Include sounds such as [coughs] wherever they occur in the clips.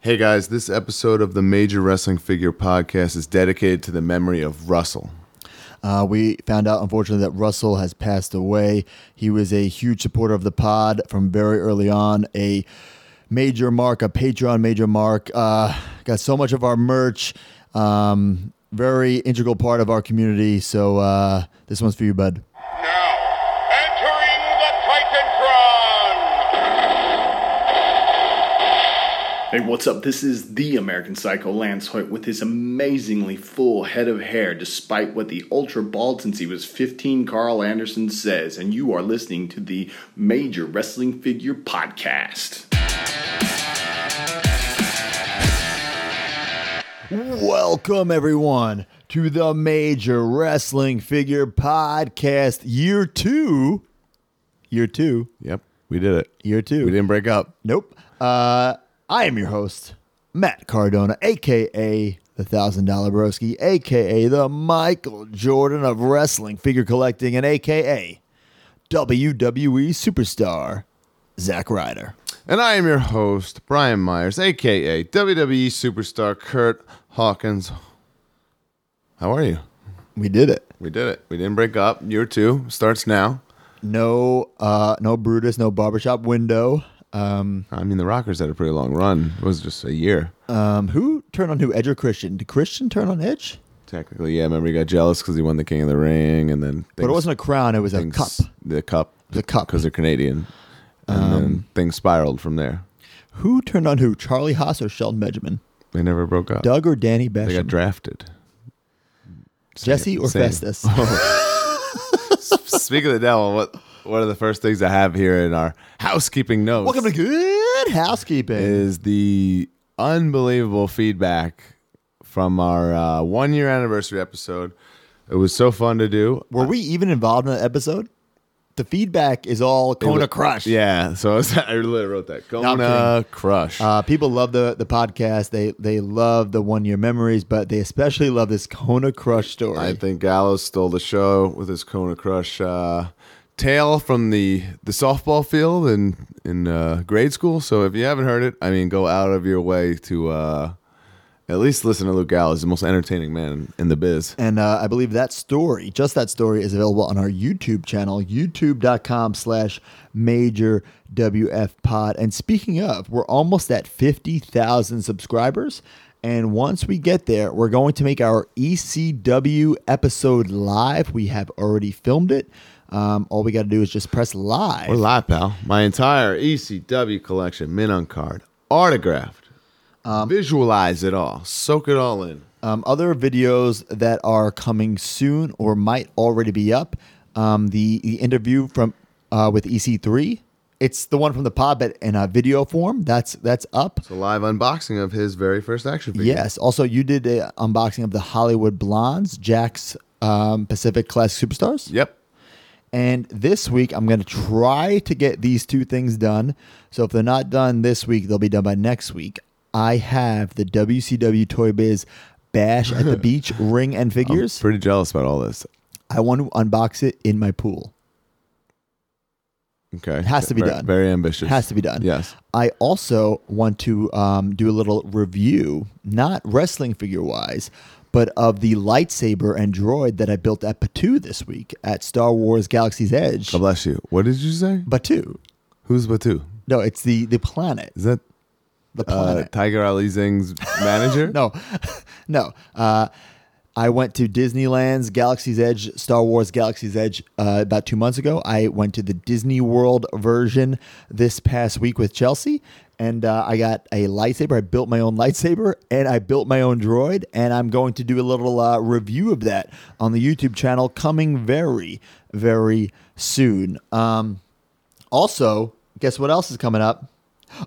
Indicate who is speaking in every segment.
Speaker 1: Hey guys, this episode of the Major Wrestling Figure Podcast is dedicated to the memory of Russell.
Speaker 2: Uh, we found out, unfortunately, that Russell has passed away. He was a huge supporter of the pod from very early on, a major mark, a Patreon major mark. Uh, got so much of our merch, um, very integral part of our community. So uh, this one's for you, bud.
Speaker 3: Now, entering the Titantron!
Speaker 4: Hey, what's up? This is the American Psycho Lance Hoyt with his amazingly full head of hair, despite what the ultra bald since he was 15 Carl Anderson says, and you are listening to the Major Wrestling Figure Podcast.
Speaker 2: Welcome, everyone, to the Major Wrestling Figure Podcast, year two. Year two.
Speaker 1: Yep, we did it.
Speaker 2: Year two.
Speaker 1: We didn't break up.
Speaker 2: Nope. Uh, I am your host, Matt Cardona, aka the Thousand Dollar Broski, aka the Michael Jordan of wrestling figure collecting, and aka WWE E superstar Zack Ryder.
Speaker 1: And I am your host, Brian Myers, aka WWE E superstar Kurt Hawkins. How are you?
Speaker 2: We did it.
Speaker 1: We did it. We didn't break up. Year two starts now.
Speaker 2: No, uh, no Brutus, no barbershop window. Um,
Speaker 1: I mean, the Rockers had a pretty long run. It was just a year,
Speaker 2: um, who turned on who? Edge or Christian? Did Christian turn on Edge?
Speaker 1: technically. Yeah, remember he got jealous because he won the King of the Ring, and then
Speaker 2: but it wasn't a crown; it was a cup.
Speaker 1: The cup.
Speaker 2: The cup. Um,
Speaker 1: Because they're Canadian. And then things spiraled from there.
Speaker 2: Who turned on who? Charlie Haas or Sheldon Benjamin?
Speaker 1: They never broke up.
Speaker 2: Doug or Danny Basham?
Speaker 1: They got drafted.
Speaker 2: Jesse or
Speaker 1: Same. [laughs]
Speaker 2: [laughs] Festus?
Speaker 1: Speaking of the devil, what one of the first things I have here in our housekeeping notes
Speaker 2: Welcome to Good Housekeeping.
Speaker 1: is the unbelievable feedback from our uh, one year anniversary episode. It was so fun to do.
Speaker 2: Were we even involved in that episode? The feedback is all Kona Crush.
Speaker 1: Yeah, so [laughs] I, was, I literally wrote that.
Speaker 2: I'm
Speaker 1: Gonna crush.
Speaker 2: Uh, people love the, the podcast. They they love the one year memories, but they especially love this Kona Crush story.
Speaker 1: I think Gallows stole the show with his Kona Crush uh, tale from the the softball field in in uh, grade school. So if you haven't heard it, I mean, go out of your way to uh, at least listen to Luke Gallows, the most entertaining man in the biz.
Speaker 2: and uh, I believe that story, just that story, is available on our YouTube channel, youtube.com slash major WF pod. And speaking of, we're almost at 50,000 subscribers. And once we get there, we're going to make our ECW episode live. We have already filmed it. Um, all we got to do is just press live.
Speaker 1: We're live, pal. My entire ECW collection, mint on card, autographed. Visualize it all. Soak it all in.
Speaker 2: um, other videos that are coming soon or might already be up. Um, the, the interview from uh, with EC3, it's the one from the pod, but in a video form. That's that's up.
Speaker 1: It's a live unboxing of his very first action figure.
Speaker 2: Yes. Also, you did a unboxing of the Hollywood Blondes, Jack's um, Pacific Classic Superstars.
Speaker 1: Yep.
Speaker 2: And this week, I'm going to try to get these two things done. So if they're not done this week, they'll be done by next week. I have the WCW Toy Biz Bash at the Beach ring and figures.
Speaker 1: Pretty jealous about all this.
Speaker 2: I want to unbox it in my pool.
Speaker 1: Okay.
Speaker 2: It has to be
Speaker 1: Very-
Speaker 2: done.
Speaker 1: Very ambitious.
Speaker 2: It has to be done.
Speaker 1: Yes.
Speaker 2: I also want to um, do a little review, not wrestling figure wise, but of the lightsaber and droid that I built at Batu this week at Star Wars Galaxy's Edge.
Speaker 1: God bless you. What did you say?
Speaker 2: Batu.
Speaker 1: Who's Batu?
Speaker 2: No, it's the the planet.
Speaker 1: Is that
Speaker 2: The
Speaker 1: uh,
Speaker 2: planet.
Speaker 1: Tiger Ali
Speaker 2: [laughs]
Speaker 1: Singh's manager?
Speaker 2: no, [laughs] no. Uh, I went to Disneyland's Galaxy's Edge, Star Wars Galaxy's Edge, uh, about two months ago. I went to the Disney World version this past week with Chelsea, and uh, I got a lightsaber. I built my own lightsaber, and I built my own droid, and I'm going to do a little uh, review of that on the YouTube channel coming very, very soon. Um, also, guess what else is coming up?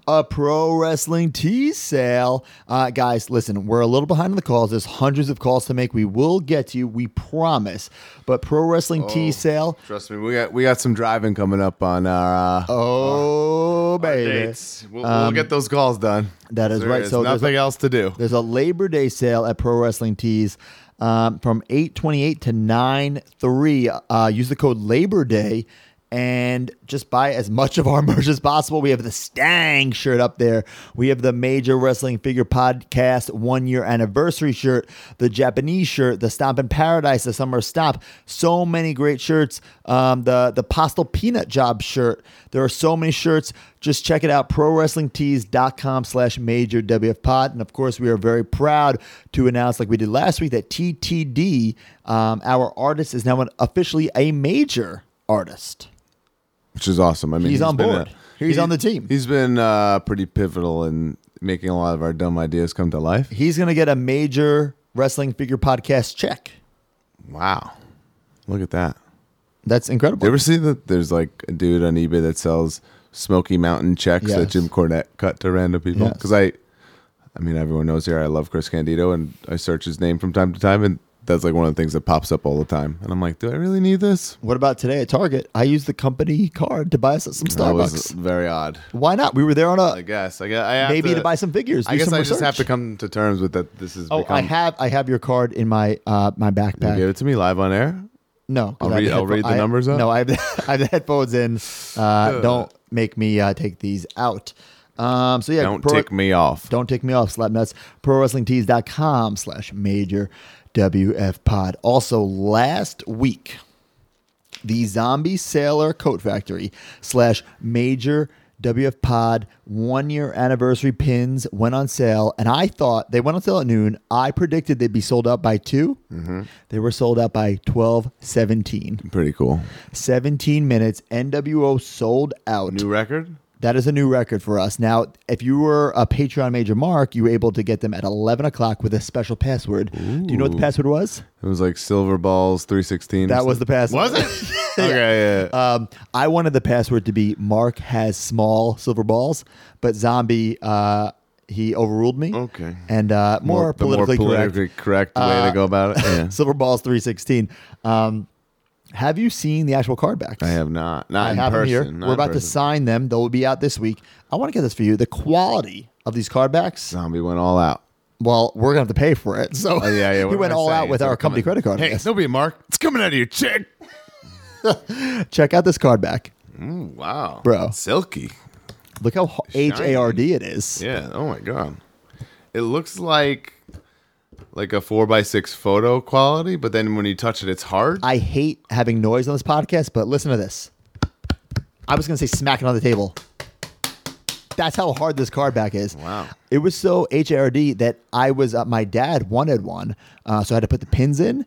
Speaker 2: a pro wrestling tea sale. Uh, guys, listen, we're a little behind on the calls. There's hundreds of calls to make. We will get to you, we promise. But pro wrestling
Speaker 1: Oh.
Speaker 2: tea sale.
Speaker 1: Trust me, we got we got some driving coming up on our uh,
Speaker 2: Oh, baby.
Speaker 1: dates. We'll, we'll get those calls done.
Speaker 2: Um, that is
Speaker 1: There
Speaker 2: right. So there's a-
Speaker 1: nothing else to do.
Speaker 2: There's a Labor Day sale at Pro Wrestling Tees um, from 828 to 93. Uh, use the code Labor Day and just buy as much of our [laughs] merch as possible. We have the Stang shirt up there. We have the Major Wrestling Figure Podcast one year anniversary shirt, the Japanese shirt, the Stomp in Paradise, the Summer Stomp. So many great shirts. Um, the the Postal Peanut Job shirt. There are so many shirts. Just check it out, prowrestlingtees.com slash major WF pod. And of course, we are very proud to announce, like we did last week, that TTD, um, our artist, is now an, officially a major artist.
Speaker 1: which is awesome. I mean,
Speaker 2: He's on
Speaker 1: been
Speaker 2: board. He's on the team.
Speaker 1: He's been uh, pretty pivotal in making a lot of our dumb ideas come to life.
Speaker 2: He's going to get a major wrestling figure podcast check.
Speaker 1: Wow, look at that!
Speaker 2: That's incredible.
Speaker 1: You ever see that? There's like a dude on eBay that sells Smoky Mountain checks that
Speaker 2: Yes.
Speaker 1: Jim Cornette cut to random people.
Speaker 2: Yes.
Speaker 1: Because I, I mean, everyone knows here I love Chris Candido, and I search his name from time to time, and that's like one of the things that pops up all the time. And I'm like, do I really need this?
Speaker 2: what about today at Target? I used the company card to buy us some
Speaker 1: That
Speaker 2: Starbucks.
Speaker 1: was very odd.
Speaker 2: Why not? We were there on
Speaker 1: I
Speaker 2: a.
Speaker 1: guess. I guess I have
Speaker 2: Maybe to buy some figures,
Speaker 1: I
Speaker 2: do
Speaker 1: guess
Speaker 2: some
Speaker 1: I just have to
Speaker 2: research.
Speaker 1: come to terms with that. This is
Speaker 2: Oh,
Speaker 1: become,
Speaker 2: I have I have your card in my uh, my
Speaker 1: You
Speaker 2: backpack.
Speaker 1: gave it to me live on air.
Speaker 2: No, 'cause
Speaker 1: I'll
Speaker 2: I have
Speaker 1: read- I'll
Speaker 2: headpho-
Speaker 1: read the
Speaker 2: I-
Speaker 1: numbers out?
Speaker 2: No, I have, I have the [laughs] headphones in. Uh, don't make me uh, take these out. Um, so yeah,
Speaker 1: Don't
Speaker 2: pro-
Speaker 1: tick me off.
Speaker 2: Don't tick me off, slapnuts. ProWrestlingTees.com slash major WF pod. Also, last week, the Zombie Sailor Coat Factory slash major WF pod one year anniversary pins went on sale. And I thought they went on sale at noon. I predicted they'd be sold out by 2 They were sold out by twelve seventeen.
Speaker 1: Pretty cool.
Speaker 2: 17 minutes. NWO sold out.
Speaker 1: New record?
Speaker 2: That is a new record for us. Now, if you were a Patreon major mark, you were able to get them at 11 o'clock with a special password. Do you know what the password was?
Speaker 1: It was like Silver Balls 316.
Speaker 2: That was the password.
Speaker 1: Was it? okay, yeah.
Speaker 2: Um, [laughs] I wanted the password to be Mark has small silver balls, but Zombie, uh, he overruled me.
Speaker 1: Okay.
Speaker 2: And uh, more,
Speaker 1: the more
Speaker 2: politically,
Speaker 1: politically
Speaker 2: correct. Uh,
Speaker 1: correct, way to go about it.
Speaker 2: [laughs]
Speaker 1: Yeah.
Speaker 2: Silver balls 316. Um, have you seen the actual card backs?
Speaker 1: I have not. Not
Speaker 2: I
Speaker 1: in
Speaker 2: have
Speaker 1: person.
Speaker 2: them here.
Speaker 1: not
Speaker 2: We're
Speaker 1: in
Speaker 2: about to
Speaker 1: person.
Speaker 2: sign them. They'll be out this week. I want to get this for you. The quality of these card backs.
Speaker 1: Zombie went all out.
Speaker 2: Well, we're gonna have to pay for it. So
Speaker 1: Oh,
Speaker 2: [laughs]
Speaker 1: yeah, yeah.
Speaker 2: we
Speaker 1: what
Speaker 2: went
Speaker 1: am I
Speaker 2: all out
Speaker 1: saying?
Speaker 2: with
Speaker 1: It's
Speaker 2: our
Speaker 1: like
Speaker 2: company
Speaker 1: coming-
Speaker 2: credit card.
Speaker 1: Hey,
Speaker 2: yes.
Speaker 1: don't be a mark. It's coming out of your check.
Speaker 2: [laughs] Check out this card back,
Speaker 1: Ooh, wow.
Speaker 2: Bro.
Speaker 1: Silky.
Speaker 2: Look how H A R D it is.
Speaker 1: Yeah. Oh, my God. It looks like like a 4x6 photo quality, but then when you touch it, it's hard.
Speaker 2: I hate having noise on this podcast, but listen to this. I was gonna say smacking on the table. That's how hard this card back is.
Speaker 1: Wow.
Speaker 2: It was so H A R D that I was uh, my dad wanted one, uh, so I had to put the pins in.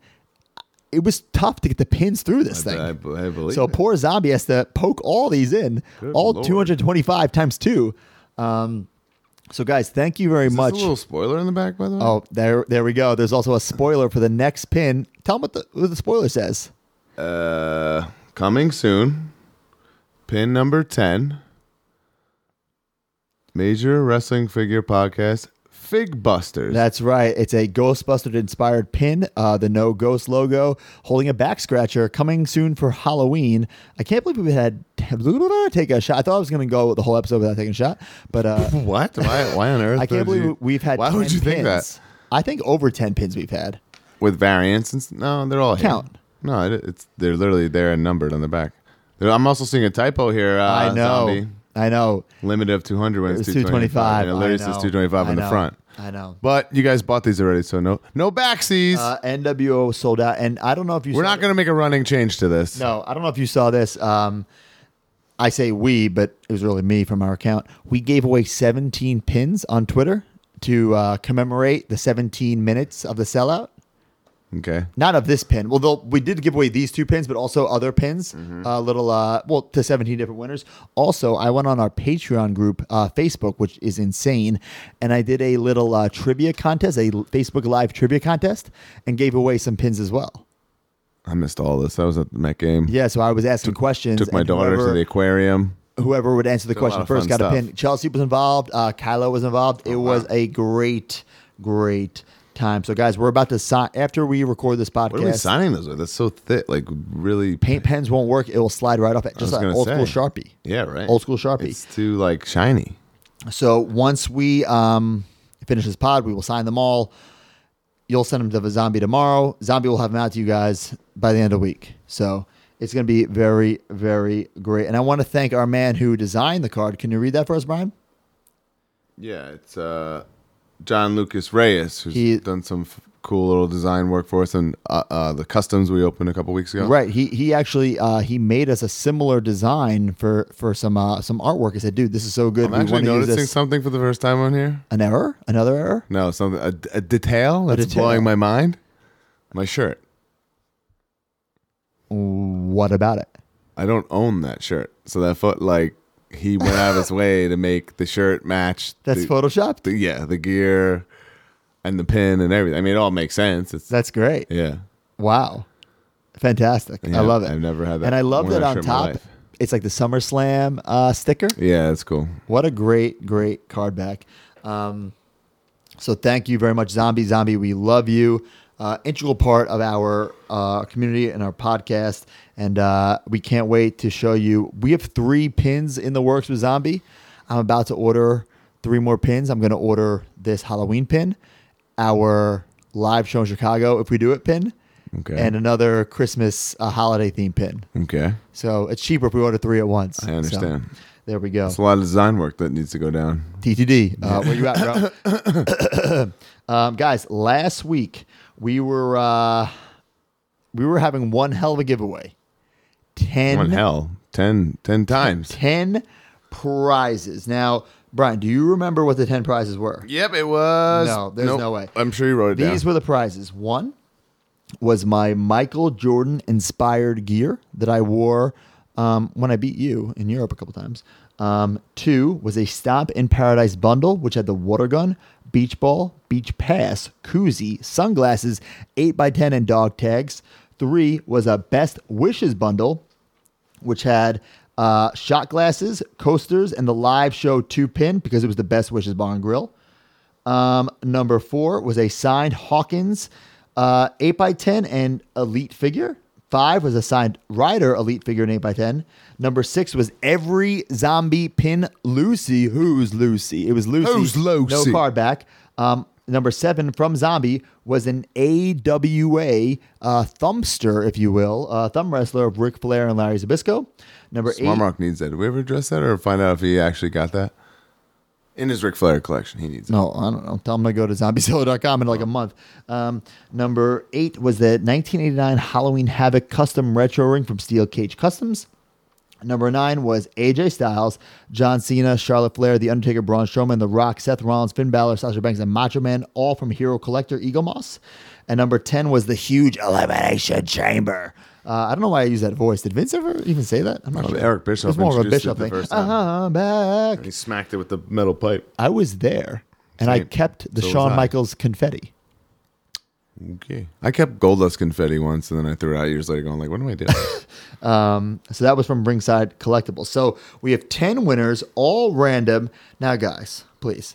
Speaker 2: It was tough to get the pins through this
Speaker 1: I,
Speaker 2: thing.
Speaker 1: I believe
Speaker 2: So
Speaker 1: it.
Speaker 2: poor zombie has to poke all these in,
Speaker 1: Good
Speaker 2: all
Speaker 1: lord.
Speaker 2: 225 times two. Um, so guys, thank you very
Speaker 1: Is this
Speaker 2: much.
Speaker 1: a little spoiler in the back, by the way?
Speaker 2: oh, there, there we go. There's also a spoiler for the next pin. Tell them what the, what the spoiler says.
Speaker 1: Uh, coming soon. Pin number 10. Major Wrestling Figure Podcast, Fig Busters.
Speaker 2: That's right. It's a Ghostbuster inspired pin, uh, the no ghost logo, holding a back scratcher, coming soon for Halloween. I can't believe we had [laughs] take a shot. I thought I was going to go the whole episode without taking a shot, but
Speaker 1: [laughs]
Speaker 2: uh,
Speaker 1: what? Why,
Speaker 2: [laughs]
Speaker 1: why on earth?
Speaker 2: I can't
Speaker 1: would
Speaker 2: believe
Speaker 1: you-
Speaker 2: we've had.
Speaker 1: Why
Speaker 2: 10
Speaker 1: would you think
Speaker 2: pins.
Speaker 1: that?
Speaker 2: I think over 10 pins we've had.
Speaker 1: With variants and s- no, they're all here.
Speaker 2: Count.
Speaker 1: No, it, it's they're literally there and numbered on the back. There- I'm also seeing a typo here. Uh,
Speaker 2: I know.
Speaker 1: Zombie.
Speaker 2: I know.
Speaker 1: Limit of 200 when
Speaker 2: It
Speaker 1: it's
Speaker 2: was
Speaker 1: 225.
Speaker 2: 225.
Speaker 1: And it literally
Speaker 2: I
Speaker 1: says
Speaker 2: know.
Speaker 1: 225
Speaker 2: I
Speaker 1: on the
Speaker 2: know.
Speaker 1: front.
Speaker 2: I know.
Speaker 1: But you guys bought these already, so no, no backsies.
Speaker 2: Uh, NWO sold out, and I don't know if you.
Speaker 1: We're
Speaker 2: saw
Speaker 1: not going to make a running change to this.
Speaker 2: th- No, I don't know if you saw this. Um, I say we, but it was really me from our account. We gave away 17 pins on Twitter to uh, commemorate the 17 minutes of the sellout.
Speaker 1: Okay.
Speaker 2: Not of this pin. Well, though we did give away these two pins, but also other pins.
Speaker 1: Mm-hmm.
Speaker 2: A little, uh, well, to 17 different winners. Also, I went on our Patreon group, uh, Facebook, which is insane, and I did a little uh, trivia contest, a l- Facebook Live trivia contest, and gave away some pins as well.
Speaker 1: I missed all this. I was at the Met game.
Speaker 2: Yeah, so I was asking questions.
Speaker 1: Took my
Speaker 2: and
Speaker 1: daughter to
Speaker 2: whoever-
Speaker 1: the aquarium.
Speaker 2: whoever would answer the
Speaker 1: a lot
Speaker 2: question
Speaker 1: of
Speaker 2: first
Speaker 1: fun
Speaker 2: got a
Speaker 1: stuff. Oh,
Speaker 2: pin. Chelsea was involved. Uh, Kylo was involved. it was a great, great time. So, guys, we're about to sign after we record this podcast.
Speaker 1: What are we signing those with? That's so thick. Like really.
Speaker 2: paint pens won't work. It will slide right off it, just
Speaker 1: was
Speaker 2: like
Speaker 1: gonna
Speaker 2: old school
Speaker 1: say.
Speaker 2: Sharpie.
Speaker 1: Yeah, right.
Speaker 2: Old school Sharpie.
Speaker 1: It's too like shiny.
Speaker 2: So once we um, finish this pod, we will sign them all. You'll send them to the zombie tomorrow. Zombie will have them out to you guys by the end of the week. So it's going to be very, very great. And I want to thank our man who designed the card. Can you read that for us, Brian?
Speaker 1: Yeah, it's uh, John Lucas Reyes who's
Speaker 2: He-
Speaker 1: done some f- cool little design work for us and uh, uh, the customs we opened a couple weeks ago.
Speaker 2: Right. He he actually uh, he made us a similar design for for some uh, some artwork. He said, "Dude, this is so good.
Speaker 1: I'm
Speaker 2: we
Speaker 1: actually
Speaker 2: want to use
Speaker 1: noticing
Speaker 2: this."
Speaker 1: something for the first time on here.
Speaker 2: An error? Another error?
Speaker 1: No, something a, a detail that's
Speaker 2: detail.
Speaker 1: blowing my mind. My shirt.
Speaker 2: What about it?
Speaker 1: I don't own that shirt, so that foot like he went out
Speaker 2: [laughs]
Speaker 1: of his way to make the shirt match.
Speaker 2: That's
Speaker 1: the,
Speaker 2: photoshopped.
Speaker 1: the- yeah, the gear and the pin and everything. I mean, it all makes sense. It's
Speaker 2: That's great.
Speaker 1: yeah.
Speaker 2: Wow. Fantastic.
Speaker 1: Yeah,
Speaker 2: I love it.
Speaker 1: I've never had that-
Speaker 2: And I love
Speaker 1: worn
Speaker 2: that
Speaker 1: that
Speaker 2: on
Speaker 1: shirt in my
Speaker 2: top,
Speaker 1: life.
Speaker 2: it's like the SummerSlam uh, sticker.
Speaker 1: Yeah, that's cool.
Speaker 2: What a great, great card back. Um, so thank you very much, Zombie Zombie. We love you. Uh, integral part of our uh, community and our podcast. And uh, we can't wait to show you. We have three pins in the works with Zombie. I'm about to order three more pins. I'm going to order this Halloween pin, our live show in Chicago, if we do it, pin,
Speaker 1: Okay.
Speaker 2: and another Christmas uh, holiday theme pin.
Speaker 1: Okay.
Speaker 2: So it's cheaper if we order three at once.
Speaker 1: I understand.
Speaker 2: So there we go.
Speaker 1: It's a lot of design work that needs to go down.
Speaker 2: TTD. Uh, where you at, bro?
Speaker 1: [coughs]
Speaker 2: um, guys, last week we were uh, we were having one hell of a giveaway. Ten,
Speaker 1: One hell, 10, 10 times.
Speaker 2: 10 prizes. Now, Brian, do you remember what the ten prizes were?
Speaker 1: Yep, it was.
Speaker 2: No, there's
Speaker 1: Nope.
Speaker 2: no way.
Speaker 1: I'm sure you wrote it down.
Speaker 2: These were the prizes. One was my Michael Jordan inspired gear that I wore um, when I beat you in Europe a couple times. Um, two was a Stomp in Paradise bundle, which had the water gun, beach ball, beach pass, koozie, sunglasses, 8x10, and dog tags. Three was a Best Wishes bundle, which had uh, shot glasses, coasters, and the live show two pin because it was the Best Wishes Bar and Grill. Um, number four was a signed Hawkins uh, 8x10 and Elite figure. Five was a signed Ryder Elite figure and 8x10. Number six was every zombie pin Lucy. Who's Lucy? It was Lucy.
Speaker 1: Who's Lucy?
Speaker 2: No card back. Um, number seven from Zombie was an AWA uh, thumbster, if you will, uh, thumb wrestler of Ric Flair and Larry Zabisco. Number
Speaker 1: Smart
Speaker 2: eight.
Speaker 1: Mark needs that. Did we ever address that or find out if he actually got that? In his Ric Flair collection, he needs it.
Speaker 2: No,
Speaker 1: Oh.
Speaker 2: I don't know. Tell them to go to zombiesolo.com in like a month. Um, number eight was the 1989 Halloween Havoc custom retro ring from Steel Cage Customs. Number nine was AJ Styles, John Cena, Charlotte Flair, The Undertaker, Braun Strowman, The Rock, Seth Rollins, Finn Balor, Sasha Banks, and Macho Man, all from Hero Collector Eagle Moss. And number 10 was the huge Elimination Chamber. Uh, I don't know why I use that voice. Did Vince ever even say that? I'm not
Speaker 1: Oh,
Speaker 2: sure.
Speaker 1: Eric Bischoff
Speaker 2: It's more of a
Speaker 1: introduced it
Speaker 2: Bischoff
Speaker 1: the
Speaker 2: thing.
Speaker 1: first time.
Speaker 2: Uh-huh, I'm back.
Speaker 1: He smacked it with the metal pipe.
Speaker 2: I was there, and I
Speaker 1: Same.
Speaker 2: kept the
Speaker 1: So was
Speaker 2: Shawn
Speaker 1: I.
Speaker 2: Michaels confetti.
Speaker 1: Okay. I kept Goldust confetti once and then I threw it out years later going like, what am I
Speaker 2: [laughs]
Speaker 1: doing?
Speaker 2: So that was from Ringside Collectibles. So we have 10 winners, all random. Now, guys, please,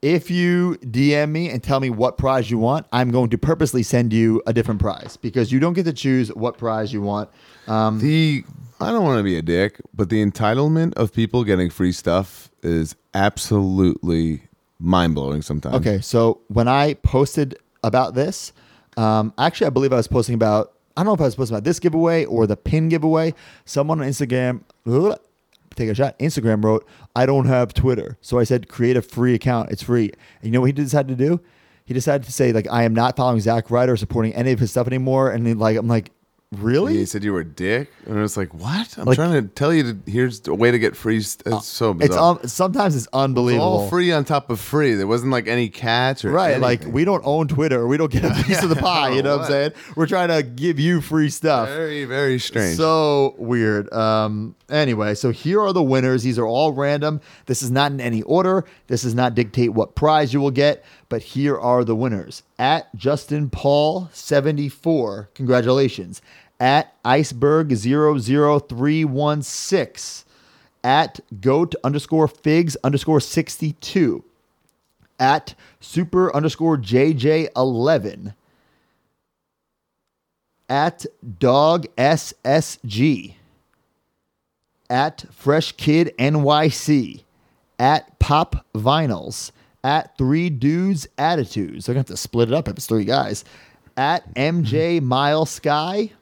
Speaker 2: if you DM me and tell me what prize you want, I'm going to purposely send you a different prize because you don't get to choose what prize you want.
Speaker 1: the I don't want to be a dick, but the entitlement of people getting free stuff is absolutely mind blowing sometimes.
Speaker 2: Okay, so when I posted about this, um, actually, I believe I was posting about, I don't know if I was posting about this giveaway or the pin giveaway. Someone on Instagram, take a shot, Instagram wrote, I don't have Twitter. So I said, create a free account. It's free. And you know what he decided to do? He decided to say, like, I am not following Zach Ryder or supporting any of his stuff anymore. And then, like, I'm like,
Speaker 1: And
Speaker 2: really?
Speaker 1: he said you were a dick, and I was like, "What? I'm
Speaker 2: Like-
Speaker 1: trying to tell you to. Here's a way to get free. St- it's so bizarre.
Speaker 2: It's um, sometimes it's
Speaker 1: It's
Speaker 2: unbelievable.
Speaker 1: all free on top of free. There wasn't like any catch or
Speaker 2: Right. Like
Speaker 1: anything.
Speaker 2: we don't own Twitter. We don't get a piece
Speaker 1: [laughs]
Speaker 2: of the pie. You know what I'm saying?
Speaker 1: What?
Speaker 2: We're trying to give you free stuff.
Speaker 1: very very strange.
Speaker 2: So weird. Um, anyway, so here are the winners. These are all random. This is not in any order. This does not dictate what prize you will get, but here are the winners. At Justin Paul 74, congratulations. At Iceberg 00316 at goat underscore figs underscore 62, at super underscore JJ11, at dog SSG, at fresh kid NYC, at pop vinyls, at three dudes attitudes. They're going to have to split it up if it's three guys. At MJ Mile Sky,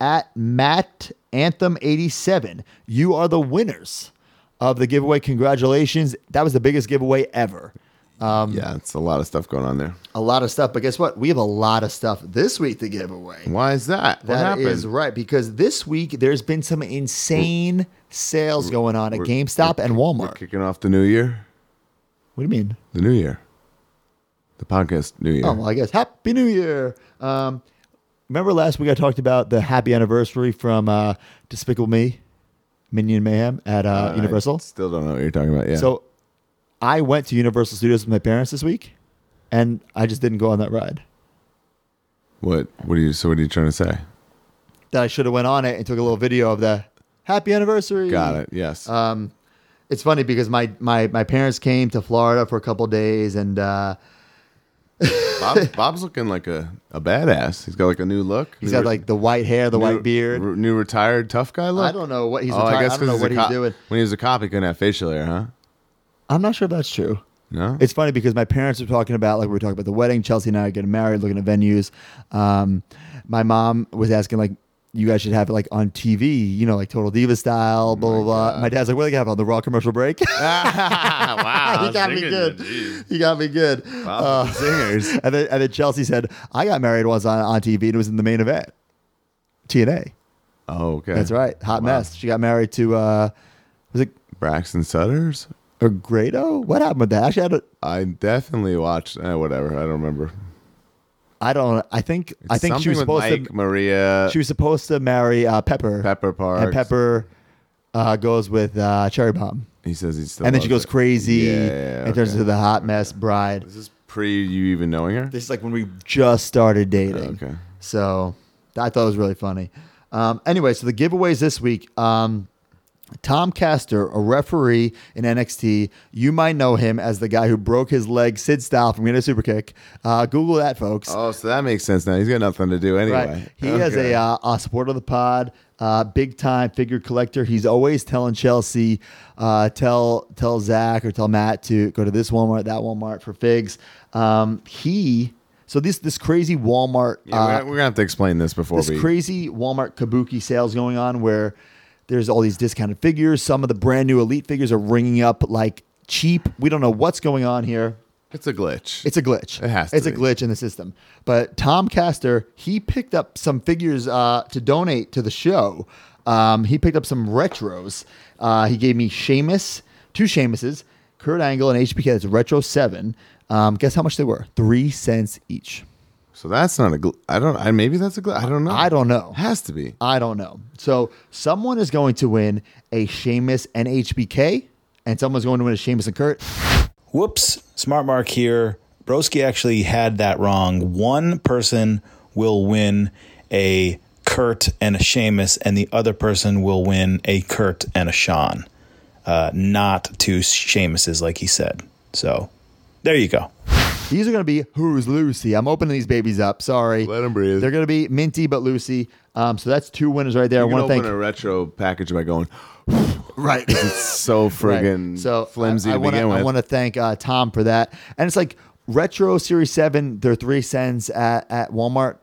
Speaker 2: at Matt Anthem 87. You are the winners of the giveaway. Congratulations. That was the biggest giveaway ever.
Speaker 1: yeah, it's a lot of stuff going on there.
Speaker 2: A lot of stuff, but guess what? We have a lot of stuff this week to give away.
Speaker 1: Why is that? What
Speaker 2: That is
Speaker 1: happened?
Speaker 2: right because this week there's been some insane sales going on at GameStop and
Speaker 1: We're
Speaker 2: Walmart.
Speaker 1: kicking off the new year.
Speaker 2: What do you mean?
Speaker 1: The new year. The podcast new year.
Speaker 2: Oh, well, I guess Happy New Year. Um, remember last week I talked about the happy anniversary from uh, Despicable Me, Minion Mayhem at uh,
Speaker 1: Uh, I
Speaker 2: Universal.
Speaker 1: still don't know what you're talking about. Yeah.
Speaker 2: So I went to Universal Studios with my parents this week, and I just didn't go on that ride.
Speaker 1: what? What are you? So what are you trying to say?
Speaker 2: That I should have went on it and took a little video of the happy anniversary.
Speaker 1: Got it. Yes.
Speaker 2: Uh, It's funny because my my my parents came to Florida for a couple days, and uh,
Speaker 1: [laughs] Bob, Bob's looking like a, a badass. He's got like a new look.
Speaker 2: he's
Speaker 1: New
Speaker 2: got
Speaker 1: re-
Speaker 2: like the white hair, the
Speaker 1: new-
Speaker 2: white beard.
Speaker 1: re- new retired tough guy look.
Speaker 2: I don't know what he's.
Speaker 1: Oh, I
Speaker 2: retired-
Speaker 1: guess
Speaker 2: I don't know
Speaker 1: 'cause
Speaker 2: what he's
Speaker 1: a cop.
Speaker 2: doing.
Speaker 1: When he was a cop, he couldn't have facial hair, huh?
Speaker 2: I'm not sure if that's true.
Speaker 1: No.
Speaker 2: [laughs] It's funny because my parents were talking about, like, we were talking about the wedding. Chelsea and I are getting married, looking at venues. Um, my mom was asking, like, you guys should have it like on TV, you know, like Total Diva
Speaker 1: Oh
Speaker 2: style, blah blah blah. My dad's like, "What do they have it on the Raw commercial
Speaker 1: [laughs]
Speaker 2: break?"
Speaker 1: Ah,
Speaker 2: [laughs]
Speaker 1: wow.
Speaker 2: he got me good. He got me good. Uh,
Speaker 1: Singers.
Speaker 2: [laughs] and then and then Chelsea said, "I got married once on, on TV and it was in the main event, TNA.
Speaker 1: Oh, okay.
Speaker 2: That's right, hot mess. She got married to uh, was it
Speaker 1: Braxton Sutter's.
Speaker 2: Agrado? What happened with that? Actually, I don't.
Speaker 1: I definitely watched. Eh, whatever. I don't remember.
Speaker 2: I don't. I think I think she
Speaker 1: Something
Speaker 2: was
Speaker 1: with
Speaker 2: supposed
Speaker 1: Mike,
Speaker 2: to.
Speaker 1: Maria.
Speaker 2: she was supposed to marry uh, Pepper.
Speaker 1: Pepper
Speaker 2: And
Speaker 1: Parks.
Speaker 2: Pepper uh, goes with uh, Cherry Bomb.
Speaker 1: He says he's still.
Speaker 2: And then she
Speaker 1: loves
Speaker 2: goes
Speaker 1: it.
Speaker 2: crazy and
Speaker 1: Yeah,
Speaker 2: turns
Speaker 1: okay.
Speaker 2: into the hot mess bride.
Speaker 1: This is pre you even knowing her.
Speaker 2: This is like when we just started dating.
Speaker 1: Okay.
Speaker 2: So I thought it was really funny. Um, anyway, so the giveaways this week. Um, Tom Caster, a referee in NXT, you might know him as the guy who broke his leg Sid style from getting a superkick. Uh, Google that, folks.
Speaker 1: Oh, so that makes sense now. He's got nothing to do anyway.
Speaker 2: Right. He is
Speaker 1: Okay.
Speaker 2: a, uh, a supporter of the pod, uh, big time figure collector. He's always telling Chelsea, uh, tell tell Zach or tell Matt to go to this Walmart, that Walmart for figs. Um, he so this this crazy Walmart
Speaker 1: Yeah, we're,
Speaker 2: uh,
Speaker 1: we're gonna have to explain this before
Speaker 2: this
Speaker 1: we.
Speaker 2: crazy Walmart kabuki sales going on where there's all these discounted figures. Some of the brand new elite figures are ringing up like cheap. We don't know what's going on here.
Speaker 1: it's a glitch.
Speaker 2: It's a glitch.
Speaker 1: It has to
Speaker 2: It's a
Speaker 1: be.
Speaker 2: glitch in the system. But Tom Caster, he picked up some figures uh, to donate to the show. Um, he picked up some retros. Uh, he gave me Seamus, two Seamuses, Kurt Angle, and HBK. That's Retro 7. Um, guess how much they were? Three cents each.
Speaker 1: so that's not a. Gl- I don't. I maybe that's a glitch. I don't know.
Speaker 2: I don't know.
Speaker 1: Has to be.
Speaker 2: I don't know. So someone is going to win a Seamus and HBK, and someone's going to win a Seamus and Kurt.
Speaker 5: Whoops, smart mark here. Broski actually had that wrong. One person will win a Kurt and a Seamus, and the other person will win a Kurt and a Sean. Uh, not two Seamuses, like he said. So there you go.
Speaker 2: These are going to be Who's Lucy. I'm opening these babies up. Sorry.
Speaker 1: Let 'em breathe.
Speaker 2: They're going to be Minty but Lucy. Um, so that's two winners right there.
Speaker 1: You
Speaker 2: I
Speaker 1: can
Speaker 2: want to
Speaker 1: open
Speaker 2: thank
Speaker 1: a retro package by going
Speaker 2: [sighs]
Speaker 1: [laughs]
Speaker 2: right.
Speaker 1: so
Speaker 2: Right.
Speaker 1: friggin'
Speaker 2: so
Speaker 1: flimsy
Speaker 2: I, I
Speaker 1: to
Speaker 2: wanna,
Speaker 1: begin with.
Speaker 2: I want to thank uh, Tom for that. And it's like Retro Series 7, they're three cents at, at Walmart.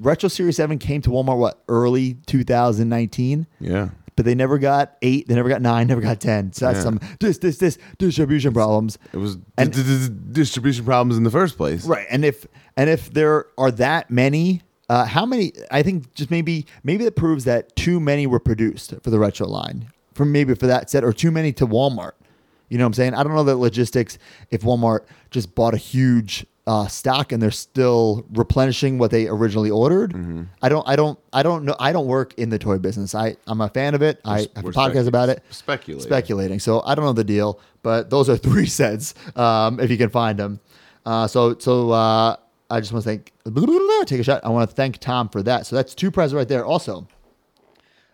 Speaker 2: Retro Series 7 came to Walmart, what, early 2019?
Speaker 1: yeah.
Speaker 2: but they never got eight, they never got nine, never got ten. So that's
Speaker 1: Yeah.
Speaker 2: some this this this distribution problems.
Speaker 1: It was d-
Speaker 2: And-
Speaker 1: d- d- distribution problems in the first place.
Speaker 2: Right, and if and if there are that many, uh, how many? I think just maybe maybe that proves that too many were produced for the retro line, for maybe for that set, or too many to Walmart. You know what I'm saying? I don't know the logistics. If Walmart just bought a huge uh, stock and they're still replenishing what they originally ordered,
Speaker 1: Mm-hmm.
Speaker 2: I don't, I don't, I don't know. I don't work in the toy business. I I'm a fan of it. I have a
Speaker 1: we're
Speaker 2: podcast
Speaker 1: specu-
Speaker 2: about it.
Speaker 1: speculating.
Speaker 2: Speculating. So I don't know the deal, but those are [laughs] three cents um, if you can find them. Uh, so so uh, I just want [laughs] to thank take a shot. I want to thank Tom for that. So that's two prizes right there. Also,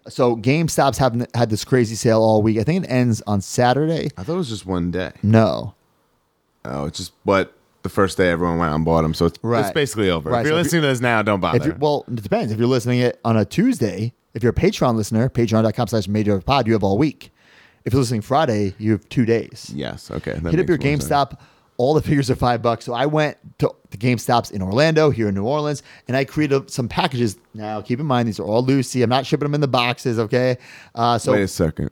Speaker 2: So GameStop's having had this crazy sale all week. I think it ends on Saturday.
Speaker 1: I thought it was just one day.
Speaker 2: No,
Speaker 1: Oh, it's just but the first day everyone went out and bought them, so it's, it's
Speaker 2: Right.
Speaker 1: basically over.
Speaker 2: Right,
Speaker 1: If you're
Speaker 2: so if you-
Speaker 1: listening to this now,
Speaker 2: If
Speaker 1: don't bother.
Speaker 2: you, well, it depends. If you're listening it on a Tuesday, if you're a Patreon listener, patreon.com slash major pod, you have all week. If you're listening Friday, you have two days.
Speaker 1: yes, okay. that
Speaker 2: Hit up
Speaker 1: makes
Speaker 2: your
Speaker 1: more sense.
Speaker 2: GameStop. All the figures are five bucks. So I went to the GameStops in Orlando, here in New Orleans, and I created some packages. Now, keep in mind, these are all Lucy. I'm not shipping them in the boxes, okay? Uh, so,
Speaker 1: Wait a second.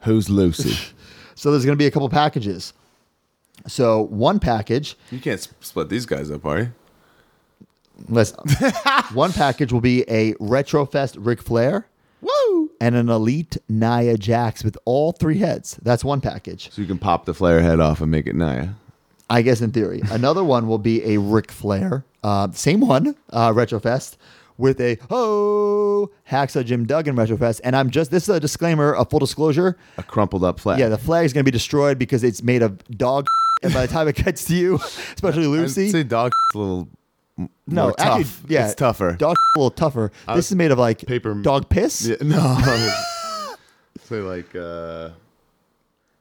Speaker 1: Who's Lucy?
Speaker 2: [laughs] so there's going to be a couple packages. So one package
Speaker 1: you can't sp- split these guys up, are you? [laughs]
Speaker 2: Listen, one package will be a Retrofest Ric Flair. Woo! And an Elite Nia Jax with all three heads. That's one package.
Speaker 1: So you can pop the flare head off and make it Naya.
Speaker 2: I guess in theory. Another one will be a Ric Flair, uh, same one, uh, Retrofest, with a oh Hacksaw Jim Duggan Retrofest. And I'm just, this is a disclaimer, a full disclosure.
Speaker 1: A crumpled up flag.
Speaker 2: Yeah, the flag is going to be destroyed because it's made of dog. [laughs] and by the time it gets to you, especially Lucy.
Speaker 1: [laughs] I'd say dog's a little m-
Speaker 2: No,
Speaker 1: more
Speaker 2: actually,
Speaker 1: tough.
Speaker 2: yeah,
Speaker 1: it's tougher.
Speaker 2: Dog a little tougher. this is made of like
Speaker 1: paper-
Speaker 2: dog piss.
Speaker 1: [laughs] Yeah, no.
Speaker 2: [laughs]
Speaker 1: Say like uh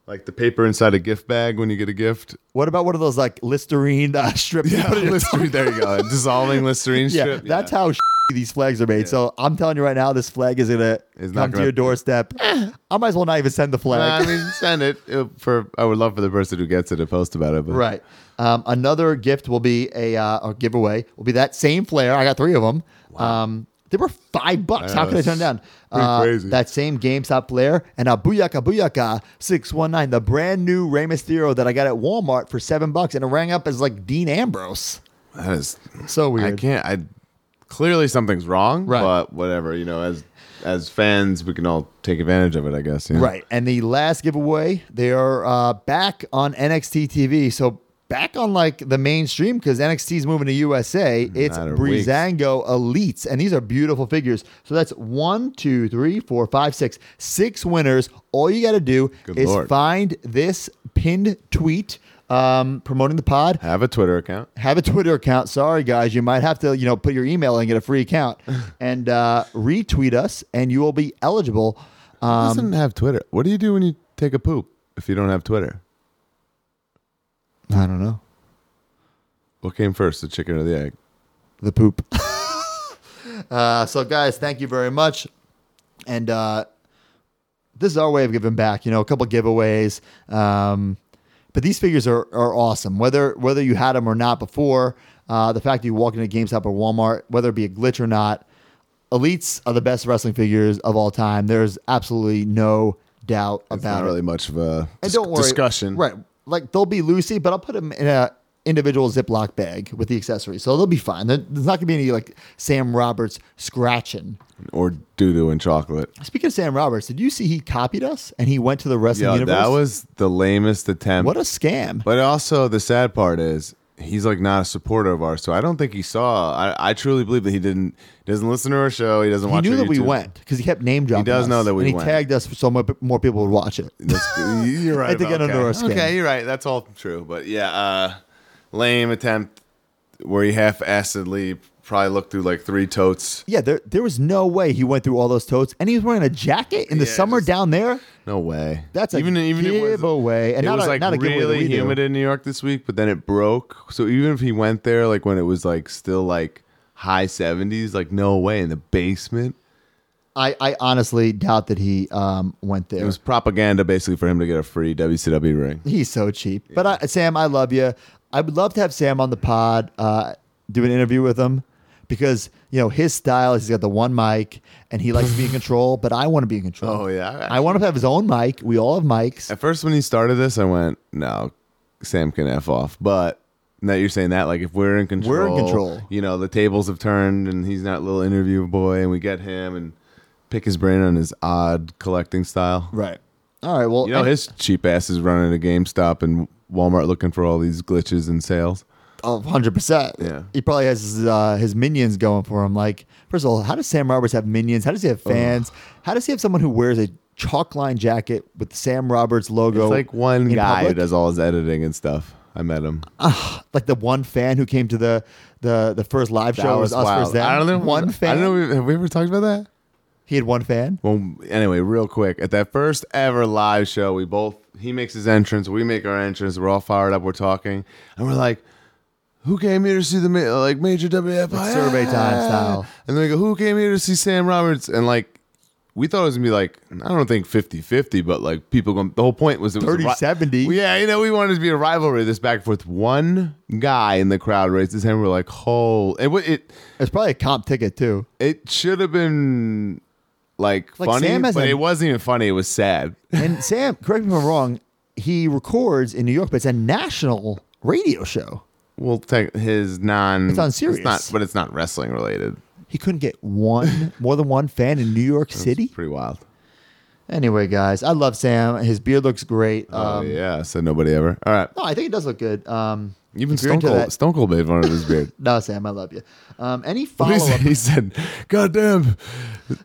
Speaker 1: like the paper inside a gift bag when you get a gift.
Speaker 2: What about one of those like Listerine uh, [laughs] strips? you put in your
Speaker 1: [laughs] Listerine, there you go. A dissolving Listerine
Speaker 2: [laughs] Yeah,
Speaker 1: strip.
Speaker 2: that's how these flags are made. So I'm telling you right now, this flag is gonna
Speaker 1: It's
Speaker 2: come
Speaker 1: not
Speaker 2: to
Speaker 1: gonna-
Speaker 2: your doorstep. I might as well not even send the
Speaker 1: Nah,
Speaker 2: flag. [laughs]
Speaker 1: I mean, send it uh, for. I would love for the person who gets it to post about it. But
Speaker 2: right. Um, another gift will be a uh, or giveaway will be that same flare. I got three of them. Um, they were five bucks.
Speaker 1: I
Speaker 2: How
Speaker 1: know,
Speaker 2: could I turn it
Speaker 1: that's
Speaker 2: down?
Speaker 1: pretty
Speaker 2: Uh,
Speaker 1: crazy.
Speaker 2: That same GameStop flare and a Booyaka Booyaka six one nine, the brand new Rey Mysterio that I got at Walmart for seven bucks, and it rang up as like Dean Ambrose.
Speaker 1: that is
Speaker 2: So weird.
Speaker 1: I can't. I clearly something's wrong.
Speaker 2: Right.
Speaker 1: But whatever. You know, as as fans, we can all take advantage of it. I guess. you know?
Speaker 2: [laughs] Right. And the last giveaway, they are uh, back on NXT TV. So back on like the mainstream because NXT is moving to USA. It's
Speaker 1: Matter of
Speaker 2: Breezango Elites. And these are beautiful figures. So that's one, two, three, four, five, six, six winners. All you got to do
Speaker 1: Good
Speaker 2: is
Speaker 1: Lord.
Speaker 2: find this pinned tweet um, promoting the pod
Speaker 1: Have a Twitter account.
Speaker 2: have a Twitter account. Sorry, guys, you might have to, you know, put your email and get a free
Speaker 1: [laughs]
Speaker 2: account and uh, retweet us, and you will be eligible. Um,
Speaker 1: Who doesn't have Twitter. What do you do when you take a poop if you don't have Twitter?
Speaker 2: I don't know
Speaker 1: What came first, the chicken or the egg?
Speaker 2: the
Speaker 1: [laughs]
Speaker 2: poop. uh, so, guys, thank you very much, and uh, this is our way of giving back. You know, a couple giveaways, um, but these figures are are awesome. Whether whether you had them or not before, uh, the fact that you walk into GameStop or Walmart, whether it be a glitch or not, elites are the best wrestling figures of all time. There's absolutely no doubt
Speaker 1: It's
Speaker 2: about
Speaker 1: not
Speaker 2: it.
Speaker 1: really much of a
Speaker 2: and
Speaker 1: dis-
Speaker 2: don't worry,
Speaker 1: discussion.
Speaker 2: Right, like they'll be Lucy, but I'll put them in a individual Ziploc bag with the accessories, so they'll be fine. There- There's not gonna be any like Sam Roberts scratching.
Speaker 1: Or doo doo and chocolate.
Speaker 2: Speaking of Sam Roberts, did you see he copied us and he went to the wrestling
Speaker 1: Yeah,
Speaker 2: universe?
Speaker 1: that was the lamest attempt.
Speaker 2: what a scam.
Speaker 1: But also, the sad part is he's like not a supporter of ours, so I don't think he saw. I, I truly believe that he didn't doesn't listen to our show. He doesn't
Speaker 2: he
Speaker 1: watch.
Speaker 2: knew
Speaker 1: our
Speaker 2: that we
Speaker 1: YouTube.
Speaker 2: went because he kept name dropping.
Speaker 1: does
Speaker 2: us,
Speaker 1: know that we
Speaker 2: and he
Speaker 1: went.
Speaker 2: tagged us so more, more people would watch it. [laughs]
Speaker 1: That's- you're
Speaker 2: I
Speaker 1: right.
Speaker 2: think
Speaker 1: about-
Speaker 2: I don't know our
Speaker 1: okay.
Speaker 2: skin.
Speaker 1: okay, you're right. That's all true. But yeah, uh, lame attempt where he half assedly probably looked through like three totes.
Speaker 2: Yeah, there there was no way he went through all those totes, and he was wearing a jacket in the
Speaker 1: Yeah,
Speaker 2: summer
Speaker 1: just-
Speaker 2: down there.
Speaker 1: No way.
Speaker 2: That's a giveaway, and
Speaker 1: it
Speaker 2: not
Speaker 1: was
Speaker 2: a-
Speaker 1: like
Speaker 2: not a giveaway that
Speaker 1: really
Speaker 2: we do.
Speaker 1: humid in New York this week, but then it broke. So even if he went there, like when it was like still like high seventies, like no way in the basement.
Speaker 2: I, I honestly doubt that he um, went there.
Speaker 1: It was propaganda basically for him to get a free WCW ring.
Speaker 2: He's so cheap. But I, Sam, I love you. I would love to have Sam on the pod, uh, do an interview with him because you know his style is he's got the one mic and he likes to be
Speaker 1: [laughs]
Speaker 2: in control. But I want to be in control.
Speaker 1: Oh, yeah.
Speaker 2: I want him to have his own mic. We all have mics.
Speaker 1: At first, when he started this, I went, "No, Sam can f off." But now you're saying that, like, if we're in control,
Speaker 2: We're in control.
Speaker 1: You know, the tables have turned, and he's not little interview boy, and we get him and pick his brain on his odd collecting style.
Speaker 2: Right. All right. Well,
Speaker 1: You know,
Speaker 2: and-
Speaker 1: his cheap ass is running a GameStop and Walmart looking for all these glitches and sales.
Speaker 2: Oh, 100%.
Speaker 1: Yeah.
Speaker 2: He probably has his, uh, his minions going for him. Like, first of all, how does Sam Roberts have minions? How does he have fans? How does he have someone who wears a chalk line jacket with the Sam Roberts logo?
Speaker 1: It's like one
Speaker 2: in
Speaker 1: guy who
Speaker 2: public?
Speaker 1: does all his editing and stuff. I met him.
Speaker 2: like the one fan who came to the the the first live show was, us versus them.
Speaker 1: I don't know.
Speaker 2: One fan.
Speaker 1: I don't know. Have we ever talked about that?
Speaker 2: He had one fan.
Speaker 1: Well, anyway, real quick, at that first ever live show, we both he makes his entrance, we make our entrance, we're all fired up, we're talking, and we're like, "Who came here to see the ma- like major WFI
Speaker 2: survey time style.
Speaker 1: And then we go, "Who came here to see Sam Roberts?" And like, we thought it was gonna be like, I don't think 50-50, but like people going. The whole point was it was a ri-
Speaker 2: 30-70.
Speaker 1: Well, Yeah, you know, we wanted it to be a rivalry, this back and forth. One guy in the crowd raised his hand. We're like, "Whole!" It wa- it
Speaker 2: It's probably a comp ticket too.
Speaker 1: it should have been like,
Speaker 2: Like,
Speaker 1: funny,
Speaker 2: Sam has
Speaker 1: but
Speaker 2: a-
Speaker 1: it wasn't even funny. It was sad.
Speaker 2: And [laughs] Sam, correct me if I'm wrong. He records in New York, but it's a national radio show.
Speaker 1: Well, tech, his non.
Speaker 2: It's on Sirius.
Speaker 1: not, but it's not wrestling related.
Speaker 2: He couldn't get
Speaker 1: [laughs]
Speaker 2: one, more than one fan in New York City.
Speaker 1: It's pretty wild.
Speaker 2: Anyway, guys, I love Sam. His beard looks great.
Speaker 1: Oh
Speaker 2: Um,
Speaker 1: yeah, said nobody ever. All right,
Speaker 2: No, I think it does look good. Um,
Speaker 1: even
Speaker 2: if you're
Speaker 1: Stone
Speaker 2: into
Speaker 1: Cold.
Speaker 2: that-
Speaker 1: Stone Cold made fun of his beard.
Speaker 2: No, Sam, I love you. Um, any
Speaker 1: What
Speaker 2: [laughs] follow up?
Speaker 1: he, said, he said, "God damn!"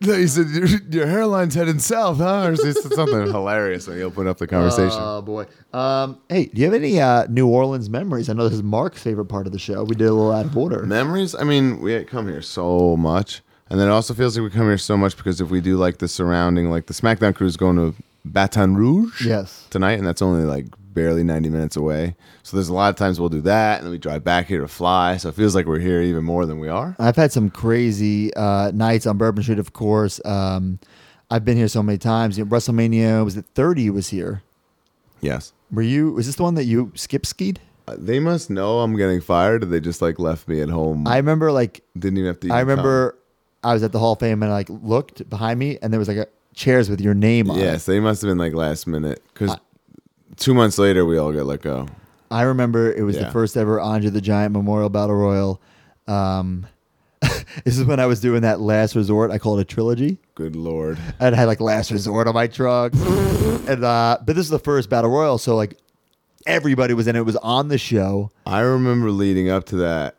Speaker 1: No, He said, your, "Your hairline's heading south, huh?" Or he said something hilarious when he opened up the conversation.
Speaker 2: Oh boy. Um, hey, do you have any uh, New Orleans memories? I know this is Mark's favorite part of the show. We did a little out of order.
Speaker 1: Memories. I mean, we come here so much, and then it also feels like we come here so much because if we do like the surrounding, like the SmackDown crew is going to Baton Rouge,
Speaker 2: Yes.
Speaker 1: tonight, and that's only like barely ninety minutes away. So there's a lot of times we'll do that, and then we drive back here to fly. So it feels like we're here even more than we are.
Speaker 2: I've had some crazy uh, nights on Bourbon Street, of course. Um, I've been here so many times. You know, WrestleMania was it thirty? Was here?
Speaker 1: Yes,
Speaker 2: Were you? Is this the one that you skip skied?
Speaker 1: Uh, they must know I'm getting fired. Or they just like left me at home.
Speaker 2: I remember like
Speaker 1: didn't even have to.
Speaker 2: I
Speaker 1: even
Speaker 2: remember I was at the Hall of Fame and I like looked behind me and there was like a, chairs with your name on.
Speaker 1: come.
Speaker 2: it.
Speaker 1: Yes, they must have been like last minute because two months later we all get let go.
Speaker 2: I remember it was the
Speaker 1: Yeah.
Speaker 2: first ever Andre the Giant Memorial Battle Royal. Um, [laughs] this is when I was doing that last resort. I call it a trilogy.
Speaker 1: Good lord.
Speaker 2: I'd had like last resort on my
Speaker 1: [laughs]
Speaker 2: truck, and uh, but this is the first battle royal, so like everybody was in it. It was on the show.
Speaker 1: I remember leading up to that.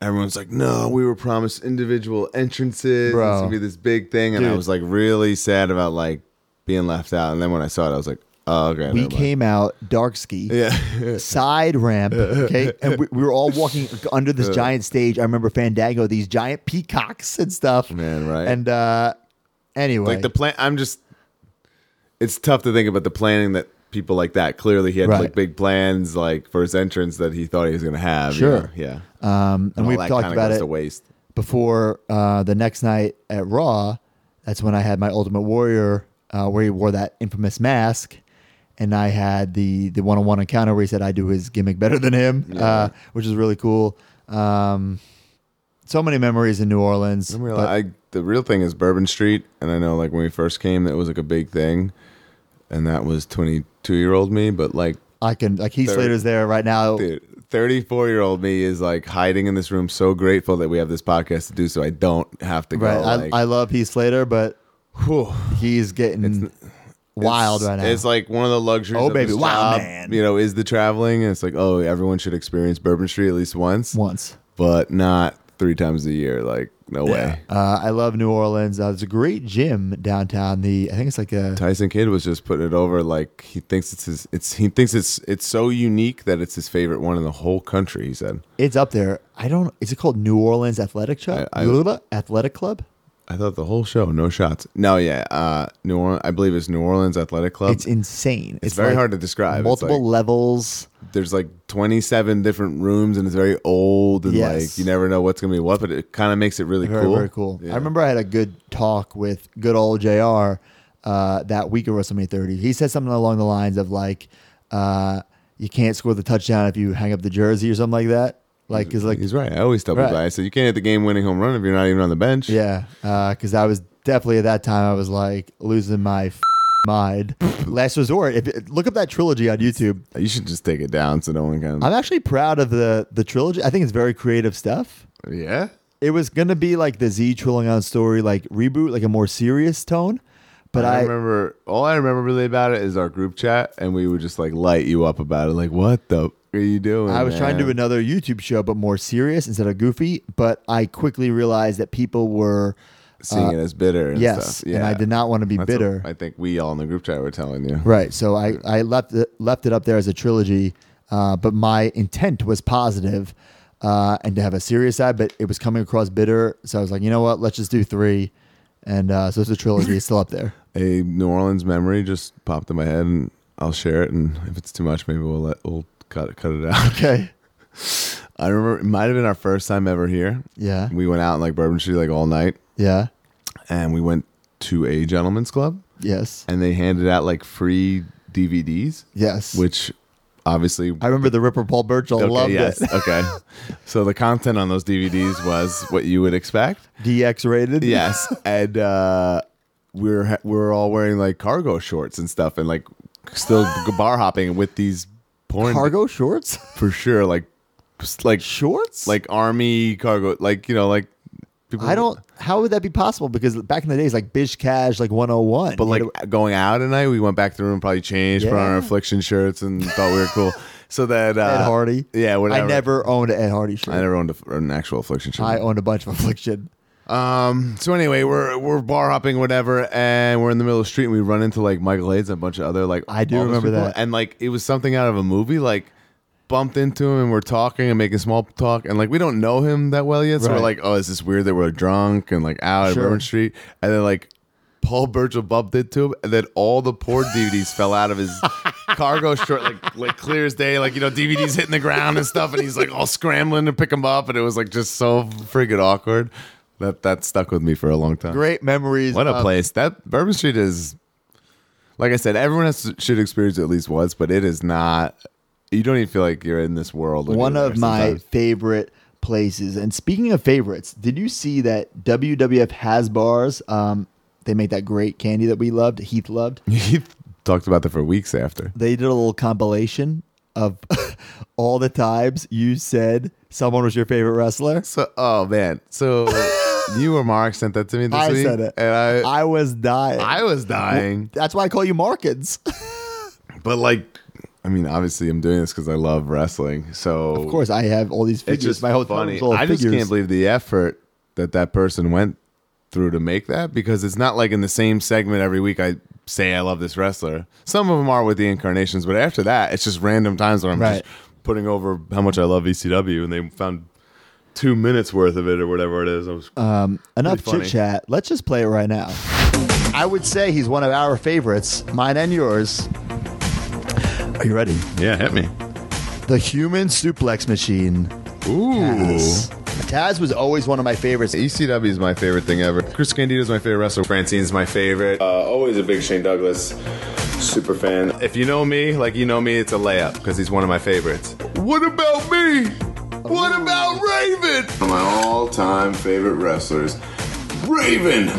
Speaker 1: Everyone's like, "No, we were promised individual entrances.
Speaker 2: Bro.
Speaker 1: It's gonna be this big thing," and I
Speaker 2: Dude.
Speaker 1: was like really sad about like being left out. And then when I saw it, I was like, "Oh, okay."
Speaker 2: We
Speaker 1: never mind."
Speaker 2: came out dark ski,
Speaker 1: Yeah. [laughs]
Speaker 2: side ramp, okay, and we, we were all walking under this giant stage. I remember Fandango, these giant peacocks and stuff.
Speaker 1: Man, right.
Speaker 2: And uh, anyway,
Speaker 1: like the plan. I'm just. It's tough to think about the planning that people like that. Clearly, he had
Speaker 2: Right.
Speaker 1: like big plans, like for his entrance that he thought he was gonna have. you
Speaker 2: Sure.
Speaker 1: know? Yeah.
Speaker 2: um, and
Speaker 1: All
Speaker 2: we've
Speaker 1: that
Speaker 2: talked
Speaker 1: kinda
Speaker 2: about
Speaker 1: goes
Speaker 2: it.
Speaker 1: To waste.
Speaker 2: before uh, the next night at Raw, that's when I had my Ultimate Warrior, uh, where he wore that infamous mask, and I had the the one on one encounter where he said I do his gimmick better than him, uh, which is really cool. Um, so many memories in New Orleans.
Speaker 1: I'm real-
Speaker 2: but
Speaker 1: I, the real thing is Bourbon Street, and I know like when we first came, that was like a big thing, and that was 22 year old me. But like,
Speaker 2: I can like Heath
Speaker 1: Third.
Speaker 2: Slater's there right now.
Speaker 1: dude, 34 year old me is like hiding in this room, so grateful that we have this podcast to do, so I don't have to go.
Speaker 2: Right,
Speaker 1: like,
Speaker 2: I, I love Heath Slater, but
Speaker 1: whew.
Speaker 2: he's getting wild
Speaker 1: It's-
Speaker 2: right now.
Speaker 1: It's like one of the luxuries.
Speaker 2: Oh,
Speaker 1: of
Speaker 2: baby,
Speaker 1: this
Speaker 2: wow,
Speaker 1: job,
Speaker 2: man.
Speaker 1: You know, is the traveling, and it's like, oh, everyone should experience Bourbon Street at least once,
Speaker 2: once.
Speaker 1: but not three times a year. Like, no way.
Speaker 2: Uh, I love New Orleans. Uh, there's a great gym downtown. The I think it's like a
Speaker 1: Tyson Kidd was just putting it over like he thinks it's his it's he thinks it's it's so unique that it's his favorite one in the whole country, he said.
Speaker 2: It's up there. I don't. Is it called New Orleans Athletic Club?
Speaker 1: I- I-
Speaker 2: Blah, Athletic Club.
Speaker 1: I thought the whole show, no shots. No, yeah. Uh New Orleans I believe it's New Orleans Athletic Club.
Speaker 2: It's insane. It's,
Speaker 1: Um, very
Speaker 2: like
Speaker 1: hard to describe. It's
Speaker 2: Multiple
Speaker 1: like-
Speaker 2: levels.
Speaker 1: There's like twenty seven different rooms and it's very old and
Speaker 2: Yes.
Speaker 1: like you never know what's gonna be what, but it kinda makes it really
Speaker 2: Very
Speaker 1: cool.
Speaker 2: very cool.
Speaker 1: Yeah.
Speaker 2: I remember I had a good talk with good old Jr. Uh, that week of WrestleMania 30. He said something along the lines of like, uh, "You can't score the touchdown if you hang up the jersey or something like that." Like, cause like,
Speaker 1: He's right. I always tell people
Speaker 2: Right.
Speaker 1: that. I said you can't hit the game winning home run if you're not even on the bench.
Speaker 2: yeah, because I was definitely at that time I was like losing my f-
Speaker 1: [laughs]
Speaker 2: mind. Last resort. If look up that trilogy on YouTube.
Speaker 1: You should just take it down so no one can
Speaker 2: I'm actually proud of the the trilogy. I think it's very creative stuff.
Speaker 1: Yeah?
Speaker 2: It was gonna be like the Z Trillion story, like reboot, like a more serious tone. But
Speaker 1: I,
Speaker 2: I,
Speaker 1: remember all I remember really about it is our group chat, and we would just like light you up about it. Like, what the f- are you doing?
Speaker 2: I was trying to do
Speaker 1: man?"
Speaker 2: another YouTube show, but more serious instead of goofy. But I quickly realized that people were
Speaker 1: seeing it as bitter. And
Speaker 2: uh, yes,
Speaker 1: stuff. yeah.
Speaker 2: and I did not want to be
Speaker 1: That's what
Speaker 2: bitter.
Speaker 1: I think we all in the group chat were telling you.
Speaker 2: Right. So I, I left it, left it up there as a trilogy, uh, but my intent was positive, uh, and to have a serious side, but it was coming across bitter. So I was like, you know what? Let's just do three And uh, so it's a trilogy. It's still up
Speaker 1: [laughs]
Speaker 2: there.
Speaker 1: a New Orleans memory just popped in my head, and I'll share it. And if it's too much, maybe we'll let we'll cut it cut it out. [laughs]
Speaker 2: Okay.
Speaker 1: I remember it might have been our first time ever here.
Speaker 2: Yeah.
Speaker 1: We went out in like Bourbon Street like all night,
Speaker 2: Yeah.
Speaker 1: and we went to a gentleman's club,
Speaker 2: Yes.
Speaker 1: and they handed out like free DVDs,
Speaker 2: Yes.
Speaker 1: which obviously
Speaker 2: I remember the Ripper Paul Birchall loved [laughs] it.
Speaker 1: okay, so the content on those DVDs was what you would expect.
Speaker 2: DX rated.
Speaker 1: Yes, and uh, we were ha- we were all wearing like cargo shorts and stuff, and like
Speaker 2: [gasps]
Speaker 1: still g- bar hopping with these porn
Speaker 2: Cargo shorts. [laughs]
Speaker 1: for sure, like just, like
Speaker 2: Shorts.
Speaker 1: like army cargo, like you know, like people.
Speaker 2: I don't. How would that be possible? Because back in the days, like Bish Cash, like 101.
Speaker 1: But
Speaker 2: you
Speaker 1: like
Speaker 2: know,
Speaker 1: going out at night, we went back to the room, probably changed, put on
Speaker 2: Yeah.
Speaker 1: our affliction shirts, and thought we were cool. So that uh,
Speaker 2: [laughs] Ed Hardy.
Speaker 1: yeah, whatever.
Speaker 2: I never owned an Ed Hardy shirt.
Speaker 1: I never owned a, an actual affliction shirt.
Speaker 2: I owned a bunch of [laughs] Affliction.
Speaker 1: Um. So anyway, we're we're bar hopping, whatever, and we're in the middle of the street, and we run into like Michael Hayes and a bunch of other like
Speaker 2: I do
Speaker 1: all those
Speaker 2: remember
Speaker 1: people,
Speaker 2: that.
Speaker 1: and like it was something out of a movie, like bumped into him, and we're talking and making small talk, and like we don't know him that well yet, so we're
Speaker 2: Right.
Speaker 1: like, oh, is this weird that we're drunk and like out
Speaker 2: Sure.
Speaker 1: at Bourbon Street, and then like. Paul Burchill bumped into him, and then all the poor DVDs fell out
Speaker 2: [laughs]
Speaker 1: of his cargo short, like like clear as day, like you know DVDs hitting the ground and stuff, and he's like all scrambling to pick them up, and it was like just so friggin' awkward. That that stuck with me for a long time.
Speaker 2: Great Uh, memories.
Speaker 1: What a
Speaker 2: of-
Speaker 1: place! That Bourbon Street is, like I said, everyone has, should experience it at least once, but it is not. You don't even feel like you're in this world. when
Speaker 2: One
Speaker 1: you're
Speaker 2: of
Speaker 1: there
Speaker 2: my
Speaker 1: sometimes. [laughs]
Speaker 2: favorite places. And speaking of favorites, did you see that WWF has bars? Um, they make that great candy that we loved, Heath loved.
Speaker 1: He talked about that for weeks after.
Speaker 2: They did a little compilation of [laughs] all the times you said someone was your favorite wrestler.
Speaker 1: So, oh man,
Speaker 2: [laughs]
Speaker 1: so you or Mark sent that to me this
Speaker 2: I
Speaker 1: week,
Speaker 2: said it.
Speaker 1: and I,
Speaker 2: I was dying.
Speaker 1: I, was dying.
Speaker 2: That's why I call you Markins.
Speaker 1: But like, I mean, obviously, I'm doing this because I love wrestling. So
Speaker 2: of course, I have all these
Speaker 1: it's
Speaker 2: figures.
Speaker 1: just
Speaker 2: My whole
Speaker 1: funny.
Speaker 2: All
Speaker 1: I just
Speaker 2: figures.
Speaker 1: can't believe the effort that that person went through to make that because it's not like in the same segment every week. I say I love this wrestler. Some of them are with the incarnations, but after that, it's just random times where I'm
Speaker 2: Right.
Speaker 1: just putting over how much I love ECW, and they found two minutes worth of it or whatever it is. I was
Speaker 2: Uh, Enough
Speaker 1: funny.
Speaker 2: chit chat. Let's just play it right now. I would say he's one of our favorites, mine and yours. Are you ready?
Speaker 1: yeah, hit me.
Speaker 2: The Human Suplex Machine.
Speaker 1: Ooh.
Speaker 2: Taz. Taz was always one of my favorites.
Speaker 1: ECW E is my favorite thing ever. Chris Candido's my favorite wrestler. Francine's my favorite. Uh, always a big Shane Douglas super fan. If you know me, like you know me, it's a layup because he's one of my favorites. What about me? What about Raven? One of my all-time favorite wrestlers, Raven.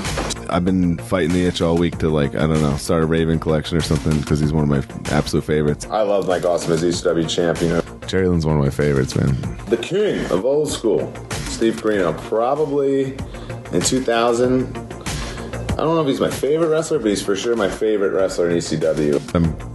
Speaker 1: I've been fighting the itch all week to like I don't know start a Raven collection or something because he's one of my absolute favorites.
Speaker 6: I love Mike Awesome as
Speaker 1: E
Speaker 6: ECW champion.
Speaker 1: Jerry Lynn's one of my favorites, man.
Speaker 6: The king of old school, Steve Carino, probably in 2000. I don't know if he's my favorite wrestler, but he's for sure my favorite wrestler in E ECW.
Speaker 1: I'm [laughs]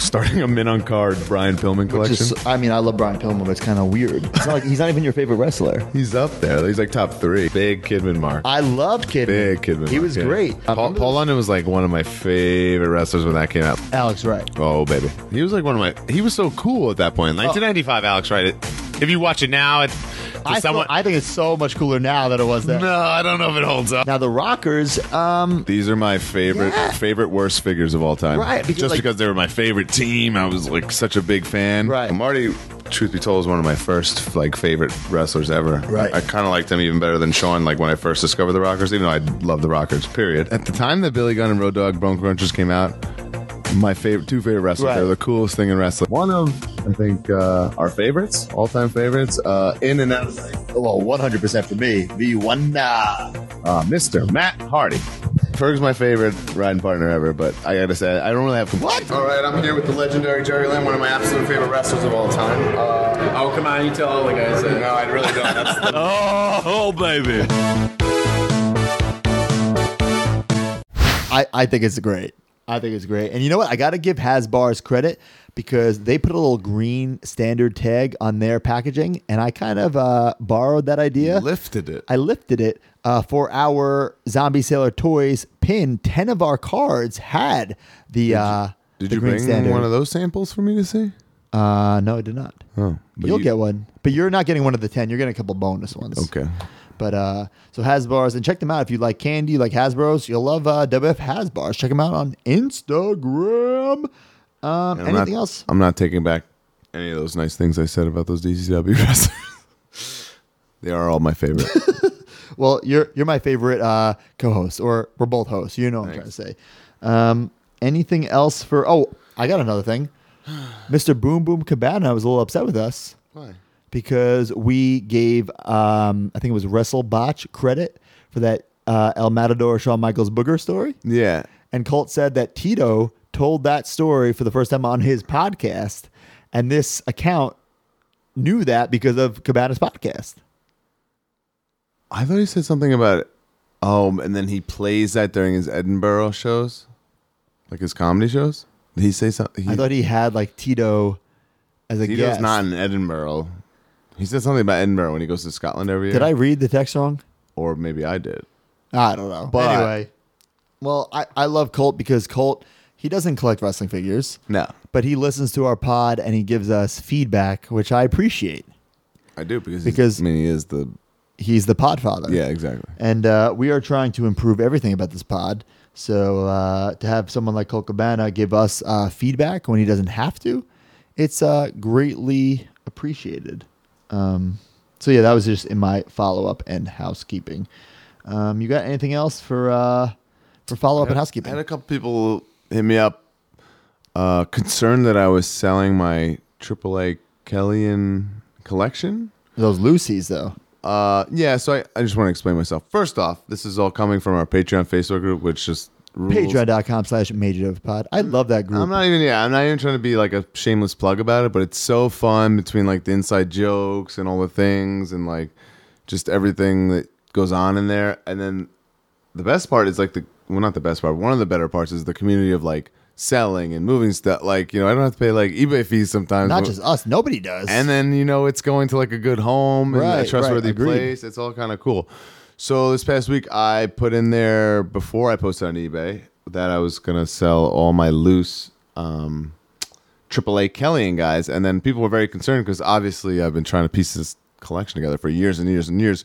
Speaker 1: starting a min on card Brian Pillman collection.
Speaker 2: Just, I mean, I love Brian Pillman, but it's kind of weird. It's not like he's not even your favorite wrestler.
Speaker 1: He's up there. He's like top three. Big Kidman Mark.
Speaker 2: I loved Kidman.
Speaker 1: Big Kidman.
Speaker 2: He
Speaker 1: Mark,
Speaker 2: was
Speaker 1: yeah.
Speaker 2: great. I
Speaker 1: Paul,
Speaker 2: remember
Speaker 1: Paul London was like one of my favorite wrestlers when that came out.
Speaker 2: Alex Wright.
Speaker 1: Oh baby, he was like one of my. He was so cool at that point.
Speaker 7: 1995, Alex, right? It- If you watch it now, it,
Speaker 2: Oh. I,
Speaker 7: I
Speaker 2: feel-
Speaker 7: someone,
Speaker 2: I think it's so much cooler now than it was then.
Speaker 7: no, I don't know if it holds up.
Speaker 2: Now the Rockers, um,
Speaker 1: These are my favorite,
Speaker 2: Yeah.
Speaker 1: favorite worst figures of all time.
Speaker 2: Right, because,
Speaker 1: just
Speaker 2: like-
Speaker 1: because they were my favorite team, I was like such a big fan.
Speaker 2: Right.
Speaker 1: Marty, truth be told, is one of my first like favorite wrestlers ever.
Speaker 2: Right.
Speaker 1: I kind of liked him even better than Sean. Like when I first discovered the Rockers, even though I love the Rockers. Period. At the time that Billy Gunn and Road Dogg Bone Crunchers came out. My favorite, two favorite wrestlers.
Speaker 2: Right.
Speaker 1: They're the coolest thing in wrestling. One of, I think, uh, our favorites, all-time favorites, uh, in and out of
Speaker 2: well, 100% for me. V1.
Speaker 1: uh, Mr. Matt Hardy. Ferg's my favorite riding partner ever, but I gotta say, I don't really have complaints. All right, I'm here with the legendary Jerry Lynn, one of my absolute favorite wrestlers of all time. Uh, oh, come on, you tell all the guys that. No, I really don't. [laughs] That's the
Speaker 7: Oh, baby.
Speaker 2: I, I think it's great. I think it's great. And you know what? I got to give Hasbars credit because they put a little green standard tag on their packaging, and I kind of uh, borrowed that idea.
Speaker 1: lifted it.
Speaker 2: I lifted it uh, for our Zombie Sailor Toys pin. Ten of our cards had the. Uh,
Speaker 1: Did
Speaker 2: the
Speaker 1: you
Speaker 2: green
Speaker 1: bring
Speaker 2: standard.
Speaker 1: one of those samples for me to see?
Speaker 2: Uh, no, I did not.
Speaker 1: Oh,
Speaker 2: You'll get one, but you're not getting one of the ten. You're getting a couple bonus ones.
Speaker 1: Okay.
Speaker 2: But uh, so Hasbars, and check them out if you like candy, you like Hasbros, you'll love uh, WF Hasbars. Check them out on Instagram. Um,
Speaker 1: I'm
Speaker 2: anything
Speaker 1: not,
Speaker 2: else?
Speaker 1: I'm not taking back any of those nice things I said about those DCW [laughs] wrestlers. they are all
Speaker 2: [laughs]
Speaker 1: my favorite.
Speaker 2: Well, you're you're my favorite uh, co-host, or we're both hosts. You know what I'm trying to say. Um, anything else for? Oh, I got another thing. Mr. Boom Boom Cabana was a little upset with us
Speaker 1: Why?
Speaker 2: because we gave um, I think it was Wrestle Botch credit for that uh, El Matador Shawn Michaels booger story,
Speaker 1: Yeah.
Speaker 2: and Colt said that Tito told that story for the first time on his podcast, and this account knew that because of Cabana's podcast.
Speaker 1: I thought he said something about oh, and then he plays that during his Edinburgh shows, like his comedy shows. Did he say something?
Speaker 2: I thought he had like Tito as a
Speaker 1: Tito's
Speaker 2: guest.
Speaker 1: not in Edinburgh. He said something about Edinburgh when he goes to Scotland every year.
Speaker 2: Did I read the text wrong?
Speaker 1: Or maybe I did.
Speaker 2: I don't know.
Speaker 1: But-
Speaker 2: anyway, well, I, I love Colt because Colt he doesn't collect wrestling figures,
Speaker 1: No,
Speaker 2: but he listens to our pod and he gives us feedback, which I appreciate.
Speaker 1: I do because
Speaker 2: Because-
Speaker 1: because I mean he is the
Speaker 2: He's the podfather.
Speaker 1: yeah exactly.
Speaker 2: And uh, we are trying to improve everything about this pod. So uh, to have someone like Colt Cabana give us uh, feedback when he doesn't have to, it's uh, greatly appreciated. Um, so yeah, that was just in my follow up and housekeeping. Um, you got anything else for uh, for follow up and
Speaker 1: I
Speaker 2: housekeeping?
Speaker 1: had a couple people hit me up, uh, concerned that I was selling my AAA Kellyan collection.
Speaker 2: Those Lucy's though.
Speaker 1: Uh, yeah, so I, I just want to explain myself. First off, this is all coming from our Patreon Facebook group, which just rules.
Speaker 2: Patreon.com slash Major Dove Pod. I love that group.
Speaker 1: I'm not even yeah, I'm not even trying to be like a shameless plug about it, but it's so fun between like the inside jokes and all the things and like just everything that goes on in there. And then the best part is like the well not the best part, one of the better parts is the community of like selling and moving stuff like you know, I don't have to pay like eBay fees sometimes.
Speaker 2: Not
Speaker 1: but-
Speaker 2: just us. Nobody does.
Speaker 1: and then you know it's going to like a good home and
Speaker 2: Right,
Speaker 1: a trustworthy
Speaker 2: right, agreed.
Speaker 1: place. It's all kind of cool. So this past week, I put in there before I posted on eBay that I was gonna sell all my loose um, AAA Kellyan guys, and then people were very concerned because obviously I've been trying to piece this collection together for years and years and years.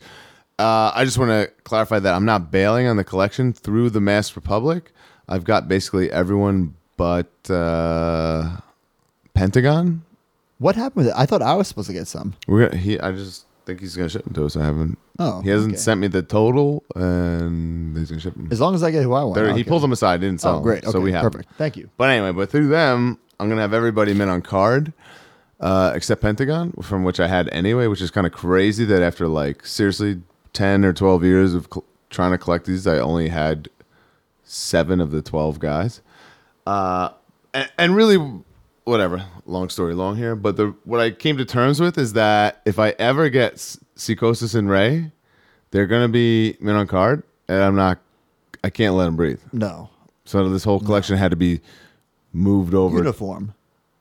Speaker 1: Uh, I just want to clarify that I'm not bailing on the collection through the Mass Republic. I've got basically everyone but uh, Pentagon.
Speaker 2: what happened with it? I thought I was supposed to get some.
Speaker 1: We're gonna, he. I just think he's gonna ship them to us. I haven't.
Speaker 2: Oh,
Speaker 1: he hasn't
Speaker 2: okay.
Speaker 1: sent me the total, and he's gonna ship them.
Speaker 2: As long as I get who I want.
Speaker 1: They're-
Speaker 2: I don't
Speaker 1: He
Speaker 2: care.
Speaker 1: pulled them aside. Didn't sell.
Speaker 2: Oh, great.
Speaker 1: them, so
Speaker 2: Okay,
Speaker 1: we have them.
Speaker 2: perfect. Thank you.
Speaker 1: But anyway, but through them, I'm gonna have everybody mint on card, uh, except Pentagon, from which I had anyway, which is kind of crazy that after like seriously ten or twelve years of cl- trying to collect these, I only had seven of the twelve guys. Uh, and, and really, whatever. Long story long here, but the what I came to terms with is that if I ever get S- Psychosis and Ray, they're gonna be mint on card, and I'm not. I can't let them breathe.
Speaker 2: No.
Speaker 1: So this whole collection had to be moved over.
Speaker 2: Uniform.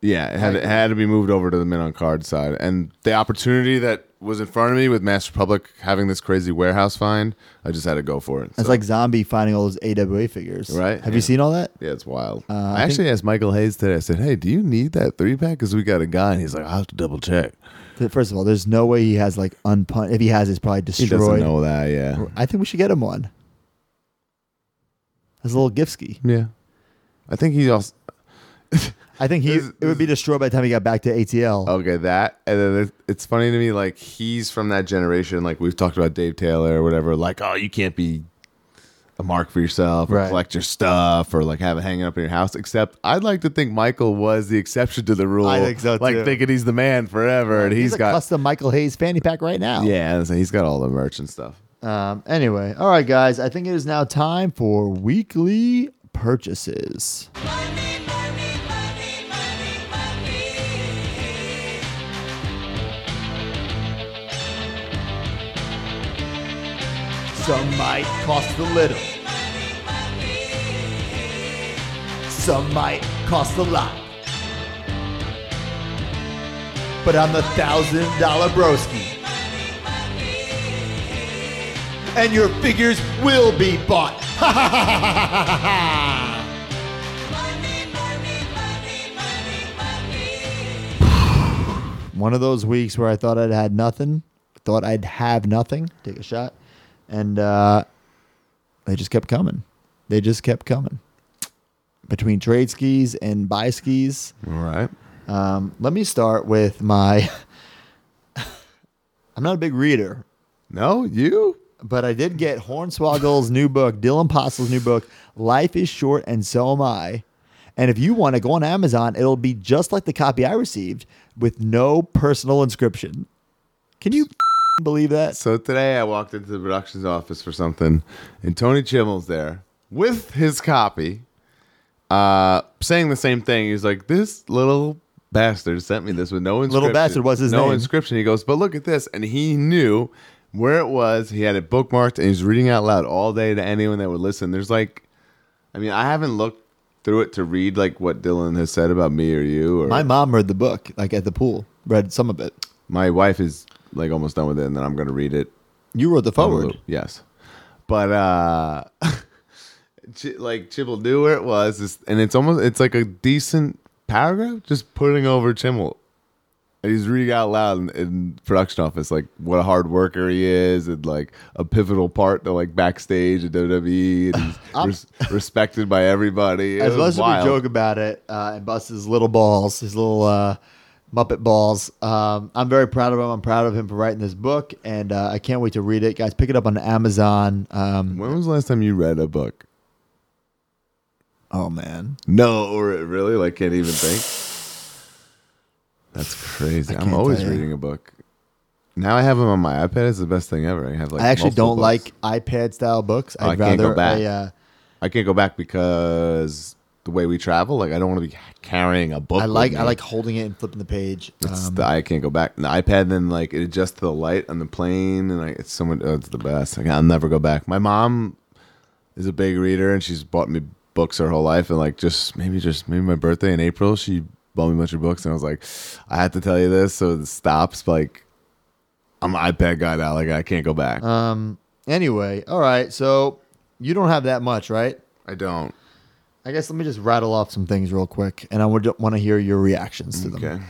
Speaker 1: Yeah, it had, it had to be moved over to the mint on card side. And the opportunity that was in front of me with Mass Republic having this crazy warehouse find, I just had to go for it.
Speaker 2: It's
Speaker 1: So,
Speaker 2: like zombie finding all those AWA figures.
Speaker 1: Right,
Speaker 2: Have you
Speaker 1: yeah.
Speaker 2: seen all that?
Speaker 1: yeah, it's wild.
Speaker 2: uh, I
Speaker 1: I actually asked Michael Hayes today. I said, "Hey, do you need that three pack? Because we got a guy." And he's like, "I will have to double check."
Speaker 2: Th- First of all, there's no way he has like unpun. If he has, it's probably
Speaker 1: He doesn't
Speaker 2: destroyed.
Speaker 1: know that. Yeah,
Speaker 2: I think we should get him one. As a little gift ski.
Speaker 1: yeah. I think he also
Speaker 2: I think he
Speaker 1: This- Oh,
Speaker 2: it would be destroyed by the time he got back to ATL.
Speaker 1: Okay, that and then it- it's funny to me. Like he's from that generation. Like we've talked about Dave Taylor or whatever. Like oh, you can't be a mark for yourself or
Speaker 2: Right.
Speaker 1: collect your stuff or like have it hanging up in your house. Except I'd like to think Michael was the exception to the rule.
Speaker 2: I think so,
Speaker 1: Like
Speaker 2: too.
Speaker 1: thinking he's the man forever, and
Speaker 2: he's
Speaker 1: he's
Speaker 2: a
Speaker 1: got
Speaker 2: custom Michael Hayes fanny pack right now.
Speaker 1: yeah, so he's got all the merch and stuff.
Speaker 2: Um, anyway, all right, guys. I think it is now time for weekly purchases. Some might cost a little. Some might cost a lot. But I'm the thousand dollar broski. And your figures will be bought. [laughs] Ha ha ha ha ha ha ha ha! One of those weeks where I thought I'd had nothing thought I'd have nothing, take a shot, and uh, they just kept coming. They just kept coming between trade skis and buy skis.
Speaker 1: All right.
Speaker 2: Um, let me start with my. [laughs] I'm not a big reader,
Speaker 1: No, you?
Speaker 2: but I did get Hornswoggle's new book, Dylan Postle's new book, Life is Short and So Am I. And if you want to go on Amazon, it'll be just like the copy I received with no personal inscription. Can you [laughs] believe that?
Speaker 1: So today I walked into the production's office for something, and Tony Chimmel's there with his copy, uh, saying the same thing. He's like, "This little bastard sent me this with no inscription."
Speaker 2: Little bastard was his
Speaker 1: no
Speaker 2: name.
Speaker 1: inscription. He goes, "But look at this," and he knew where it was. He had it bookmarked, and he's reading out loud all day to anyone that would listen. There's like, I mean, I haven't looked through it to read like what Dylan has said about me or you or
Speaker 2: My mom read the book, like at the pool, read some of it.
Speaker 1: my wife is like almost done with it, and then I'm gonna read it
Speaker 2: You wrote the
Speaker 1: Little
Speaker 2: forward.
Speaker 1: loop, Yes. But uh [laughs] Ch- like Chibble knew where it was it's- and it's almost it's like a decent paragraph just putting over Chibble. And he's reading out loud in, in production office like what a hard worker he is and like a pivotal part to like backstage at WWE and
Speaker 2: [laughs]
Speaker 1: he's res- respected by everybody. It
Speaker 2: As
Speaker 1: was
Speaker 2: much as we
Speaker 1: wild.
Speaker 2: joke about it uh, and bust his little balls, his little uh, Muppet balls, um, I'm very proud of him. I'm proud of him for writing this book, and uh, I can't wait to read it. Guys, pick it up on Amazon. Um,
Speaker 1: When was the last time you read a book?
Speaker 2: oh, man.
Speaker 1: No, or it really like can't even think. That's crazy. I'm
Speaker 2: can't
Speaker 1: always
Speaker 2: tell you.
Speaker 1: reading a book. Now I have them on my iPad. It's the best thing ever. I have like
Speaker 2: I actually don't
Speaker 1: multiple books.
Speaker 2: like iPad style books.
Speaker 1: Oh,
Speaker 2: I'd
Speaker 1: I can't
Speaker 2: rather
Speaker 1: go back.
Speaker 2: a, uh,
Speaker 1: I can't go back because the way we travel, like I don't want to be carrying a book.
Speaker 2: I like
Speaker 1: with
Speaker 2: I
Speaker 1: me.
Speaker 2: like holding it and flipping the page.
Speaker 1: It's
Speaker 2: Um,
Speaker 1: the I can't go back. And the iPad then like it adjusts to the light on the plane, and I, it's so much. Oh, it's the best. Like, I'll never go back. My mom is a big reader, and she's bought me books her whole life, and like just maybe just maybe my birthday in April, she bought me a bunch of books, and I was like, I have to tell you this, so it stops. but, Like I'm an iPad guy now. Like I can't go back.
Speaker 2: Uh, anyway, all right. So you don't have that much, right?
Speaker 1: I don't.
Speaker 2: I guess let me just rattle off some things real quick, and I would want to hear your reactions to them.
Speaker 1: Okay,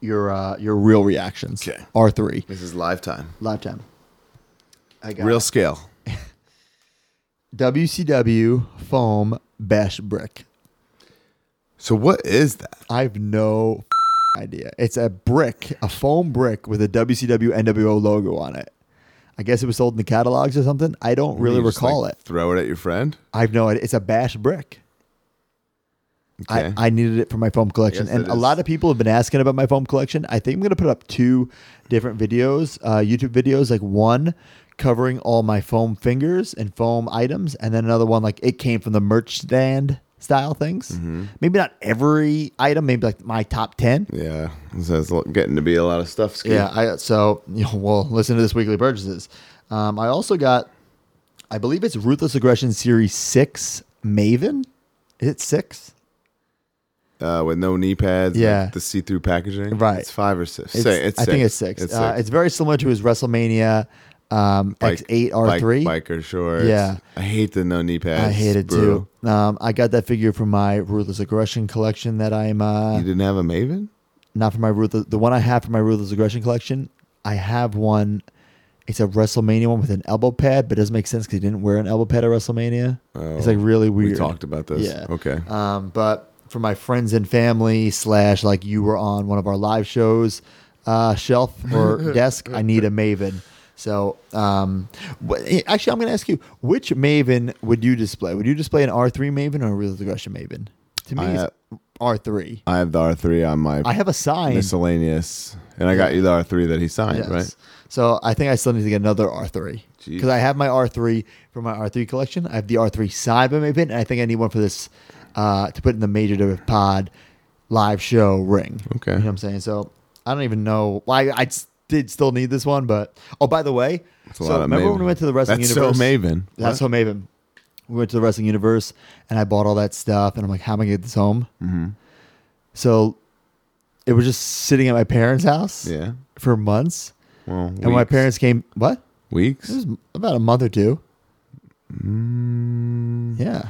Speaker 2: Your uh, your real reactions.
Speaker 1: Okay.
Speaker 2: R three
Speaker 1: this is lifetime,
Speaker 2: lifetime. I got
Speaker 1: real
Speaker 2: it.
Speaker 1: scale.
Speaker 2: WCW foam bash brick.
Speaker 1: So what is that?
Speaker 2: I have no idea. It's a brick, a foam brick with a WCW NWO logo on it. I guess it was sold in the catalogs or something. I don't really
Speaker 1: You just,
Speaker 2: recall
Speaker 1: like,
Speaker 2: it.
Speaker 1: Throw it at your friend.
Speaker 2: I have no idea. It's a bash brick.
Speaker 1: Okay.
Speaker 2: I, I needed it for my foam collection.
Speaker 1: Yes,
Speaker 2: And
Speaker 1: it
Speaker 2: a
Speaker 1: is.
Speaker 2: lot of people have been asking about my foam collection. I think I'm going to put up two different videos, uh, YouTube videos, like one covering all my foam fingers and foam items, and then another one like it came from the merch stand style things.
Speaker 1: Mm-hmm.
Speaker 2: Maybe not every item, maybe like my top 10.
Speaker 1: Yeah, this is getting to be a lot of stuff. Ski.
Speaker 2: Yeah, I so [laughs] you know, well, listen to this weekly purchases. Um, I also got, I believe it's Ruthless Aggression Series Six Maven. Is it six?
Speaker 1: uh, with no knee pads.
Speaker 2: Yeah.
Speaker 1: like the see-through packaging.
Speaker 2: Right.
Speaker 1: it's five or six.
Speaker 2: It's,
Speaker 1: Say- it's
Speaker 2: I think
Speaker 1: six.
Speaker 2: it's six. uh, it's very similar to his WrestleMania um,
Speaker 1: Bike-
Speaker 2: X8 R3.
Speaker 1: bike, biker shorts.
Speaker 2: Yeah.
Speaker 1: I hate the no knee pads.
Speaker 2: I hate it
Speaker 1: bro.
Speaker 2: too. Um, I got that figure from my Ruthless Aggression collection that I'm uh,
Speaker 1: You didn't have a Maven?
Speaker 2: not for my ruthless. The one I have for my ruthless aggression collection, I have one. It's a WrestleMania one with an elbow pad, but it doesn't make sense because he didn't wear an elbow pad at WrestleMania. it's like really weird.
Speaker 1: Oh, We talked about this.
Speaker 2: Yeah.
Speaker 1: Okay.
Speaker 2: Um, but for my friends and family slash like you were on one of our live shows uh, shelf or desk, I need a Maven. So um, wh- actually, I'm going to ask you which Maven would you display? Would you display an R3 Maven or a ruthless aggression Maven? To me,
Speaker 1: I
Speaker 2: it's
Speaker 1: have-
Speaker 2: R3.
Speaker 1: I have the R three on my
Speaker 2: I have a sign.
Speaker 1: miscellaneous, and I got you the R three that he signed,
Speaker 2: Yes.
Speaker 1: right?
Speaker 2: So I think I still need to get another R3
Speaker 1: Jeez.
Speaker 2: because I have my R3 for my R3 collection. I have the R3 Cyber Maven, and I think I need one for this uh, to put in the Major Div Pod live show ring.
Speaker 1: Okay.
Speaker 2: you know what I'm saying. So I don't even know why I s- did still need this one, but oh, by the way,
Speaker 1: It's a
Speaker 2: so
Speaker 1: lot of
Speaker 2: remember when
Speaker 1: Maven.
Speaker 2: we went to the wrestling
Speaker 1: That's
Speaker 2: universe?
Speaker 1: so Maven.
Speaker 2: That's so Maven. We went to the wrestling universe, and I bought all that stuff, and I'm like, how am I gonna get this home? Mm-hmm. So it was just sitting at my parents' house
Speaker 1: Yeah.
Speaker 2: for months.
Speaker 1: Well,
Speaker 2: And when my
Speaker 1: weeks.
Speaker 2: parents came, what?
Speaker 1: weeks.
Speaker 2: It was about a month or two. Yeah.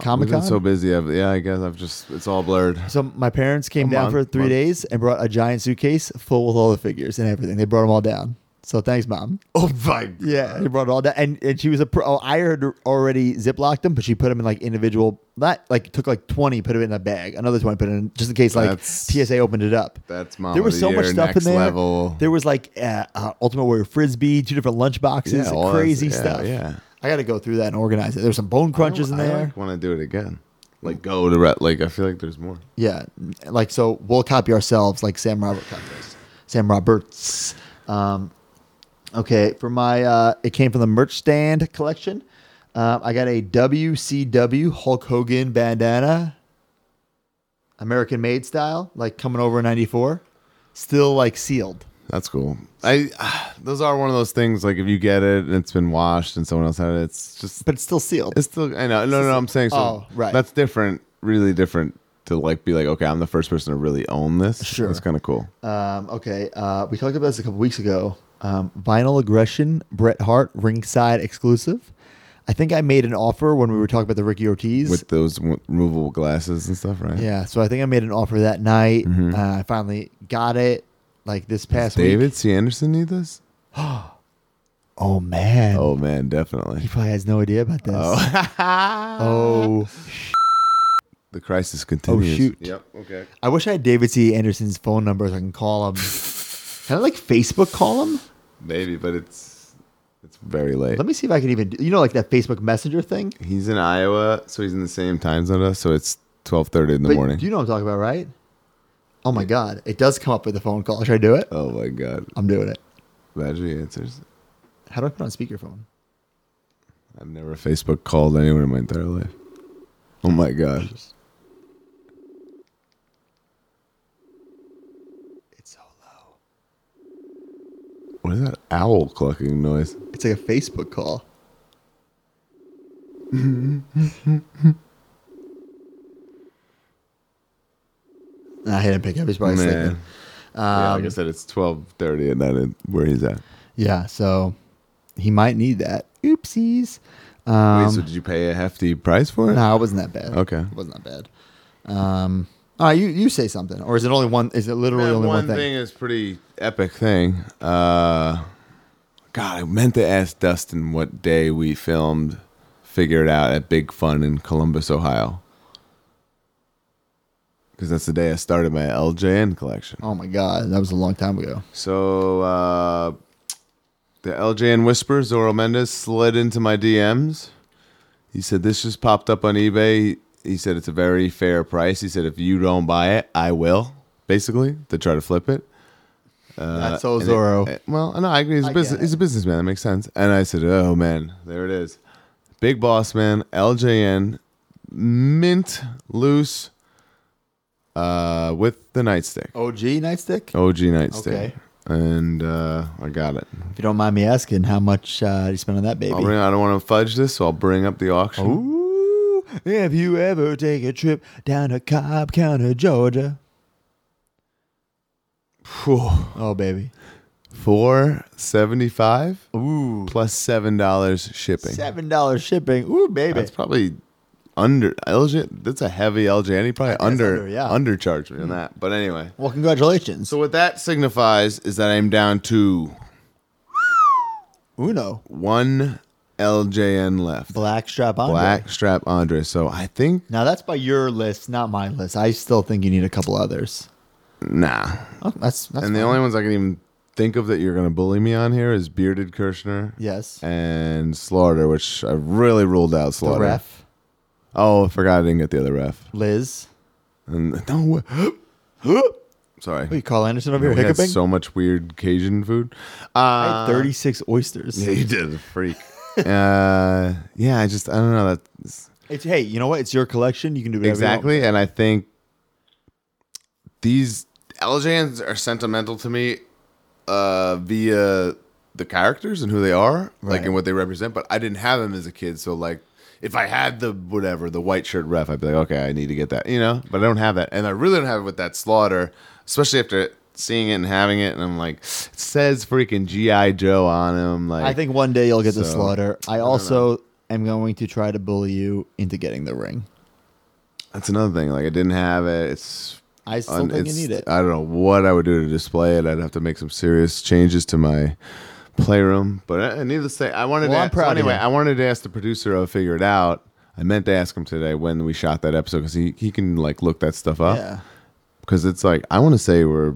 Speaker 2: Comic
Speaker 1: We've
Speaker 2: Con.
Speaker 1: been Mm. so
Speaker 2: So,
Speaker 1: busy. I've, yeah, I guess I've just it's all blurred.
Speaker 2: my parents came
Speaker 1: A
Speaker 2: down
Speaker 1: month,
Speaker 2: for three
Speaker 1: month.
Speaker 2: days and brought a giant suitcase full with all the figures and everything. They brought them all down. So thanks, mom.
Speaker 1: Oh my!
Speaker 2: Yeah, he brought it all down, and, and she was a pro. Oh, I had already ziplocked them, but she put them in like individual. Not like took like twenty, put it in a bag. Another twenty, put it in just in case like
Speaker 1: That's-
Speaker 2: TSA opened it up.
Speaker 1: That's mom
Speaker 2: there
Speaker 1: of
Speaker 2: was
Speaker 1: the
Speaker 2: so much
Speaker 1: year,
Speaker 2: stuff in
Speaker 1: next
Speaker 2: there.
Speaker 1: level.
Speaker 2: There was like uh, uh, Ultimate Warrior frisbee, two different lunch boxes,
Speaker 1: Yeah, all that's-
Speaker 2: crazy
Speaker 1: yeah,
Speaker 2: stuff.
Speaker 1: yeah.
Speaker 2: I got to go through that and organize it. There's some bone crunches in there.
Speaker 1: want to do it again? Like go to re- like I feel like there's more.
Speaker 2: Yeah, like so we'll copy ourselves like Sam Robert copies. Sam Roberts. Um, okay, for my uh, it came from the merch stand collection. Um, I got a WCW Hulk Hogan bandana, American made style, like coming over in '94, still like sealed.
Speaker 1: That's cool. I [sighs] those are one of those things like if you get it and it's been washed and someone else had it, it's just
Speaker 2: But it's still sealed.
Speaker 1: it's still. I know. No, no, no I'm saying so.
Speaker 2: Oh, right.
Speaker 1: That's different. Really different to like be like okay, I'm the first person to really own this.
Speaker 2: Sure.
Speaker 1: that's kind of cool.
Speaker 2: Um, okay, uh, we talked about this a couple weeks ago. Um, Vinyl Aggression, Bret Hart, ringside exclusive. I think I made an offer when we were talking about the Ricky Ortiz.
Speaker 1: With those w- removable glasses and stuff, right?
Speaker 2: Yeah, so I think I made an offer that night. Uh, I finally got it like this past week.
Speaker 1: Mm-hmm. David C. Anderson need this?
Speaker 2: Oh man,
Speaker 1: Oh man, definitely.
Speaker 2: he probably has no idea about this.
Speaker 1: [laughs]
Speaker 2: Oh,
Speaker 1: The crisis continues.
Speaker 2: Oh, shoot.
Speaker 1: Yep. Okay.
Speaker 2: I wish I had David C. Anderson's phone number so I can call him. can I like Facebook call him?
Speaker 1: Maybe, but it's it's very late.
Speaker 2: Let me see if I can even. Do, you know, like that Facebook Messenger thing.
Speaker 1: He's in Iowa, so he's in the same time zone as us. So it's twelve thirty in the
Speaker 2: But
Speaker 1: morning.
Speaker 2: You know what I'm talking about, right? Oh my god, it does come up with a phone call. Should I do it?
Speaker 1: oh my god!
Speaker 2: I'm doing it.
Speaker 1: Imagine he answers.
Speaker 2: How do I put it on speakerphone?
Speaker 1: I've never Facebook called anyone in my entire life. Oh my god!
Speaker 2: It's so low.
Speaker 1: What is that owl clucking noise?
Speaker 2: It's like a Facebook call. Nah, he didn't pick up. He's probably
Speaker 1: Man, Um,
Speaker 2: sleeping.
Speaker 1: yeah, like I said, it's twelve thirty at night in- where he's at.
Speaker 2: Yeah, so he might need that. Oopsies.
Speaker 1: Wait, so did you pay a hefty price for it?
Speaker 2: No, it wasn't that bad.
Speaker 1: Okay.
Speaker 2: it wasn't that bad. Um, all right, you you say something, or is it only one? Is it literally
Speaker 1: That
Speaker 2: only
Speaker 1: one
Speaker 2: one,
Speaker 1: thing. is pretty epic thing. Uh, God, I meant to ask Dustin what day we filmed. Figure it out at Big Fun in Columbus, Ohio, because that's the day I started my LJN collection.
Speaker 2: Oh my god, that was a long time ago.
Speaker 1: So uh, the LJN Whisper, Zoro Mendez, slid into my DMs. He said, This just popped up on eBay. He said, It's a very fair price. He said, If you don't buy it, I will, basically, to try to flip it.
Speaker 2: That's so
Speaker 1: Uh, And it-
Speaker 2: Zorro.
Speaker 1: eh, well, no, I agree. He's a,
Speaker 2: I
Speaker 1: business,
Speaker 2: get it.
Speaker 1: he's a businessman. That makes sense. And I said, oh, man, there it is. Big Boss Man, LJN, mint, loose, uh, with the nightstick.
Speaker 2: OG nightstick.
Speaker 1: OG nightstick.
Speaker 2: Okay.
Speaker 1: And uh, I got it.
Speaker 2: If you don't mind me asking, how much uh, did you spend on that baby?
Speaker 1: I'll bring, I don't want to fudge this, so I'll bring up the auction.
Speaker 2: Ooh, if you ever take a trip down to Cobb County, Georgia. Oh, baby.
Speaker 1: Four seventy five
Speaker 2: Ooh.
Speaker 1: plus seven dollars shipping.
Speaker 2: $7 shipping. Ooh, baby.
Speaker 1: That's probably under LJ. That's a heavy LJ. He probably under,
Speaker 2: under, yeah. Mm.
Speaker 1: undercharged me on that. But anyway,
Speaker 2: well, congratulations.
Speaker 1: so what that signifies is that I'm down to
Speaker 2: Uno.
Speaker 1: one LJN left.
Speaker 2: Black strap on.
Speaker 1: Black strap Andre. So I think
Speaker 2: Now, that's by your list, not my list. I still think you need a couple others.
Speaker 1: nah.
Speaker 2: Oh, that's, that's
Speaker 1: and the
Speaker 2: fine.
Speaker 1: only ones I can even think of that you're gonna bully me on here is bearded Kirshner.
Speaker 2: Yes.
Speaker 1: And Slaughter, which I really ruled out
Speaker 2: The
Speaker 1: Slaughter.
Speaker 2: ref,
Speaker 1: Oh, I forgot I didn't get the other ref.
Speaker 2: [gasps] Liz.
Speaker 1: And no, [gasps] sorry.
Speaker 2: Wait, Carl Anderson over here
Speaker 1: We had
Speaker 2: hiccuping?
Speaker 1: so much weird Cajun food. Uh,
Speaker 2: I had 36 oysters.
Speaker 1: [laughs] yeah, you did,
Speaker 2: [laughs]
Speaker 1: freak. uh, yeah, I just I don't know that
Speaker 2: It's, hey, you know what? It's your collection. You can do whatever You
Speaker 1: exactly, and I think these LJNs are sentimental to me uh, via the characters and who they are, like
Speaker 2: Right.
Speaker 1: and what they represent. But I didn't have them as a kid, so like. If I had the whatever the white shirt ref, I'd be like, okay, I need to get that, you know. But I don't have that, and I really don't have it with that slaughter, especially after seeing it and having it. And I'm like, it says freaking GI Joe on him. Like,
Speaker 2: I think one day you'll get the
Speaker 1: So,
Speaker 2: slaughter. I, also am going to try to bully you into getting the ring.
Speaker 1: That's another thing. Like I didn't have it. It's
Speaker 2: I still
Speaker 1: and
Speaker 2: think you
Speaker 1: it's-
Speaker 2: need it.
Speaker 1: I don't know what I would do to display it. I'd have to make some serious changes to my playroom. But uh, needless to say, I wanted
Speaker 2: Well,
Speaker 1: to.
Speaker 2: I'm proud
Speaker 1: so
Speaker 2: of
Speaker 1: anyway,
Speaker 2: you.
Speaker 1: I wanted to ask the producer of Figure It Out. I meant to ask him today when we shot that episode because he, he can like look that stuff up.
Speaker 2: yeah.
Speaker 1: because it's like I want to say we're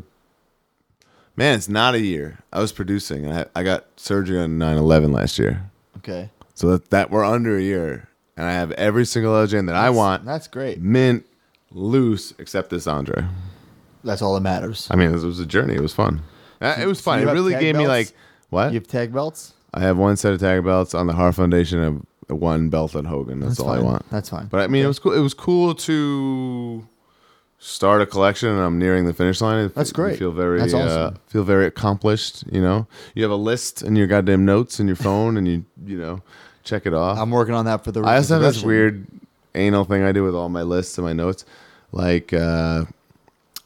Speaker 1: man, it's not a year. I was producing. I I got surgery on 9/11 last year,
Speaker 2: Okay.
Speaker 1: so that that we're under a year, and I have every single LJN that I want,
Speaker 2: That's great.
Speaker 1: mint, loose, except this Andre.
Speaker 2: That's all that matters.
Speaker 1: I mean, it was a journey. It was fun. Uh, It was fun.
Speaker 2: you
Speaker 1: It
Speaker 2: have
Speaker 1: really
Speaker 2: tag
Speaker 1: gave me
Speaker 2: belts?
Speaker 1: like what
Speaker 2: You have tag belts.
Speaker 1: I have one set of tag belts on the Har Foundation and one belt on Hogan. That's, all I
Speaker 2: fine.
Speaker 1: want.
Speaker 2: That's fine.
Speaker 1: But I mean, it was cool. It was cool to start a collection, and I'm nearing the finish line.
Speaker 2: That's
Speaker 1: You
Speaker 2: great.
Speaker 1: feel very,
Speaker 2: That's awesome.
Speaker 1: uh, feel very accomplished. You know, you have a list in your goddamn notes in your phone, and you you know check it off.
Speaker 2: I'm working on that for the.
Speaker 1: I also have this
Speaker 2: progression.
Speaker 1: weird anal thing I do with all my lists and my notes. Like, uh,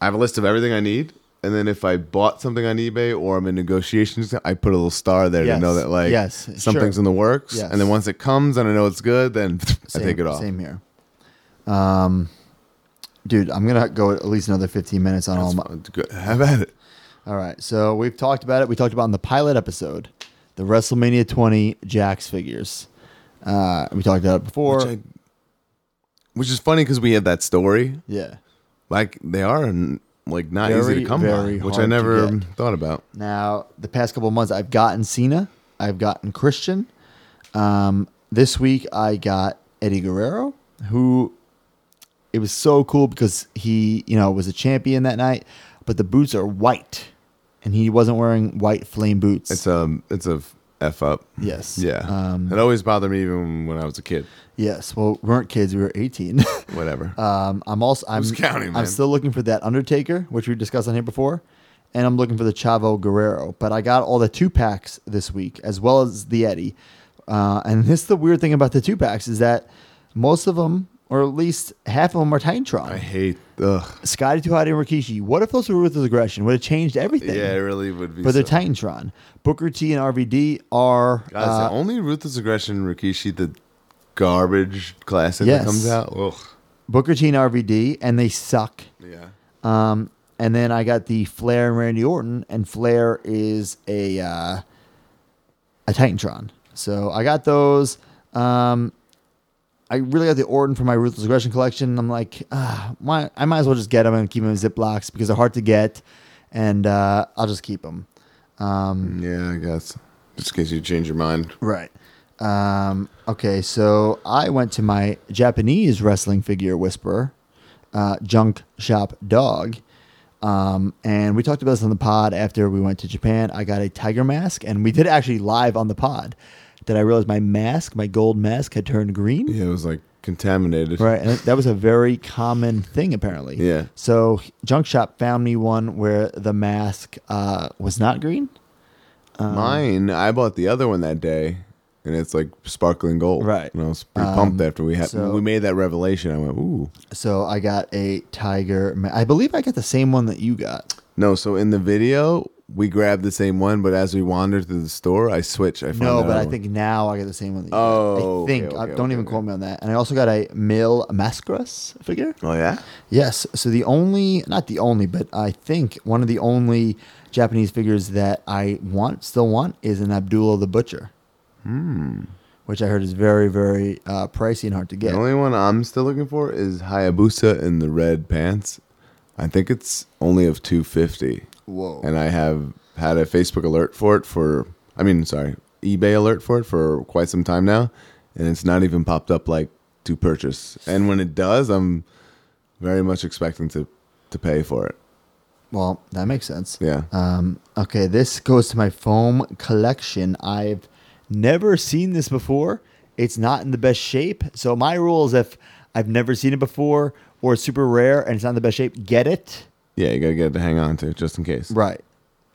Speaker 1: I have a list of everything I need. And then if I bought something on eBay or I'm in negotiations, I put a little star there
Speaker 2: Yes.
Speaker 1: to know that like
Speaker 2: Yes,
Speaker 1: something's
Speaker 2: sure.
Speaker 1: in the works.
Speaker 2: Yes.
Speaker 1: And then once it comes and I know it's good, then [laughs] I
Speaker 2: Same-
Speaker 1: take it off.
Speaker 2: Same here. Um, dude, I'm gonna go at least another 15 minutes on all my.
Speaker 1: Good. Have at it.
Speaker 2: All right, so we've talked about it. We talked about in the pilot episode, the WrestleMania 20 Jax figures. Uh, we talked about it before.
Speaker 1: Which, I, which is funny because we have that story.
Speaker 2: yeah.
Speaker 1: Like they are n- like not
Speaker 2: Very,
Speaker 1: easy to come
Speaker 2: very
Speaker 1: by, which
Speaker 2: hard
Speaker 1: I
Speaker 2: to
Speaker 1: never
Speaker 2: get.
Speaker 1: thought about.
Speaker 2: Now, the past couple of months, I've gotten Cena. I've gotten Christian. Um, this week, I got Eddie Guerrero, who it was so cool because he, you know, was a champion that night, but the boots are white, and he wasn't wearing white flame boots.
Speaker 1: It's a it's a f up.
Speaker 2: yes.
Speaker 1: Yeah,
Speaker 2: Um,
Speaker 1: it always bothered me even when I was a kid.
Speaker 2: yes. Well, we weren't kids. We were [laughs] 18.
Speaker 1: Whatever.
Speaker 2: um, I'm also I'm
Speaker 1: Who's counting,
Speaker 2: I'm
Speaker 1: man?
Speaker 2: still looking for that Undertaker, which we discussed on here before, and I'm looking for the Chavo Guerrero. But I got all the two packs this week, as well as the Eddie. Uh, and this is the weird thing about the two packs is that most of them, or at least half of them, are Titantron.
Speaker 1: I hate. Ugh.
Speaker 2: Scotty Tuhati and Rikishi. What if those were with aggression? Would have changed everything.
Speaker 1: Yeah, it really would be.
Speaker 2: But they're
Speaker 1: so-
Speaker 2: Titantron. Booker T and RVD are
Speaker 1: God, it's
Speaker 2: uh,
Speaker 1: the only ruthless aggression Rikishi the garbage classic
Speaker 2: Yes.
Speaker 1: that comes out. Ugh.
Speaker 2: Booker T and RVD, and they suck.
Speaker 1: Yeah.
Speaker 2: Um, and then I got the Flair and Randy Orton, and Flair is a uh, a Titantron. So I got those. Um, I really got the Orton for my Ruthless Aggression collection. I'm like, ah, why? I might as well just get them and keep them in Ziplocs because they're hard to get, and uh, I'll just keep them.
Speaker 1: Yeah, I guess. Just in case you change your mind.
Speaker 2: Right. Um, okay, so I went to my Japanese wrestling figure whisperer, uh, Junk Shop Dog. Um, and we talked about this on the pod after we went to Japan. I got a tiger mask, and we did it actually live on the pod that I realized my mask, my gold mask, had turned
Speaker 1: [laughs]
Speaker 2: green.
Speaker 1: Yeah, it was like contaminated.
Speaker 2: Right. And that was a very common thing, apparently.
Speaker 1: Yeah.
Speaker 2: So Junk Shop found me one where the mask uh, was not green.
Speaker 1: Mine, I bought the other one that day, and it's like sparkling gold.
Speaker 2: Right. Um,
Speaker 1: And I was pretty pumped after we had
Speaker 2: so-
Speaker 1: we made that revelation. I went, ooh.
Speaker 2: So I got a tiger. Ma- I believe I got the same one that you got.
Speaker 1: No, so in the video we grabbed the same one, but as we wandered through the store, I switched. I found
Speaker 2: No, but
Speaker 1: another
Speaker 2: I
Speaker 1: one.
Speaker 2: think now I get the same one. That you
Speaker 1: Oh,
Speaker 2: got. I think.
Speaker 1: okay,
Speaker 2: I,
Speaker 1: okay,
Speaker 2: don't
Speaker 1: okay,
Speaker 2: even
Speaker 1: okay.
Speaker 2: quote me on that. And I also got a Mil Mascaras figure.
Speaker 1: Oh yeah.
Speaker 2: Yes. So the only, not the only, but I think one of the only Japanese figures that I want, still want, is an Abdullah the Butcher. Hmm. Which I heard is very, very uh, pricey and hard to get.
Speaker 1: The only one I'm still looking for is Hayabusa in the red pants. I think it's only of 250.
Speaker 2: Whoa.
Speaker 1: And I have had a Facebook alert for it for, I mean, sorry, eBay alert for it for quite some time now. And it's not even popped up like to purchase. And when it does, I'm very much expecting to, to pay for it.
Speaker 2: Well, that makes sense.
Speaker 1: Yeah.
Speaker 2: Um, okay, this goes to my foam collection. I've never seen this before. It's not in the best shape. So my rule is if I've never seen it before or it's super rare and it's not in the best shape, get it.
Speaker 1: yeah, you got to get it to hang on to just in case.
Speaker 2: Right.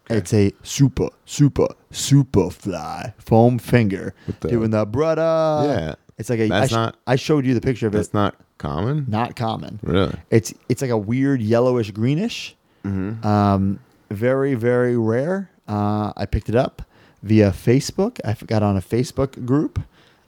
Speaker 2: It's a super, super, super fly foam finger
Speaker 1: the-
Speaker 2: doing the brada.
Speaker 1: Yeah.
Speaker 2: It's like a.
Speaker 1: That's
Speaker 2: I
Speaker 1: not-
Speaker 2: I showed you the picture of it.
Speaker 1: That's not common.
Speaker 2: Not common.
Speaker 1: Really?
Speaker 2: It's it's like a weird yellowish greenish.
Speaker 1: Mm-hmm.
Speaker 2: Um, very very rare. Uh, I picked it up via Facebook. I got on a Facebook group,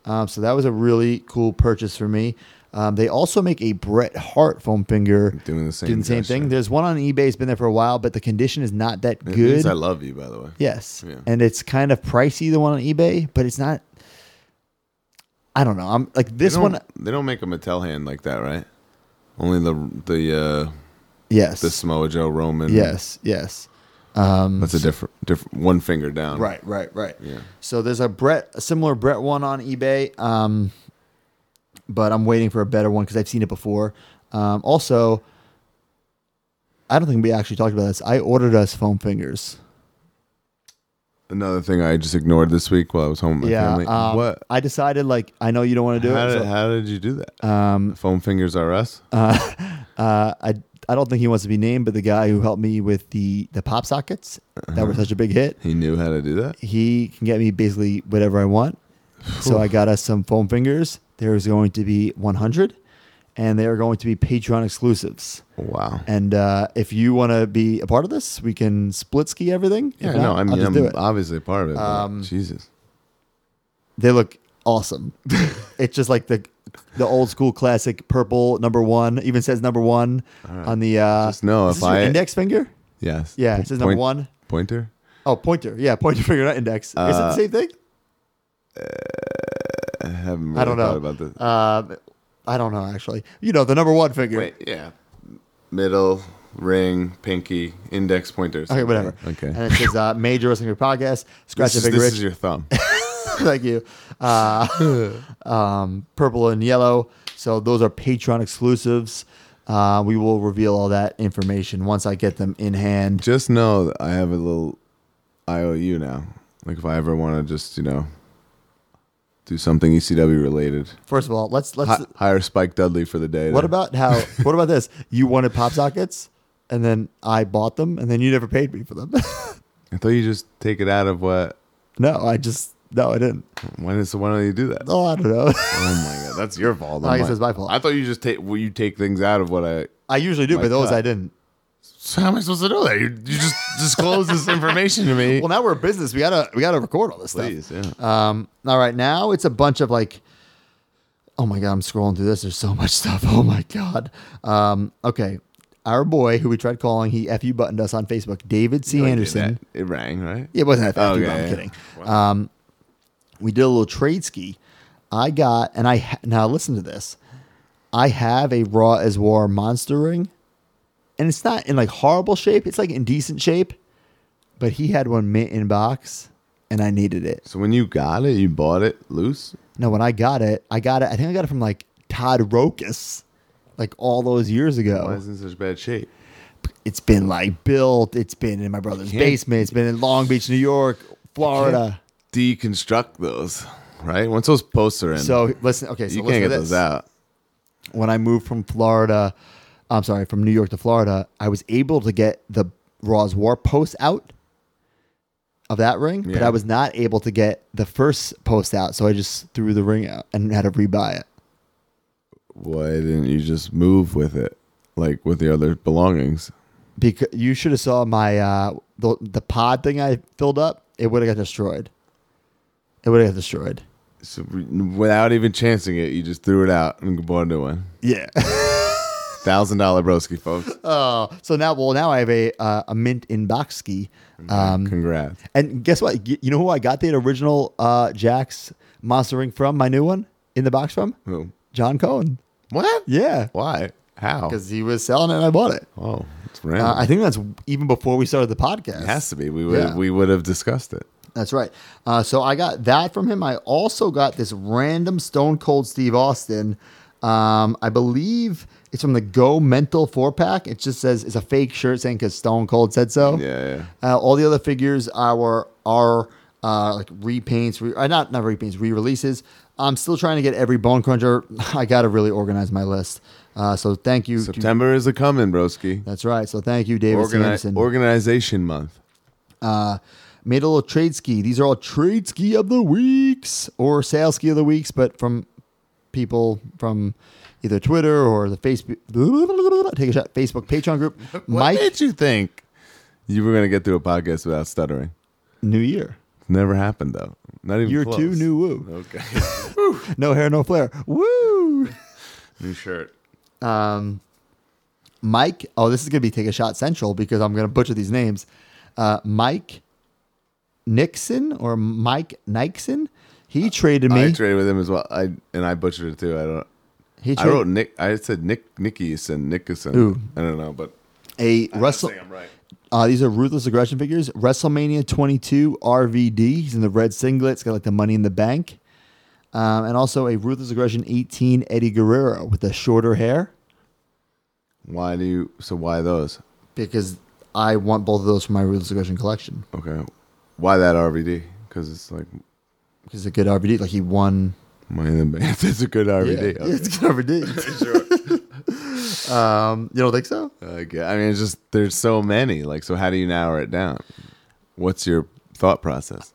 Speaker 2: um, so that was a really cool purchase for me. Um, they also make a Bret Hart foam finger.
Speaker 1: Doing the same
Speaker 2: Doing the same
Speaker 1: gesture.
Speaker 2: thing. There's one on eBay. It's been there for a while, but the condition is not that
Speaker 1: It
Speaker 2: good.
Speaker 1: means I love you, by the way.
Speaker 2: Yes.
Speaker 1: Yeah.
Speaker 2: And it's kind of pricey, the one on eBay, but it's not. I don't know. I'm like
Speaker 1: They
Speaker 2: this
Speaker 1: don't-
Speaker 2: one.
Speaker 1: They don't make a Mattel hand like that, right? Only the the uh,
Speaker 2: Yes.
Speaker 1: the Samoa Joe Roman.
Speaker 2: yes. Yes.
Speaker 1: that's a different different one finger down.
Speaker 2: Right. Right. Right. Yeah. So there's a Brett, a similar Brett one on eBay. Um, but I'm waiting for a better one because I've seen it before. Um, also, I don't think we actually talked about this. I ordered us foam fingers.
Speaker 1: Another thing I just ignored this week while I was home with my
Speaker 2: yeah.
Speaker 1: family.
Speaker 2: um,
Speaker 1: what?
Speaker 2: I decided, like, I know you don't want to do
Speaker 1: how,
Speaker 2: it.
Speaker 1: did,
Speaker 2: so-
Speaker 1: how did you do that? Um, Foam fingers are us.
Speaker 2: Uh, I I don't think he wants to be named, but the guy who helped me with the the pop sockets that were
Speaker 1: Uh-huh.
Speaker 2: such a big hit,
Speaker 1: he knew how to do that.
Speaker 2: he can get me basically whatever I want. so I got us some foam fingers. There's going to be 100, and they are going to be Patreon exclusives.
Speaker 1: Wow.
Speaker 2: And uh, if you want to be a part of this, we can split ski everything. If
Speaker 1: yeah,
Speaker 2: not,
Speaker 1: no, I
Speaker 2: I'll
Speaker 1: mean, um, uh,
Speaker 2: just do
Speaker 1: I'm
Speaker 2: it. Um,
Speaker 1: obviously part of it. but Jesus.
Speaker 2: they look
Speaker 1: [laughs]
Speaker 2: awesome. it's just like the the old school classic purple number one. Even says number one on the uh,
Speaker 1: Just know
Speaker 2: is
Speaker 1: if
Speaker 2: this your
Speaker 1: I-
Speaker 2: index finger.
Speaker 1: Yes.
Speaker 2: Yeah, it says number one.
Speaker 1: Pointer?
Speaker 2: Oh, pointer. Yeah, [laughs] pointer finger, not index. Is it the
Speaker 1: Uh,
Speaker 2: same thing?
Speaker 1: I haven't really
Speaker 2: I don't
Speaker 1: thought
Speaker 2: know.
Speaker 1: about this.
Speaker 2: Uh, I don't know, actually. You know, the number one finger.
Speaker 1: Wait, yeah. Middle, ring, pinky, index pointers.
Speaker 2: Okay, whatever.
Speaker 1: Okay.
Speaker 2: And it says uh, Major Wrestling Finger Podcast, Scratch
Speaker 1: This,
Speaker 2: the
Speaker 1: is,
Speaker 2: Figure
Speaker 1: this
Speaker 2: Rich.
Speaker 1: is your thumb.
Speaker 2: [laughs] Thank you. Uh, [laughs] um, purple and yellow. So those are Patreon exclusives. Uh, we will reveal all that information once I get them in hand.
Speaker 1: just know that I have a little IOU now. Like if I ever want to just, you know, do something ECW related.
Speaker 2: First of all, let's let's.
Speaker 1: Hi- hire Spike Dudley for the day.
Speaker 2: what
Speaker 1: to-
Speaker 2: about how? What about this? You wanted pop sockets, and then I bought them, and then you never paid me for them. [laughs]
Speaker 1: I thought you just take it out of what?
Speaker 2: no, I just no, I didn't.
Speaker 1: When is why don't
Speaker 2: [laughs]
Speaker 1: you do that? Oh,
Speaker 2: Oh, I don't know. [laughs]
Speaker 1: my god, that's your fault.
Speaker 2: I
Speaker 1: not
Speaker 2: guess
Speaker 1: mine.
Speaker 2: it's my fault.
Speaker 1: I thought you just take well, you take things out of what I.
Speaker 2: I usually do,
Speaker 1: My
Speaker 2: but those
Speaker 1: God.
Speaker 2: I didn't.
Speaker 1: So how am I supposed to know that? You, you
Speaker 2: [laughs]
Speaker 1: just disclose this information to me.
Speaker 2: Well, now we're a business. We gotta we gotta record all this
Speaker 1: Please, yeah.
Speaker 2: stuff. Um, all right, now it's a bunch of like, oh my god, I'm scrolling through this. There's so much [laughs] stuff. Oh my god. Um, okay, our boy who we tried calling, he fu buttoned us on Facebook. David C.
Speaker 1: You did
Speaker 2: Anderson.
Speaker 1: that. It rang right.
Speaker 2: It wasn't that fast.
Speaker 1: Okay,
Speaker 2: dude, I'm
Speaker 1: yeah.
Speaker 2: kidding. Um, we did a little trade ski. I got and I ha- now listen to this. I have a Raw as War monster ring, and it's not in like horrible shape. It's like in decent shape, but he had one mint in box, and I needed it.
Speaker 1: So when you got it, you bought it loose.
Speaker 2: No, when I got it, I got it. I think I got it from like Todd Rokas, like all those years ago.
Speaker 1: Why is it in such bad shape?
Speaker 2: It's been like built. It's been in my brother's basement. It's been in Long Beach, New York, Florida.
Speaker 1: Deconstruct those, right? Once those posts are in,
Speaker 2: So listen, okay, so
Speaker 1: you
Speaker 2: listen
Speaker 1: can't get
Speaker 2: to
Speaker 1: those
Speaker 2: this.
Speaker 1: out.
Speaker 2: when I moved from Florida, I'm sorry, from New York to Florida, I was able to get the Raw's War post out of that ring, but
Speaker 1: Yeah.
Speaker 2: I was not able to get the first post out. So I just threw the ring out and had to rebuy it.
Speaker 1: Why didn't you just move with it, like with the other belongings?
Speaker 2: Because you should have saw my uh, the the pod thing I filled up. It would have got destroyed. It would have got destroyed.
Speaker 1: So without even chancing it, you just threw it out and bought a new one.
Speaker 2: Yeah.
Speaker 1: Thousand dollar broski, folks.
Speaker 2: [laughs] so now, well, now I have a uh, a mint in box ski. Um,
Speaker 1: Congrats.
Speaker 2: And guess what? Y- You know who I got the original uh, Jack's monster ring from? My new one in the box from
Speaker 1: Who?
Speaker 2: John Cohen.
Speaker 1: What?
Speaker 2: Yeah,
Speaker 1: Why? How?
Speaker 2: because he was selling it, and I bought it.
Speaker 1: Oh, it's random.
Speaker 2: Uh, I think that's even before we started the podcast.
Speaker 1: it has to be. We would
Speaker 2: Yeah.
Speaker 1: we would have discussed it.
Speaker 2: That's right. Uh, so I got that from him. I also got this random Stone Cold Steve Austin. Um, I believe it's from the Go Mental four pack. It just says it's a fake shirt saying because Stone Cold said so.
Speaker 1: Yeah, yeah.
Speaker 2: Uh, all the other figures are are uh, like repaints, re- uh, not not repaints, re-releases. I'm still trying to get every Bone Cruncher. [laughs] I gotta really organize my list. Uh, so thank you. to-
Speaker 1: September is a coming, broski.
Speaker 2: that's right. So thank you, David C.
Speaker 1: Organi-
Speaker 2: Anderson.
Speaker 1: organization month.
Speaker 2: Made a little trade ski. These are all trade ski of the weeks or sale ski of the weeks, but from people from either Twitter or the Facebook. Take a shot. Facebook Patreon group.
Speaker 1: [laughs] What
Speaker 2: Mike,
Speaker 1: made you think you were gonna get through a podcast without stuttering?
Speaker 2: New Year.
Speaker 1: Never happened though. Not even
Speaker 2: Year
Speaker 1: close. [laughs]
Speaker 2: two, new woo.
Speaker 1: Okay. [laughs]
Speaker 2: No hair, no flare. Woo!
Speaker 1: New shirt.
Speaker 2: Mike. Oh, this is going to be take a shot central because I'm going to butcher these names. Uh, Mike Nixon or Mike Nixon. He traded me.
Speaker 1: I traded with him as well. I and I butchered it too. I don't.
Speaker 2: he
Speaker 1: I
Speaker 2: traded
Speaker 1: wrote Nick. I said Nick Nickyson, Nickerson.
Speaker 2: Ooh.
Speaker 1: I don't know, but
Speaker 2: a
Speaker 1: I
Speaker 2: Russell.
Speaker 1: think I'm right.
Speaker 2: Uh, these are ruthless aggression figures. WrestleMania 22 RVD. He's in the red singlet. It's got like the money in the bank. Um, and also a ruthless aggression 18 Eddie Guerrero with the shorter hair
Speaker 1: Why do you? So why those?
Speaker 2: because I want both of those for my ruthless aggression collection
Speaker 1: Okay. Why that RVD? Because it's like
Speaker 2: because it's a good RVD. Like he won.
Speaker 1: money in the bank. [laughs] It's a good RVD.
Speaker 2: Yeah,
Speaker 1: Okay.
Speaker 2: it's a good RVD. [laughs] um, you don't think so?
Speaker 1: I gue- I mean, it's just there's so many. Like, so how do you narrow it down? What's your thought process?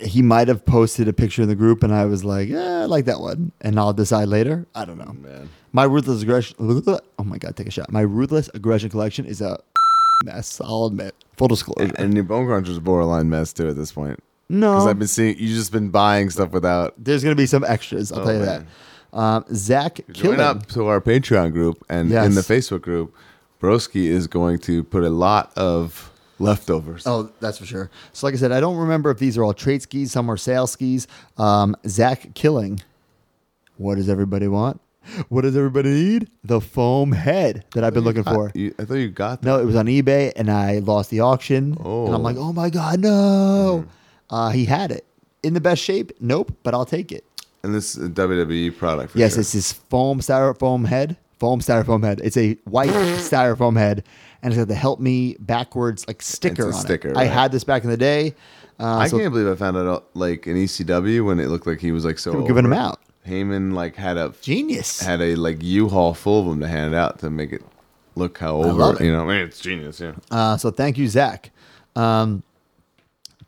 Speaker 2: He might have posted a picture in the group, and I was like, "Yeah, I like that one," and I'll decide later. I don't know.
Speaker 1: Man,
Speaker 2: My ruthless aggression. Oh my god, take a shot. My ruthless aggression collection is a mess. I'll admit. Full disclosure.
Speaker 1: and, and your bone cruncher's borderline mess too at this point. Because
Speaker 2: no,
Speaker 1: I've been seeing you just been buying stuff without.
Speaker 2: there's gonna be some extras. I'll tell you
Speaker 1: Oh, man.
Speaker 2: that. Um, Zach
Speaker 1: Join
Speaker 2: Killen.
Speaker 1: up to our Patreon group and in
Speaker 2: Yes.
Speaker 1: the Facebook group, Broski is going to put a lot of leftovers.
Speaker 2: Oh, that's for sure. So, like I said, I don't remember if these are all trade skis, some are sale skis. Um, Zach Killing. What does everybody want? What does everybody need? The foam head that I've been looking for.
Speaker 1: You- I thought you got that.
Speaker 2: No, it was on eBay, and I lost the auction. And I'm like, oh my god, no!
Speaker 1: Hmm.
Speaker 2: Uh, he had it in the best shape. Nope, but I'll take it.
Speaker 1: And this is a WWE product. For
Speaker 2: yes,
Speaker 1: sure.
Speaker 2: it's this foam styrofoam head, foam styrofoam head. It's a
Speaker 1: [laughs]
Speaker 2: white styrofoam head, and it's got the "Help Me" backwards like sticker
Speaker 1: It's a
Speaker 2: on
Speaker 1: sticker,
Speaker 2: it.
Speaker 1: right.
Speaker 2: I had this back in the day. Uh,
Speaker 1: I
Speaker 2: so-
Speaker 1: can't believe I found out uh, like in ECW when it looked like he was like so
Speaker 2: They were giving
Speaker 1: over
Speaker 2: them
Speaker 1: it.
Speaker 2: out.
Speaker 1: Heyman like had a
Speaker 2: genius.
Speaker 1: had a like U-Haul full of them to hand out to make it look how over
Speaker 2: love it.
Speaker 1: you know. I mean, it's genius. Yeah,
Speaker 2: Uh, so thank you, Zach. Um,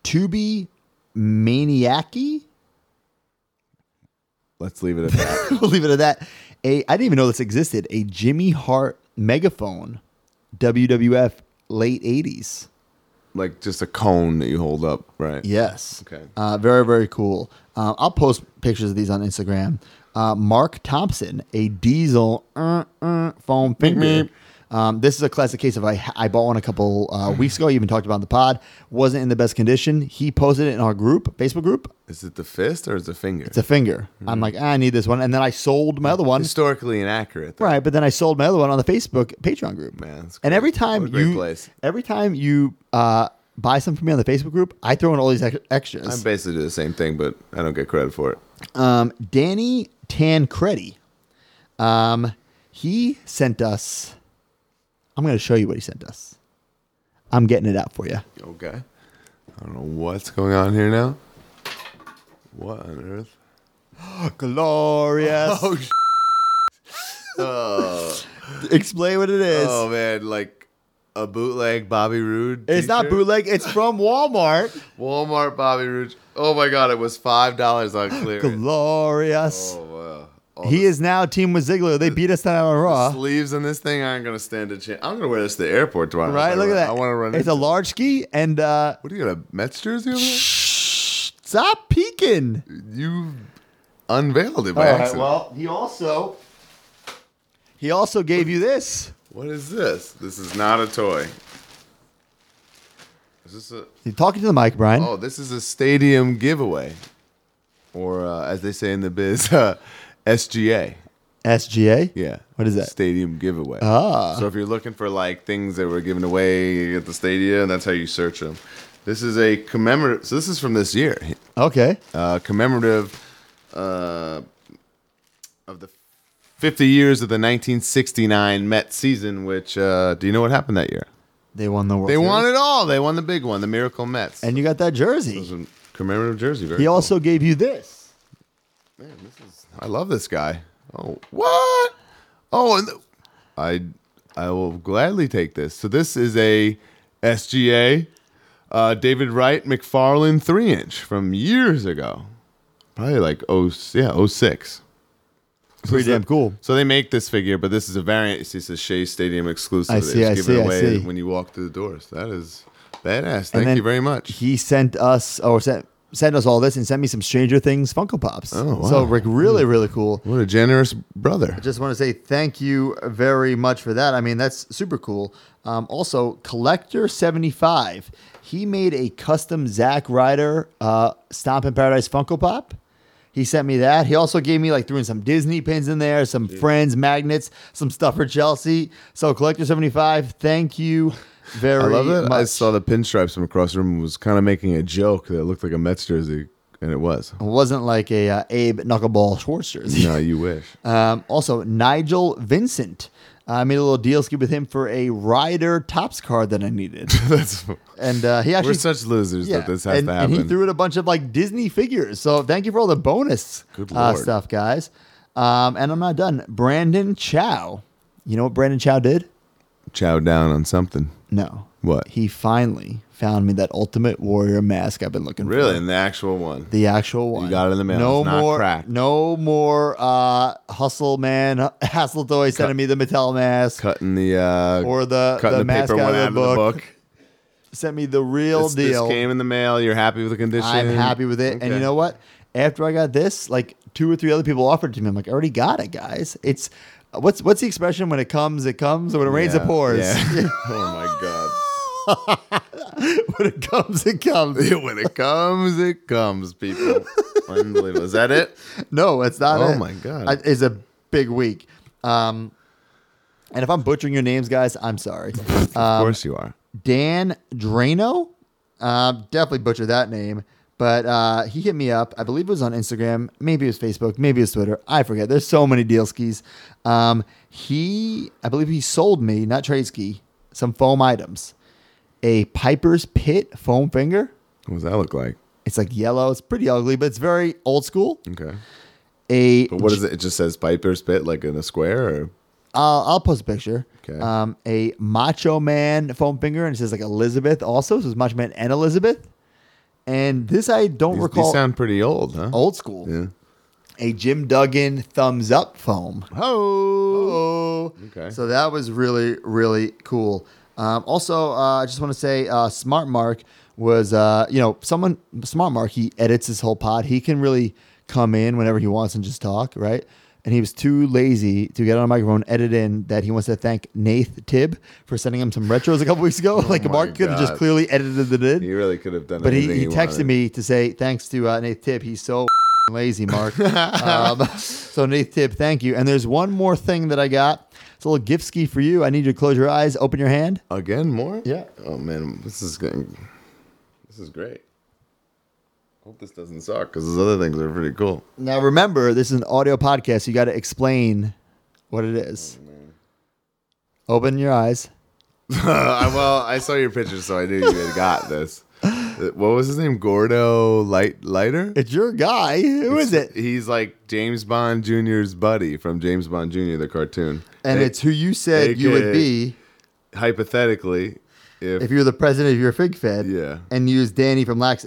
Speaker 2: Tubi Maniaci.
Speaker 1: let's leave it
Speaker 2: [laughs]
Speaker 1: at that.
Speaker 2: we'll leave it at that. A I didn't even know this existed. A Jimmy Hart megaphone, WWF late eighties.
Speaker 1: like just a cone that you hold up, right?
Speaker 2: Yes.
Speaker 1: Okay.
Speaker 2: Uh, very very cool. Uh, I'll post pictures of these on Instagram. Uh, Mark Thompson, a diesel uh, uh, foam finger. Um, this is a classic case of I, I bought one a couple uh, weeks ago. You even talked about it on the pod. Wasn't in the best condition. He posted it in our group, Facebook group.
Speaker 1: Is it the fist or is it the finger?
Speaker 2: It's a finger. I'm like, "Ah, I need this one, and then I sold my other one.
Speaker 1: historically inaccurate. Though.
Speaker 2: Right, but then I sold my other one on the Facebook Patreon group.
Speaker 1: Man, that's
Speaker 2: and
Speaker 1: great.
Speaker 2: every
Speaker 1: What
Speaker 2: time
Speaker 1: a great
Speaker 2: you
Speaker 1: place.
Speaker 2: every time you uh, buy something from me on the Facebook group, I throw in all these ex-
Speaker 1: I
Speaker 2: extras.
Speaker 1: basically do the same thing, but I don't get credit for it.
Speaker 2: Um, Danny Tancredi, um, he sent us. I'm going to show you what he sent us. I'm getting it out for you.
Speaker 1: Okay. I don't know what's going on here now. What on earth?
Speaker 2: Glorious.
Speaker 1: Oh,
Speaker 2: [laughs]
Speaker 1: sh- oh,
Speaker 2: Explain what it is.
Speaker 1: oh man, like a bootleg Bobby Roode.
Speaker 2: it's not
Speaker 1: t-shirt?
Speaker 2: bootleg. It's from
Speaker 1: [laughs]
Speaker 2: Walmart.
Speaker 1: Walmart Bobby Roode. Oh my god, it was five
Speaker 2: [gasps]
Speaker 1: dollars on clearance.
Speaker 2: Glorious.
Speaker 1: Oh wow.
Speaker 2: he is now team with Ziggler. They beat us down on Raw.
Speaker 1: Sleeves on this thing aren't gonna stand a chance. I'm gonna wear this to the airport tomorrow.
Speaker 2: Right,
Speaker 1: I
Speaker 2: look at
Speaker 1: run-
Speaker 2: that.
Speaker 1: I want to run.
Speaker 2: It's
Speaker 1: into
Speaker 2: a
Speaker 1: it.
Speaker 2: large ski, and uh,
Speaker 1: What do you got a Mets jersey? Over there?
Speaker 2: stop peeking.
Speaker 1: You unveiled it by accident.
Speaker 2: he also he also gave you this.
Speaker 1: what is this? This is not a toy. Is this a?
Speaker 2: You talking to the mic, Brian?
Speaker 1: Oh, this is a stadium giveaway, or uh, as they say in the biz, [laughs] uh, SGA.
Speaker 2: SGA.
Speaker 1: Yeah.
Speaker 2: What is that?
Speaker 1: Stadium giveaway. Ah. So if you're looking for like things that were given away at the stadium, that's how you search them. This is a commemorative. So this is from this year,
Speaker 2: Okay.
Speaker 1: uh, commemorative uh, of the 50 years of the 1969 Met season. Which uh, do you know what happened that year?
Speaker 2: They won the World.
Speaker 1: They
Speaker 2: Series.
Speaker 1: won it all. They won the big one, the Miracle Mets.
Speaker 2: and you got that
Speaker 1: It was
Speaker 2: jersey.
Speaker 1: a commemorative jersey. Very
Speaker 2: He
Speaker 1: cool.
Speaker 2: also gave you this.
Speaker 1: Man, this is. I love this guy. Oh, what? Oh, and the- I, I will gladly take this. So this is a SGA, uh, David Wright McFarlane three inch from years ago, probably like oh yeah oh six.
Speaker 2: Pretty damn cool.
Speaker 1: So they make this figure, but this is a variant. It's just a Shea Stadium exclusive.
Speaker 2: I
Speaker 1: They
Speaker 2: see,
Speaker 1: just
Speaker 2: I
Speaker 1: give
Speaker 2: see,
Speaker 1: it
Speaker 2: I
Speaker 1: away
Speaker 2: see.
Speaker 1: When you walk through the doors, that is badass.
Speaker 2: And
Speaker 1: Thank you
Speaker 2: then
Speaker 1: very much.
Speaker 2: He sent us or sent send us all this and sent me some Stranger Things Funko Pops. Oh, So, like,
Speaker 1: Hmm.
Speaker 2: really, really cool.
Speaker 1: What a generous brother.
Speaker 2: Just want to say thank you very much for that. I mean, that's super cool. Um, also, Collector seventy five, he made a custom Zack Ryder uh, Stomp in Paradise Funko Pop. He sent me that. He also gave me like threw in some Disney pins in there, some friends magnets, some stuff for Chelsea. So, Collector seventy five, thank you very
Speaker 1: [laughs] I love it.
Speaker 2: much.
Speaker 1: I saw the pinstripes from across the room was kind of making a joke that it looked like a Mets jersey, and it was. [laughs]
Speaker 2: it wasn't like a uh, Abe Knuckleball Schwartz jersey.
Speaker 1: No,
Speaker 2: [laughs]
Speaker 1: you wish.
Speaker 2: Um, also, Nigel Vincent. I made a little deal skip with him for a Ryder Tops card that I
Speaker 1: [laughs]
Speaker 2: needed.
Speaker 1: That's,
Speaker 2: And uh, he actually.
Speaker 1: we're such losers
Speaker 2: yeah,
Speaker 1: that this has
Speaker 2: and,
Speaker 1: to
Speaker 2: and
Speaker 1: happen.
Speaker 2: he threw in a bunch of like Disney figures. So thank you for all the bonus
Speaker 1: Good
Speaker 2: uh,
Speaker 1: lord.
Speaker 2: stuff, guys. Um, and I'm not done. Brandon Chow. You know what Brandon Chow did?
Speaker 1: Chow down on something.
Speaker 2: No.
Speaker 1: What?
Speaker 2: He finally found me that Ultimate Warrior mask I've been looking for.
Speaker 1: Really, in the actual one.
Speaker 2: The actual one.
Speaker 1: got it in the mail.
Speaker 2: No
Speaker 1: It's not
Speaker 2: more.
Speaker 1: cracked.
Speaker 2: No more. Uh, hustle man, [laughs] Hassle Toy sending me the Mattel mask
Speaker 1: Cutting the uh,
Speaker 2: or the the,
Speaker 1: cutting the,
Speaker 2: mask
Speaker 1: paper
Speaker 2: out
Speaker 1: one
Speaker 2: of the, book.
Speaker 1: book.
Speaker 2: Sent me the real
Speaker 1: This, this
Speaker 2: deal.
Speaker 1: came in the mail. You're happy with the condition.
Speaker 2: I'm happy with it. And you
Speaker 1: Okay.
Speaker 2: know what? After I got this, like two or three other people offered it to me. I'm like, I already got it, guys. It's uh, what's what's the expression when it comes, it comes, and when it rains,
Speaker 1: Yeah,
Speaker 2: it pours.
Speaker 1: yeah. oh my god.
Speaker 2: [laughs] when it comes, it comes.
Speaker 1: [laughs] when it comes, it comes, people. Unbelievable. Is that it?
Speaker 2: No, it's not.
Speaker 1: Oh
Speaker 2: it.
Speaker 1: my God.
Speaker 2: I- It's a big week. Um, and if I'm butchering your names, guys, I'm sorry. Um,
Speaker 1: Of course you are.
Speaker 2: Dan Drano. Uh, definitely butchered that name. But uh, he hit me up. I believe it was on Instagram. Maybe it was Facebook. Maybe it was Twitter. I forget. There's so many deal skis. Um, he, I believe he sold me, not trade ski, some foam items. A Piper's Pit foam finger.
Speaker 1: What does that look like?
Speaker 2: It's like yellow. It's pretty ugly, but it's very old school.
Speaker 1: Okay.
Speaker 2: A
Speaker 1: But what is it? It just says Piper's Pit, like in a square, or
Speaker 2: I'll, I'll post a picture.
Speaker 1: Okay.
Speaker 2: Um, a Macho Man foam finger, and it says like Elizabeth also. So it's Macho Man and Elizabeth. And this I don't
Speaker 1: these,
Speaker 2: recall.
Speaker 1: these sound pretty old, huh?
Speaker 2: old school.
Speaker 1: Yeah.
Speaker 2: A Jim Duggan thumbs up foam. Oh.
Speaker 1: Okay.
Speaker 2: So that was really, really cool. Um, also, uh, I just want to say uh, Smart Mark was, uh, you know, someone, Smart Mark, he edits his whole pod. He can really come in whenever he wants and just talk, right? And he was too lazy to get on a microphone, edit in that he wants to thank Nath Tibb for sending him some retros a couple weeks ago. [laughs] like, Mark could have just
Speaker 1: Oh God.
Speaker 2: clearly edited it in.
Speaker 1: He really could have done.
Speaker 2: But he,
Speaker 1: anything
Speaker 2: he texted
Speaker 1: wanted.
Speaker 2: me to say thanks to uh, Nate Tibb. He's so [laughs] lazy,
Speaker 1: [laughs]
Speaker 2: Mark. um, so Nate Tibb, thank you. And there's one more thing that I got. It's a little gift ski for you. I need you to close your eyes, open your hand.
Speaker 1: again more.
Speaker 2: Yeah.
Speaker 1: Oh man, this is getting. This is great. Hope this doesn't suck because those other things are pretty cool.
Speaker 2: Now remember, this is an audio podcast. you got to explain what it is.
Speaker 1: Oh,
Speaker 2: open your eyes.
Speaker 1: Uh, well, I saw your picture, so I knew you had got this. Uh, What was his name? Gordo Light Lighter.
Speaker 2: It's your guy. Who is it?
Speaker 1: He's like James Bond Jr.'s buddy from James Bond Jr. the cartoon.
Speaker 2: And
Speaker 1: They-
Speaker 2: it's who you said you would be
Speaker 1: hypothetically if,
Speaker 2: if you're the president of your fig fed.
Speaker 1: Yeah.
Speaker 2: And use Danny from Lax.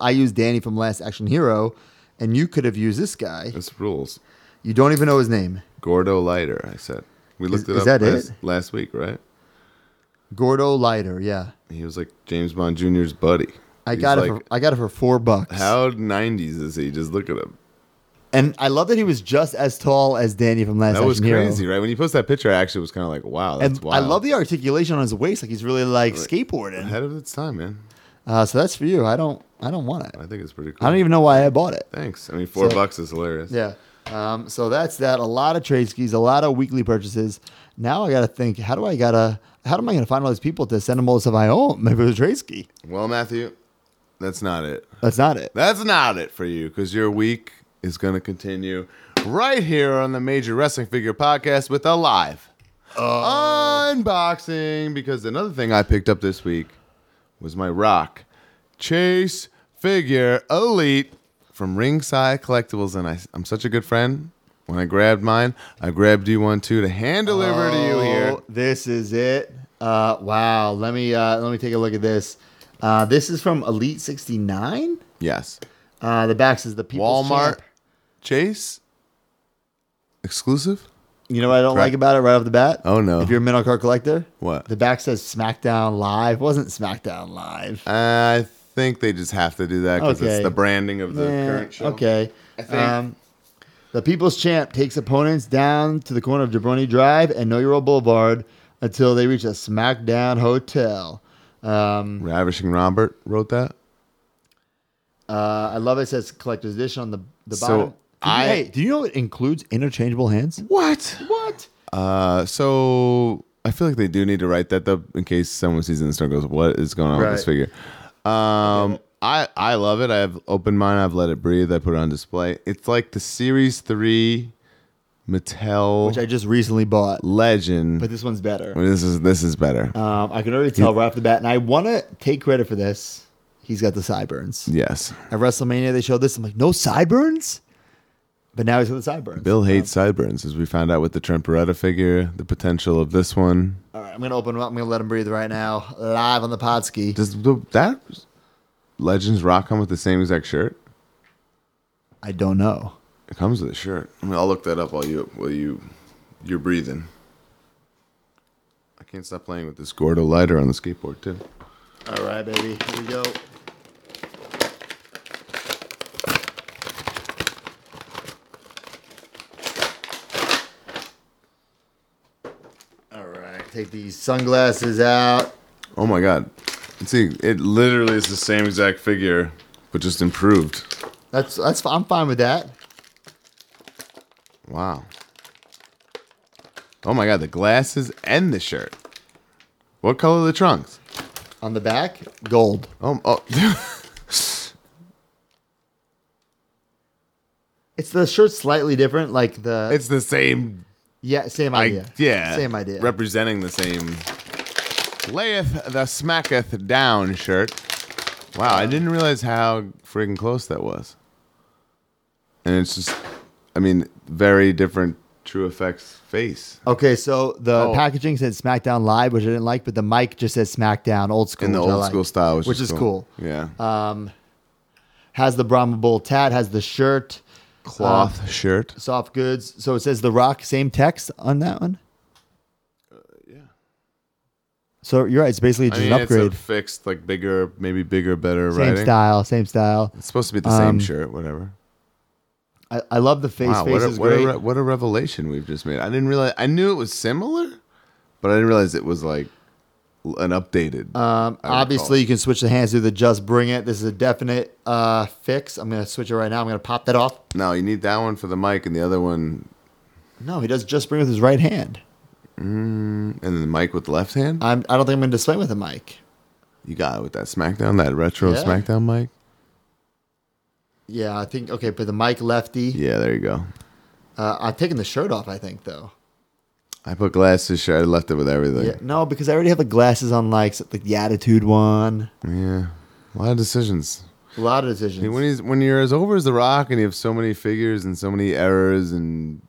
Speaker 2: I used Danny from Last Action Hero, and you could have used this guy.
Speaker 1: this rules.
Speaker 2: You don't even know his name.
Speaker 1: Gordo Lighter, I said. We looked it
Speaker 2: is
Speaker 1: up
Speaker 2: that
Speaker 1: last,
Speaker 2: it?
Speaker 1: last week, right?
Speaker 2: Gordo Lighter, yeah.
Speaker 1: He was like James Bond Jr.'s buddy.
Speaker 2: I
Speaker 1: He's
Speaker 2: got it
Speaker 1: like,
Speaker 2: for I got it for four bucks.
Speaker 1: How nineties is he? Just look at him.
Speaker 2: And I love that he was just as tall as Danny from Last
Speaker 1: That was
Speaker 2: Action Hero.
Speaker 1: crazy, right? When you post that picture, I actually was kinda like, wow, that's
Speaker 2: And I
Speaker 1: wild.
Speaker 2: love the articulation on his waist, like he's really like skateboarding.
Speaker 1: ahead of its time, man.
Speaker 2: Uh, so that's for you. I don't I don't want it.
Speaker 1: I think it's pretty cool.
Speaker 2: I don't even know why I bought it.
Speaker 1: Thanks. I mean four
Speaker 2: So-
Speaker 1: bucks is hilarious.
Speaker 2: Yeah. Um, so that's that. A lot of trade skis, a lot of weekly purchases. Now I gotta think, how do I gotta how am I gonna find all these people to send them all the stuff I own? [laughs] Maybe it was a trade ski.
Speaker 1: Well, Matthew, that's not it.
Speaker 2: That's not it.
Speaker 1: That's not it for you because your week is going to continue right here on the Major Wrestling Figure Podcast with a live
Speaker 2: Oh.
Speaker 1: unboxing. Because another thing I picked up this week was my Rock Chase Figure Elite from Ringside Collectibles. And I, I'm such a good friend. When I grabbed mine, I grabbed you one too to hand deliver to you here.
Speaker 2: Oh, This is it. Uh, wow. Let me uh, let me take a look at this. Uh, this is from Elite sixty nine.
Speaker 1: Yes.
Speaker 2: Uh, the back says the People's
Speaker 1: Walmart
Speaker 2: Champ.
Speaker 1: Chase exclusive?
Speaker 2: You know what I don't
Speaker 1: Correct.
Speaker 2: like about it right off the bat?
Speaker 1: Oh, no.
Speaker 2: If you're a middle card collector,
Speaker 1: What?
Speaker 2: the back says SmackDown Live. Wasn't SmackDown Live?
Speaker 1: Uh, I think they just have to do that because
Speaker 2: Okay.
Speaker 1: it's the branding of the
Speaker 2: Yeah,
Speaker 1: current show.
Speaker 2: Eh, Okay.
Speaker 1: I think-
Speaker 2: Um, the People's Champ takes opponents down to the corner of Jabroni Drive and Know Your Old Boulevard until they reach a SmackDown hotel. Um,
Speaker 1: Ravishing Robert wrote that.
Speaker 2: uh, I love it says collector's edition on the, the
Speaker 1: So,
Speaker 2: bottom. Do you-
Speaker 1: I-
Speaker 2: hey, do you know it includes interchangeable hands?
Speaker 1: What?
Speaker 2: What?
Speaker 1: Uh, so I feel like they do need to write that up in case someone sees this and goes, "What is going on with this
Speaker 2: Right.
Speaker 1: figure?" Um, I I love it. I have open mind. I've let it breathe. I put it on display. It's like the Series Three Mattel
Speaker 2: Which I just recently bought,
Speaker 1: Legend.
Speaker 2: but this one's better.
Speaker 1: Well, this is this is better.
Speaker 2: Um, I can already tell right off the bat, and I want to take credit for this. He's got the sideburns.
Speaker 1: yes,
Speaker 2: At WrestleMania, they showed this. I'm like, no sideburns? But now he's got the sideburns.
Speaker 1: Bill hates sideburns, as we found out with the Trent Beretta figure. The potential of this one.
Speaker 2: All right, I'm gonna open him up. I'm gonna let him breathe right now, live on the Podski.
Speaker 1: Does the, that Legends rock come with the same exact shirt?
Speaker 2: I don't know.
Speaker 1: It comes with a shirt. I mean, I'll look that up while you while you you're breathing. I can't stop playing with this Gordo lighter on the skateboard too.
Speaker 2: All right, baby, here we go. All right, take these sunglasses out.
Speaker 1: Oh my god! See, it literally is the same exact figure, but just improved.
Speaker 2: That's that's. I'm fine with that.
Speaker 1: Wow. Oh my god! The glasses and the shirt. What color are the trunks?
Speaker 2: On the back, gold.
Speaker 1: Oh, oh. [laughs]
Speaker 2: It's the shirt slightly different, like the
Speaker 1: it's the same
Speaker 2: yeah, same
Speaker 1: I,
Speaker 2: idea.
Speaker 1: yeah.
Speaker 2: same idea.
Speaker 1: Representing the same. Layeth the smacketh down shirt. Wow, I didn't realize how friggin' close that was. And it's just, I mean, very different True Effects face.
Speaker 2: Okay, so the
Speaker 1: Oh.
Speaker 2: packaging said SmackDown Live, which I didn't like, but the mic just says SmackDown Old School
Speaker 1: In the
Speaker 2: which I
Speaker 1: old
Speaker 2: like,
Speaker 1: school style, which,
Speaker 2: which is cool. Uh,
Speaker 1: Yeah.
Speaker 2: Um, Has the Brahma Bull tat, has the shirt,
Speaker 1: Cloth shirt.
Speaker 2: soft goods. So it says The Rock, same text on that one. So you're right. It's basically
Speaker 1: Uh, I
Speaker 2: just
Speaker 1: mean,
Speaker 2: an
Speaker 1: it's a
Speaker 2: upgrade.
Speaker 1: fixed, like bigger, maybe bigger, better
Speaker 2: Same
Speaker 1: writing.
Speaker 2: style, Um, same style.
Speaker 1: It's supposed to be the same shirt, whatever.
Speaker 2: I, I love the face.
Speaker 1: Wow,
Speaker 2: face
Speaker 1: what a,
Speaker 2: is
Speaker 1: what, a,
Speaker 2: great.
Speaker 1: re- what a revelation we've just made. I didn't realize, I knew it was similar, but I didn't realize it was like l- an updated.
Speaker 2: Um,
Speaker 1: recall.
Speaker 2: obviously, you can switch the hands through the Just Bring It. This is a definite uh, fix. I'm gonna switch it right now. I'm gonna pop that off.
Speaker 1: no, you need that one for the mic and the other one,
Speaker 2: No, he does Just Bring It with his right hand.
Speaker 1: and then the mic with the left hand.
Speaker 2: I'm, I don't think I'm gonna display with a mic.
Speaker 1: you got it with that SmackDown, that retro
Speaker 2: Yeah.
Speaker 1: SmackDown mic.
Speaker 2: Yeah, I think okay, but the mic lefty.
Speaker 1: Yeah, there you go.
Speaker 2: Uh, I've taken the shirt off. I think though.
Speaker 1: I put glasses shirt. I left it with everything.
Speaker 2: Yeah,
Speaker 1: Yeah.
Speaker 2: no, because I already have the glasses on, like s- like the attitude one.
Speaker 1: A lot of decisions.
Speaker 2: A lot of
Speaker 1: I mean,
Speaker 2: decisions.
Speaker 1: when he's when you're as over as The Rock and you have so many figures and so many errors and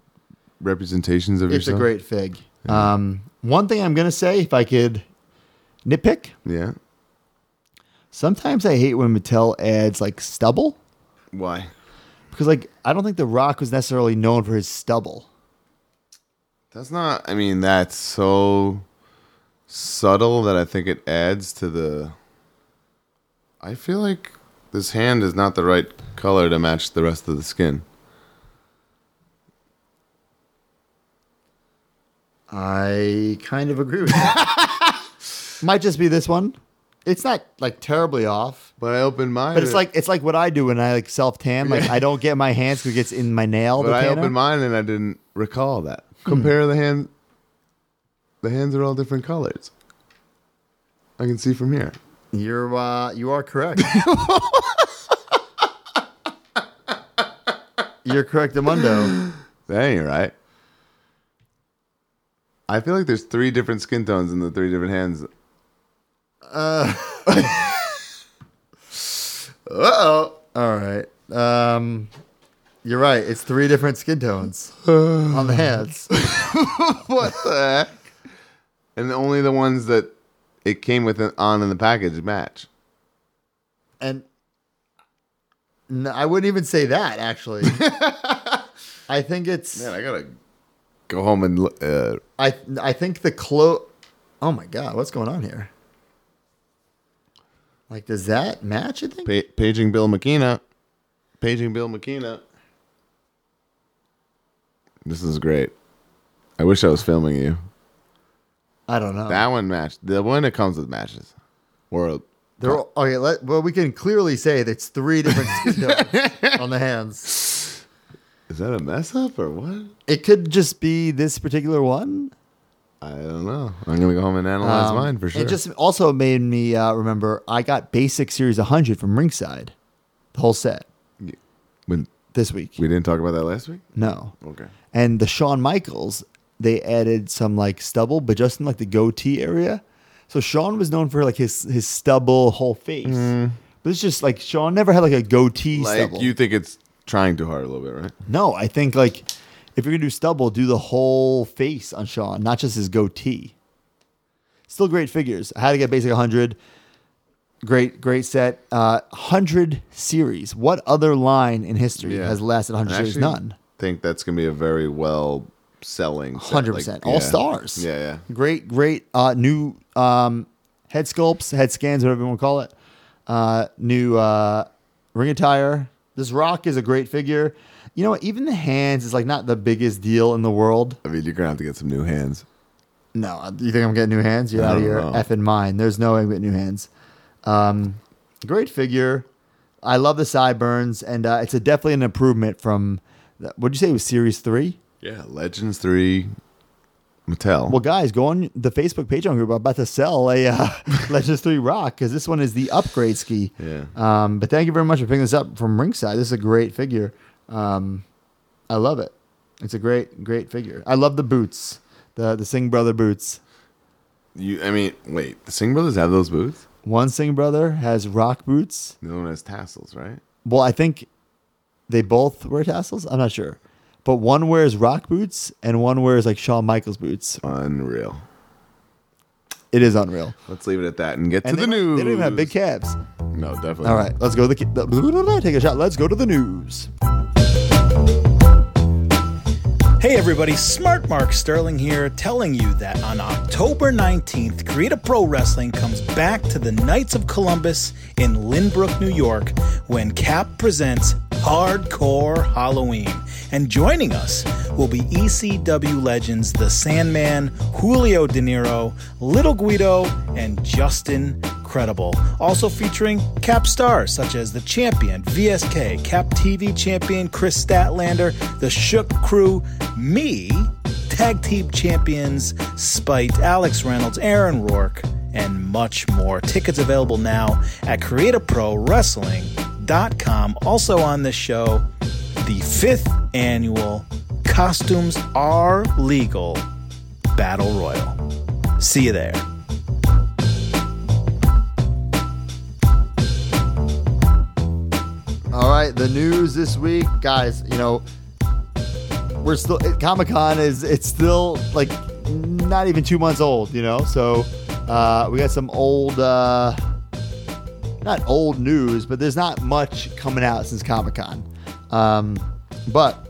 Speaker 1: representations of
Speaker 2: it's a
Speaker 1: yourself.
Speaker 2: great fig. Um, one thing I'm gonna say, if I could nitpick,
Speaker 1: Yeah.
Speaker 2: sometimes I hate when Mattel adds like stubble
Speaker 1: Why?
Speaker 2: because like I don't think The Rock was necessarily known for his stubble.
Speaker 1: That's not. I mean, that's so subtle that I think it adds to the. I feel like this hand is not the right color to match the rest of the skin.
Speaker 2: I kind of agree with that. [laughs] Might just be this one. It's not like terribly off.
Speaker 1: But I opened mine.
Speaker 2: But it's like it's like what I do when I like self tan. Like I don't get my hands because it gets in my nail.
Speaker 1: But
Speaker 2: the
Speaker 1: I
Speaker 2: tanner.
Speaker 1: opened mine and I didn't recall that.
Speaker 2: Hmm.
Speaker 1: Compare the hand. The hands are all different colors. I can see from here.
Speaker 2: You're uh, you are correct. You're correct, Amundo.
Speaker 1: That ain't right. I feel like there's three different skin tones in the three different hands.
Speaker 2: Uh oh. All right. Um, you're right. It's three different skin tones on the hands.
Speaker 1: What the heck? And only the ones that it came with it on in the package match.
Speaker 2: and no, I wouldn't even say that actually. I think it's
Speaker 1: Man, I gotta go home and l- uh,
Speaker 2: I I think the clo Oh my god, what's going on here? Like, does that match? You think?
Speaker 1: Pa- paging Bill McKenna. Paging Bill McKenna. This is great. I wish I was filming you.
Speaker 2: I don't know.
Speaker 1: That one match. The one that comes with matches. Or
Speaker 2: They're all, okay. Let, well, we can clearly say that it's three
Speaker 1: [laughs]
Speaker 2: different speedos on the hands.
Speaker 1: is that a mess up or what?
Speaker 2: It could just be this particular one.
Speaker 1: I don't know. I'm gonna go home and analyze mine for sure.
Speaker 2: It just also made me uh, remember I got Basic Series 100 from Ringside, the whole set
Speaker 1: When-
Speaker 2: this week.
Speaker 1: we didn't talk about that last week.
Speaker 2: no,
Speaker 1: Okay.
Speaker 2: and the Shawn Michaels, they added some like stubble, but just in like the goatee area. So Shawn was known for like his his stubble whole face, but it's just like Shawn never had like a goatee
Speaker 1: Mm-hmm. Like
Speaker 2: stubble.
Speaker 1: you think it's trying too hard a little bit, right?
Speaker 2: no, I think like if you're gonna do stubble, do the whole face on Shawn, not just his goatee. Still great figures. I had to get basic 100. Great, great set. Uh, 100 series. What other line in history
Speaker 1: Yeah.
Speaker 2: has lasted 100
Speaker 1: I
Speaker 2: series?
Speaker 1: actually
Speaker 2: None.
Speaker 1: Think that's gonna be a very well selling. set, like,
Speaker 2: 100%. All
Speaker 1: yeah.
Speaker 2: stars.
Speaker 1: Yeah, yeah.
Speaker 2: great, great uh, new um, head sculpts, head scans, whatever you want to call it. Uh, new uh, ring attire. This rock is a great figure. You know what? Even the hands is like not the biggest deal in the world.
Speaker 1: I mean, you're gonna have to get some new hands.
Speaker 2: No, you think I'm getting new hands? You're out of
Speaker 1: don't
Speaker 2: your
Speaker 1: know.
Speaker 2: effing mind. There's no way I'm getting new hands. Um, great figure. I love the sideburns, and uh, it's a, definitely an improvement from. What'd you say it was series three?
Speaker 1: Yeah, Legends Three, Mattel.
Speaker 2: Well, guys, go on the Facebook Patreon group. I'm about to sell a uh, [laughs] Legends 3 Rock because this one is the upgrade ski.
Speaker 1: Yeah.
Speaker 2: Um, but thank you very much for picking this up from ringside. This is a great figure. Um, I love it. It's a great, great figure. I love the boots, the the Singh Brother boots.
Speaker 1: you, I mean, wait, the Singh Brothers have those boots.
Speaker 2: One Singh Brother has rock boots.
Speaker 1: The other one has tassels, right?
Speaker 2: Well, I think they both wear tassels. I'm not sure. But one wears rock boots and one wears like Shawn Michaels boots.
Speaker 1: Unreal.
Speaker 2: It is unreal.
Speaker 1: Let's leave it at that and get
Speaker 2: And
Speaker 1: to the
Speaker 2: they,
Speaker 1: news.
Speaker 2: They don't even have big calves.
Speaker 1: No, definitely.
Speaker 2: All right, let's go to the, the [laughs] take a shot. Let's go to the news.
Speaker 5: Hey everybody, Smart Mark Sterling here, telling you that on October 19th, Creative Pro Wrestling comes back to the Knights of Columbus in Lynbrook, New York, when Cap presents Hardcore Halloween. And joining us will be ECW legends The Sandman, Julio De Niro, Little Guido, and Justin Credible. Also featuring Cap stars such as The Champion, VSK, Cap TV Champion Chris Statlander, The Shook Crew, me, Tag Team Champions, Spite, Alex Reynolds, Aaron Rourke, and much more. Tickets available now at CreativeProWrestling.com. Also on this show, the fifth annual Costumes Are Legal Battle Royal. See you there.
Speaker 2: All right, the news this week, guys. You know, we're still Comic Con is it's still like not even two months old. You know, so uh, we got some old, uh, not old news, but there's not much coming out since Comic Con. Um, but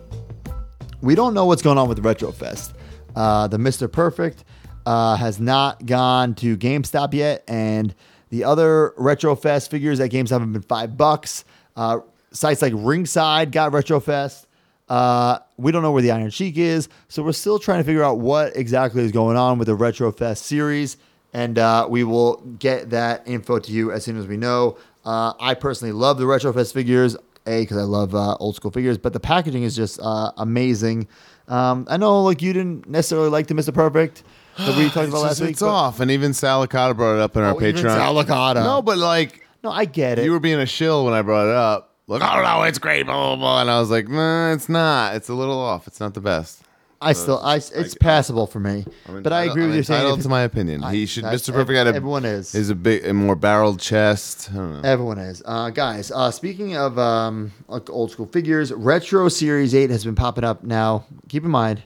Speaker 2: we don't know what's going on with Retrofest. Uh, the Mr. Perfect uh, has not gone to GameStop yet, and the other Retrofest figures at GameStop have been five bucks. Uh, sites like Ringside got Retrofest. Uh, we don't know where the Iron Sheik is, so we're still trying to figure out what exactly is going on with the Retrofest series, and uh, we will get that info to you as soon as we know. Uh, I personally love the Retrofest figures a because I love uh, old school figures, but the packaging is just uh, amazing. Um, I know like you didn't necessarily like the Mr. Perfect that
Speaker 1: [sighs]
Speaker 2: we talked about
Speaker 1: It's,
Speaker 2: last
Speaker 1: just-
Speaker 2: week.
Speaker 1: it's
Speaker 2: but- Oh,
Speaker 1: off, and even Salicata brought it up in our
Speaker 2: even
Speaker 1: Patreon.
Speaker 2: Salicata.
Speaker 1: No, but like
Speaker 2: No, I get it.
Speaker 1: you were being a shill when I brought it up. Like, oh no, it's great, blah blah blah, and I was like, nah, it's not. It's a little off. It's not the best.
Speaker 2: I still, I, it's passable for me,
Speaker 1: I'm
Speaker 2: but I
Speaker 1: entitled-
Speaker 2: agree with
Speaker 1: I'm
Speaker 2: you saying
Speaker 1: Entitled
Speaker 2: if-
Speaker 1: to my opinion. he should.
Speaker 2: that's-
Speaker 1: Mr. Perfect had a,
Speaker 2: everyone is.
Speaker 1: is a big a more barreled chest. I don't know.
Speaker 2: Everyone is. Uh, guys, uh, speaking of um, like old school figures, Retro Series 8 has been popping up now. Keep in mind,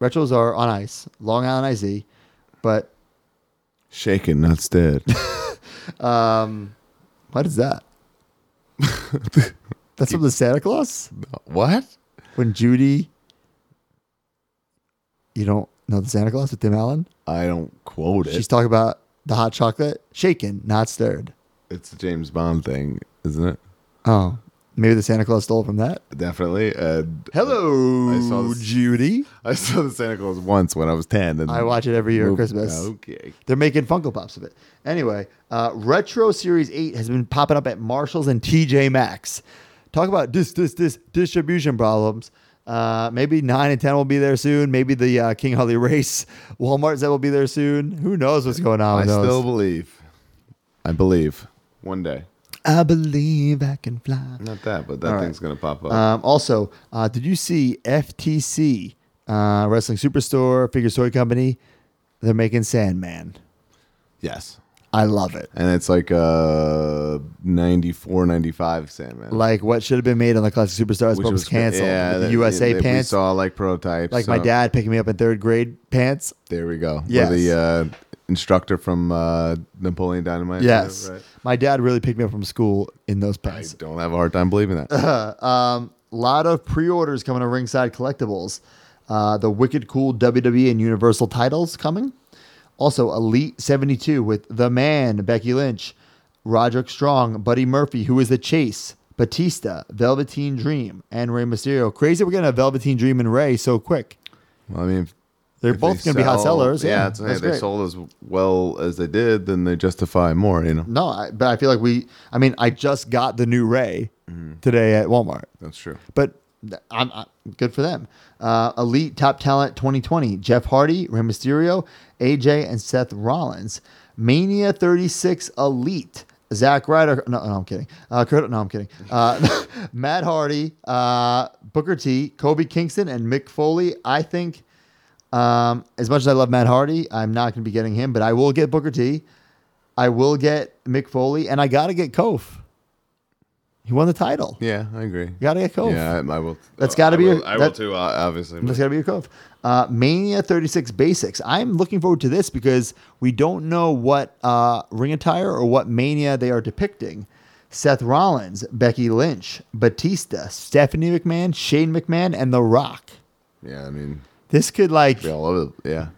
Speaker 2: retros are on ice, Long Island IZ, but
Speaker 1: Shaken, not
Speaker 2: [laughs]
Speaker 1: dead.
Speaker 2: what is
Speaker 1: [laughs]
Speaker 2: that? That's from the Santa Claus?
Speaker 1: what?
Speaker 2: when Judy. You don't know the Santa Claus with Tim Allen?
Speaker 1: I don't quote it.
Speaker 2: She's talking about the hot chocolate, shaken, not stirred.
Speaker 1: It's the James Bond thing, isn't it?
Speaker 2: Oh, maybe the Santa Claus stole from that.
Speaker 1: Definitely. And
Speaker 2: Hello,
Speaker 1: I saw this-
Speaker 2: Judy.
Speaker 1: I saw the Santa Claus once when I was ten. And
Speaker 2: I watch it every year at
Speaker 1: Moved-
Speaker 2: Christmas.
Speaker 1: Okay.
Speaker 2: They're making Funko Pops of it. Anyway, uh, Retro Series 8 has been popping up at Marshalls and TJ Maxx. Talk about dis, dis, dis distribution problems. Uh, maybe 9 and 10 will be there soon. Maybe the uh, King Holly Race [laughs] Walmart set will be there soon. Who knows what's going on
Speaker 1: I
Speaker 2: with those.
Speaker 1: still believe. I believe. One day.
Speaker 2: I believe I can fly.
Speaker 1: Not that, but that
Speaker 2: All right.
Speaker 1: thing's gonna pop up.
Speaker 2: Um, also, uh, did you see FTC, uh, Wrestling Superstore, Figure Story Company? They're making Sandman.
Speaker 1: yes.
Speaker 2: I love it.
Speaker 1: And it's like a 94, 95 Sandman.
Speaker 2: like what should have been made on the classic superstars
Speaker 1: Which
Speaker 2: but was canceled.
Speaker 1: Yeah,
Speaker 2: the
Speaker 1: that-
Speaker 2: USA
Speaker 1: that we
Speaker 2: pants,
Speaker 1: saw like prototypes.
Speaker 2: like my
Speaker 1: so-
Speaker 2: dad picking me up in third grade pants.
Speaker 1: There we go.
Speaker 2: Yes.
Speaker 1: Yeah. The uh, instructor from uh, Napoleon Dynamite.
Speaker 2: Yes,
Speaker 1: Right.
Speaker 2: my dad really picked me up from school in those
Speaker 1: I
Speaker 2: pants.
Speaker 1: don't have a hard time
Speaker 2: [laughs]
Speaker 1: believing that.
Speaker 2: A lot of pre-orders coming to Ringside Collectibles. Uh, the wicked cool WWE and Universal titles coming. Also, Elite seventy two with the Man Becky Lynch, Roderick Strong, Buddy Murphy, who is the Chase. Batista, Velveteen Dream, and Rey Mysterio. Crazy, we're getting a Velveteen Dream and Rey so quick.
Speaker 1: well, I mean, if-
Speaker 2: They're
Speaker 1: if
Speaker 2: both
Speaker 1: they
Speaker 2: going to be hot
Speaker 1: sell-
Speaker 2: sellers. Yeah,
Speaker 1: it's- hey,
Speaker 2: that's
Speaker 1: they
Speaker 2: great.
Speaker 1: sold as well as they did, then they justify more. You know,
Speaker 2: No, I, but I feel like we. I mean, I just got the new Ray
Speaker 1: Mm-hmm.
Speaker 2: today at Walmart,
Speaker 1: that's true.
Speaker 2: but th- I'm, i good for them. Uh, Elite Top Talent 2020: Jeff Hardy, Rey Mysterio, AJ, and Seth Rollins. Mania 36 Elite. Zack Ryder. No, no, I'm kidding. Uh, Kurt, no, I'm kidding. Uh, [laughs] Matt Hardy, uh, Booker T, Kobe Kingston, and Mick Foley. I think, um, as much as I love Matt Hardy, I'm not going to be getting him, but I will get Booker T. I will get Mick Foley, and I gotta get Kof. He won the title.
Speaker 1: Yeah, I agree.
Speaker 2: You gotta get Kof.
Speaker 1: Yeah, I, I will.
Speaker 2: Oh. That's gotta
Speaker 1: I
Speaker 2: be
Speaker 1: will-
Speaker 2: your-
Speaker 1: I will
Speaker 2: that-
Speaker 1: too. uh, Obviously,
Speaker 2: That's
Speaker 1: but-
Speaker 2: gotta be a Kof. Uh, Mania 36 Basics. I'm looking forward to this because we don't know what uh, ring attire or what Mania they are depicting. Seth Rollins, Becky Lynch, Batista, Stephanie McMahon, Shane McMahon, and The Rock.
Speaker 1: yeah. I mean,
Speaker 2: This could like
Speaker 1: be all over. the- Yeah,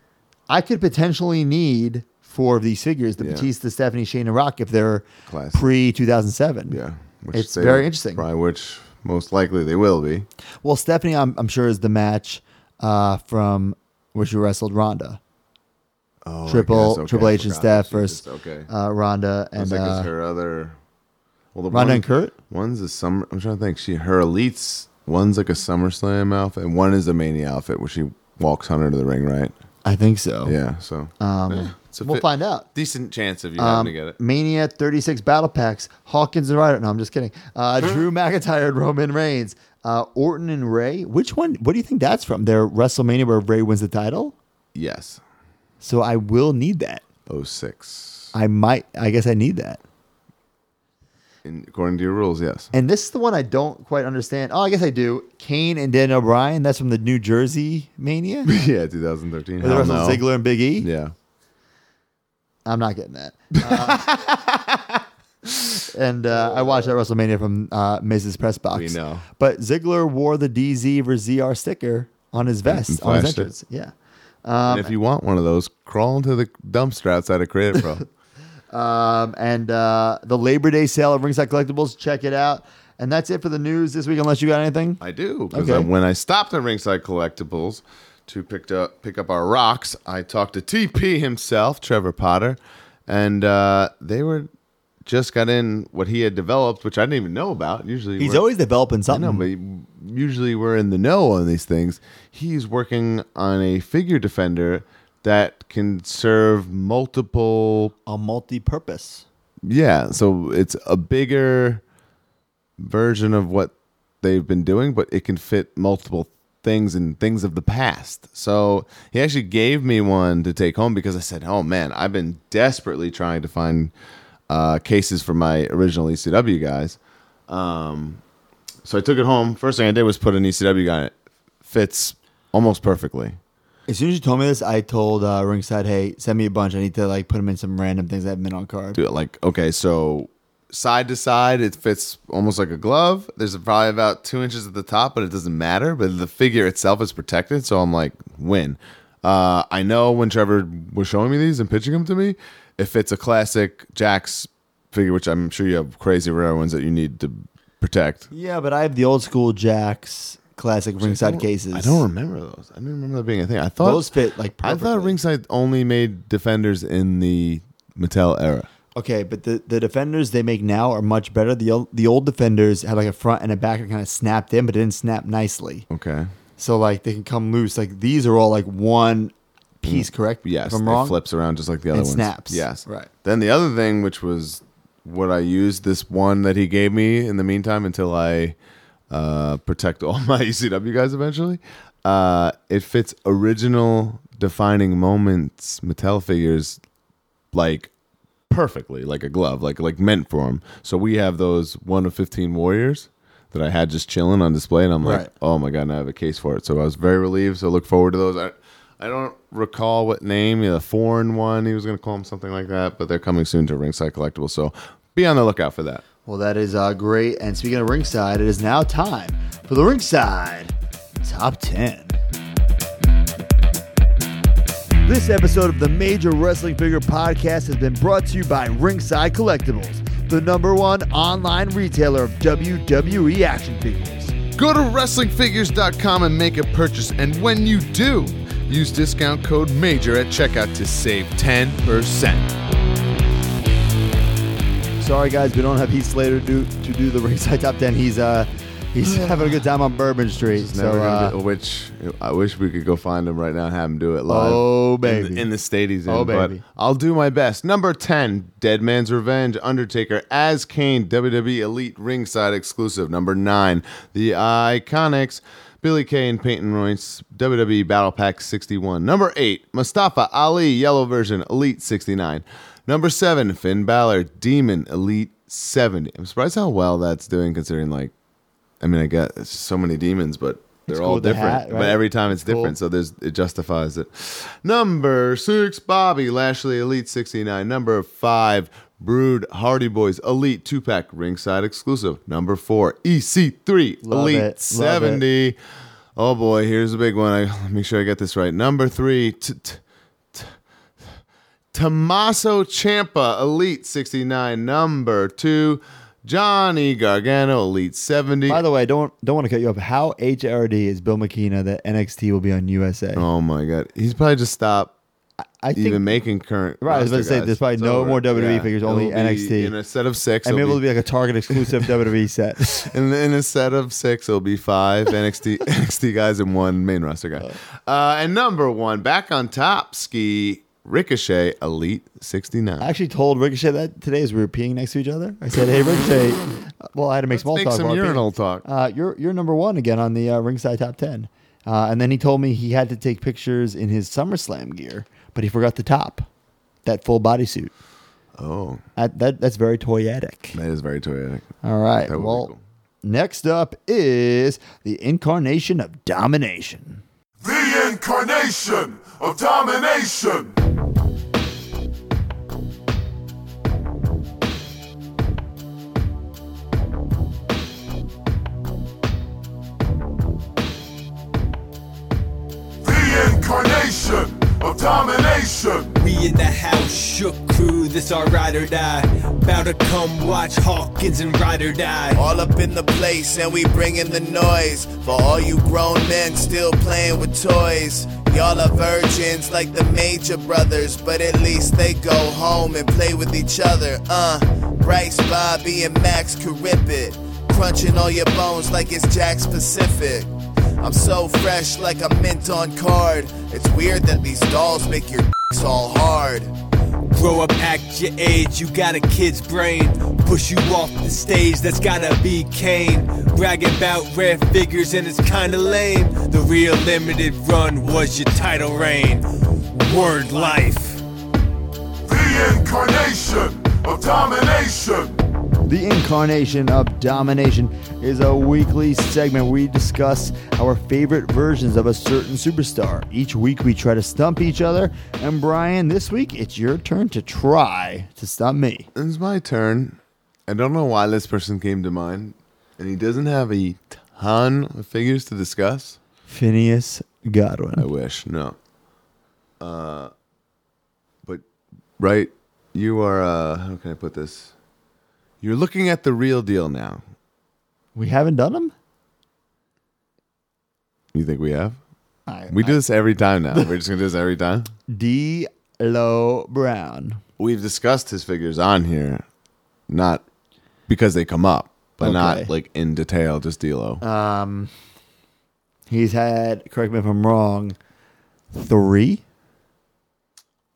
Speaker 2: I could potentially need four of these figures: the
Speaker 1: Yeah.
Speaker 2: Batista, Stephanie, Shane, and Rock, if they're
Speaker 1: Classic.
Speaker 2: pre 2007.
Speaker 1: yeah.
Speaker 2: it's
Speaker 1: they-
Speaker 2: very interesting.
Speaker 1: Probably which most likely they will be.
Speaker 2: Well, Stephanie, I'm, I'm sure is the match uh, from where she wrestled Ronda.
Speaker 1: Oh, I
Speaker 2: Triple
Speaker 1: guess, okay,
Speaker 2: Triple
Speaker 1: I
Speaker 2: H and
Speaker 1: forgot.
Speaker 2: Steph
Speaker 1: She
Speaker 2: versus
Speaker 1: just- Okay.
Speaker 2: uh, Ronda
Speaker 1: I
Speaker 2: and
Speaker 1: was like,
Speaker 2: uh,
Speaker 1: it's her other. Well, the
Speaker 2: Ronda and Kurt?
Speaker 1: One's a summer. I'm trying to think. She her elites. One's like a SummerSlam outfit, and one is a Mania outfit where she walks Hunter to the ring, right?
Speaker 2: I think so.
Speaker 1: Yeah. So
Speaker 2: Um,
Speaker 1: It's a
Speaker 2: we'll
Speaker 1: fit-
Speaker 2: find out.
Speaker 1: decent chance of you
Speaker 2: Um,
Speaker 1: having to get it.
Speaker 2: Mania 36 battle packs. Hawkins and Ryder. No, I'm just kidding. Uh, Drew McIntyre and Roman Reigns. Uh, Orton and Ray. Which one? What do you think that's from? Their WrestleMania where Ray wins the title.
Speaker 1: Yes. Oh,
Speaker 2: So I will need that.
Speaker 1: 06.
Speaker 2: I might. I guess I need that.
Speaker 1: In, according to your rules, yes. [laughs]
Speaker 2: And this is the one I don't quite understand. Oh, I guess I do. Kane and Daniel Bryan. That's from the New Jersey
Speaker 1: [laughs]
Speaker 2: Mania. Where
Speaker 1: yeah, 2013.
Speaker 2: they
Speaker 1: Hell
Speaker 2: wrestled
Speaker 1: no.
Speaker 2: Ziggler and Big E.
Speaker 1: Yeah.
Speaker 2: I'm not getting
Speaker 1: [laughs]
Speaker 2: that. Uh, and uh, I watched that WrestleMania from uh, Mrs. Press Box.
Speaker 1: We know.
Speaker 2: But Ziggler wore the DZ versus ZR sticker on his
Speaker 1: And
Speaker 2: vest on his
Speaker 1: flashed it.
Speaker 2: entrance. Yeah. Um,
Speaker 1: and if you want one of those, crawl into the dumpster outside of
Speaker 2: [laughs]
Speaker 1: Creative Pro.
Speaker 2: Um, and uh, the Labor Day sale at Ringside Collectibles. Check it out. And that's it for the news this week, unless you got anything.
Speaker 1: I do because
Speaker 2: Okay.
Speaker 1: I- when I stopped at Ringside Collectibles to pick up pick up our rocks, I talked to TP himself, Trevor Potter, and uh, they were just got in what he had developed, which I didn't even know about. Usually
Speaker 2: He's
Speaker 1: we're-
Speaker 2: always developing
Speaker 1: I
Speaker 2: something.
Speaker 1: know, but usually we're in the know on these things. He's working on a figure defender that can serve multiple
Speaker 2: a multi-purpose.
Speaker 1: yeah, so it's a bigger version of what they've been doing, but it can fit multiple things and things of the past. So he actually gave me one to take home because I said, "Oh man, I've been desperately trying to find uh, cases for my original ECW guys." Um, so I took it home. First thing I did was put an ECW guy. in it. Fits almost perfectly.
Speaker 2: As soon as you told me this, I told uh, Ringside, "Hey, send me a bunch. I need to like put them in some random things that haven't been on card."
Speaker 1: do it like okay so side to side it fits almost like a glove there's probably about two inches at the top but it doesn't matter but the figure itself is protected so i'm like win uh, i know when trevor was showing me these and pitching them to me it fits a classic jack's figure, which I'm sure you have crazy rare ones that you need to protect.
Speaker 2: Yeah, but I have the old school Jacks classic ringside cases.
Speaker 1: I don't remember those. I didn't remember that being a thing. I thought
Speaker 2: Those fit, like,
Speaker 1: I thought
Speaker 2: perfectly.
Speaker 1: ringside only made defenders in the Mattel era.
Speaker 2: Okay, but the, the defenders they make now are much better. The old, the old defenders had like a front and a back that kind of snapped in, but it didn't snap nicely.
Speaker 1: Okay.
Speaker 2: So like they can come loose. Like these are all like one piece,
Speaker 1: Mm.
Speaker 2: correct?
Speaker 1: Yes,
Speaker 2: if I'm
Speaker 1: it
Speaker 2: wrong.
Speaker 1: flips around just like the other
Speaker 2: And
Speaker 1: ones.
Speaker 2: snaps.
Speaker 1: Yes,
Speaker 2: Right.
Speaker 1: Then the other thing, which was what I used this one that he gave me in the meantime until I uh, protect all [laughs] my ECW guys eventually. Uh, it fits original defining moments Mattel figures like perfectly, like a glove, like like meant for them. So we have those one of fifteen warriors. That I had just chilling on display, and I'm like,
Speaker 2: Right.
Speaker 1: oh my god, now I have a case for it. So I was very relieved. So look forward to those. I, I don't recall what name, the foreign one. He was going to call him something like that, but they're coming soon to Ringside Collectibles. So be on the lookout for that.
Speaker 2: Well, that is uh, great. And speaking of ringside, it is now time for the ringside top ten. This episode of the Major Wrestling Figure Podcast has been brought to you by Ringside Collectibles, the number one online retailer of WWE action figures.
Speaker 1: Go to WrestlingFigures.com and make a purchase. And when you do, use discount code MAJOR at checkout to save 10%.
Speaker 2: Sorry, guys, we don't have Heath Slater do, to do the ringside top ten. He's uh, he's having a good time on Bourbon Street. So,
Speaker 1: Never gonna
Speaker 2: uh,
Speaker 1: do- which I wish we could go find him right now and have him do it live.
Speaker 2: Oh,
Speaker 1: In the- in
Speaker 2: baby.
Speaker 1: the, state he's in.
Speaker 2: Oh,
Speaker 1: but
Speaker 2: baby.
Speaker 1: I'll do my best. Number ten, Dead Man's Revenge, Undertaker as Kane, WWE Elite ringside exclusive. Number nine, The Iconics, Billy Kay and Peyton Royce, WWE Battle Pack 61. Number eight, Mustafa Ali, Yellow version, Elite 69. Number seven, Finn Balor, Demon Elite 70. I'm surprised how well that's doing considering like I mean, I got it's so many demons, but they're
Speaker 2: cool
Speaker 1: all
Speaker 2: with the
Speaker 1: different.
Speaker 2: hat, right?
Speaker 1: But every time it's different, so there's it justifies it. Number six, Bobby Lashley, Elite sixty nine. Number five, Brood Hardy Boys, Elite two pack, ringside exclusive. Number four, EC three,
Speaker 2: Love
Speaker 1: Elite
Speaker 2: it, love
Speaker 1: seventy. Oh boy, here's a big one. I make sure I get this right. Number three, t- t- Tommaso Champa, Elite 69, number two. Johnny Gargano, Elite 70.
Speaker 2: by the way, don't don't want to cut you off. How HRD is Bill McKenna that NXT will be on USA?
Speaker 1: Oh my god, he's probably just stopped
Speaker 2: I think
Speaker 1: even making current.
Speaker 2: Right, I was about
Speaker 1: roster
Speaker 2: to say,
Speaker 1: guys.
Speaker 2: there's probably
Speaker 1: It's
Speaker 2: no more WWE figures, only
Speaker 1: It'll be
Speaker 2: NXT.
Speaker 1: In a set of six,
Speaker 2: I mean,
Speaker 1: it'll
Speaker 2: it'll be like a Target
Speaker 1: [laughs]
Speaker 2: exclusive WWE set.
Speaker 1: in, in a set of six, it'll
Speaker 2: [laughs]
Speaker 1: be five NXT NXT guys and one main roster guy. Uh, and number one, back on top, ski Ricochet Elite 69.
Speaker 2: I actually told Ricochet that today as we were peeing next to each other. I said, "Hey, Ricochet." Uh, Well, I had to make small
Speaker 1: Let's make
Speaker 2: talk.
Speaker 1: some
Speaker 2: while I peed.
Speaker 1: urinal talk.
Speaker 2: Uh, you're you're number one again on the uh, ringside top ten. Uh, and then he told me he had to take pictures in his SummerSlam gear, but he forgot the top, that full bodysuit.
Speaker 1: oh,
Speaker 2: That, that that's very toyetic.
Speaker 1: that is very toyetic.
Speaker 2: All right.
Speaker 1: That would be
Speaker 2: Well,
Speaker 1: cool.
Speaker 2: next up is the incarnation of domination.
Speaker 3: The incarnation of domination. The incarnation of domination.
Speaker 8: We in the house, shook crew, this our ride or die. Bout to come watch Hawkins and ride or die.
Speaker 9: All up in the place, and we bringing the noise. For all you grown men still playing with toys. Y'all are virgins like the major brothers, but at least they go home and play with each other. Uh, Bryce, Bobby, and Max could rip it. Crunching all your bones like it's Jack's Pacific. I'm so fresh like a mint on card. It's weird that these dolls make your [laughs] all hard.
Speaker 8: Grow up, act your age, you got a kid's brain. Push you off the stage, that's gotta be Kane. Bragging about rare figures, and it's kinda lame. The real limited run was your title reign. Word life.
Speaker 3: The incarnation of domination.
Speaker 2: The Incarnation of Domination is a weekly segment where we discuss our favorite versions of a certain superstar. Each week we try to stump each other, and Brian, this week it's your turn to try to stump me.
Speaker 1: It's my turn. I don't know why this person came to mind, and he doesn't have a ton of figures to discuss.
Speaker 2: Phineas
Speaker 1: I
Speaker 2: Godwin.
Speaker 1: wish no. Uh, but right, you are. Uh, how uh, can I put this? You're looking at the real deal now.
Speaker 2: We haven't done them.
Speaker 1: You think we have?
Speaker 2: I-
Speaker 1: we do this every time now. We're just gonna do this every time.
Speaker 2: D. Lo Brown.
Speaker 1: We've discussed his figures on here, not because they come up, but
Speaker 2: Okay.
Speaker 1: not like in detail. Just D'Lo.
Speaker 2: Um, he's had. Correct me if I'm wrong. Three,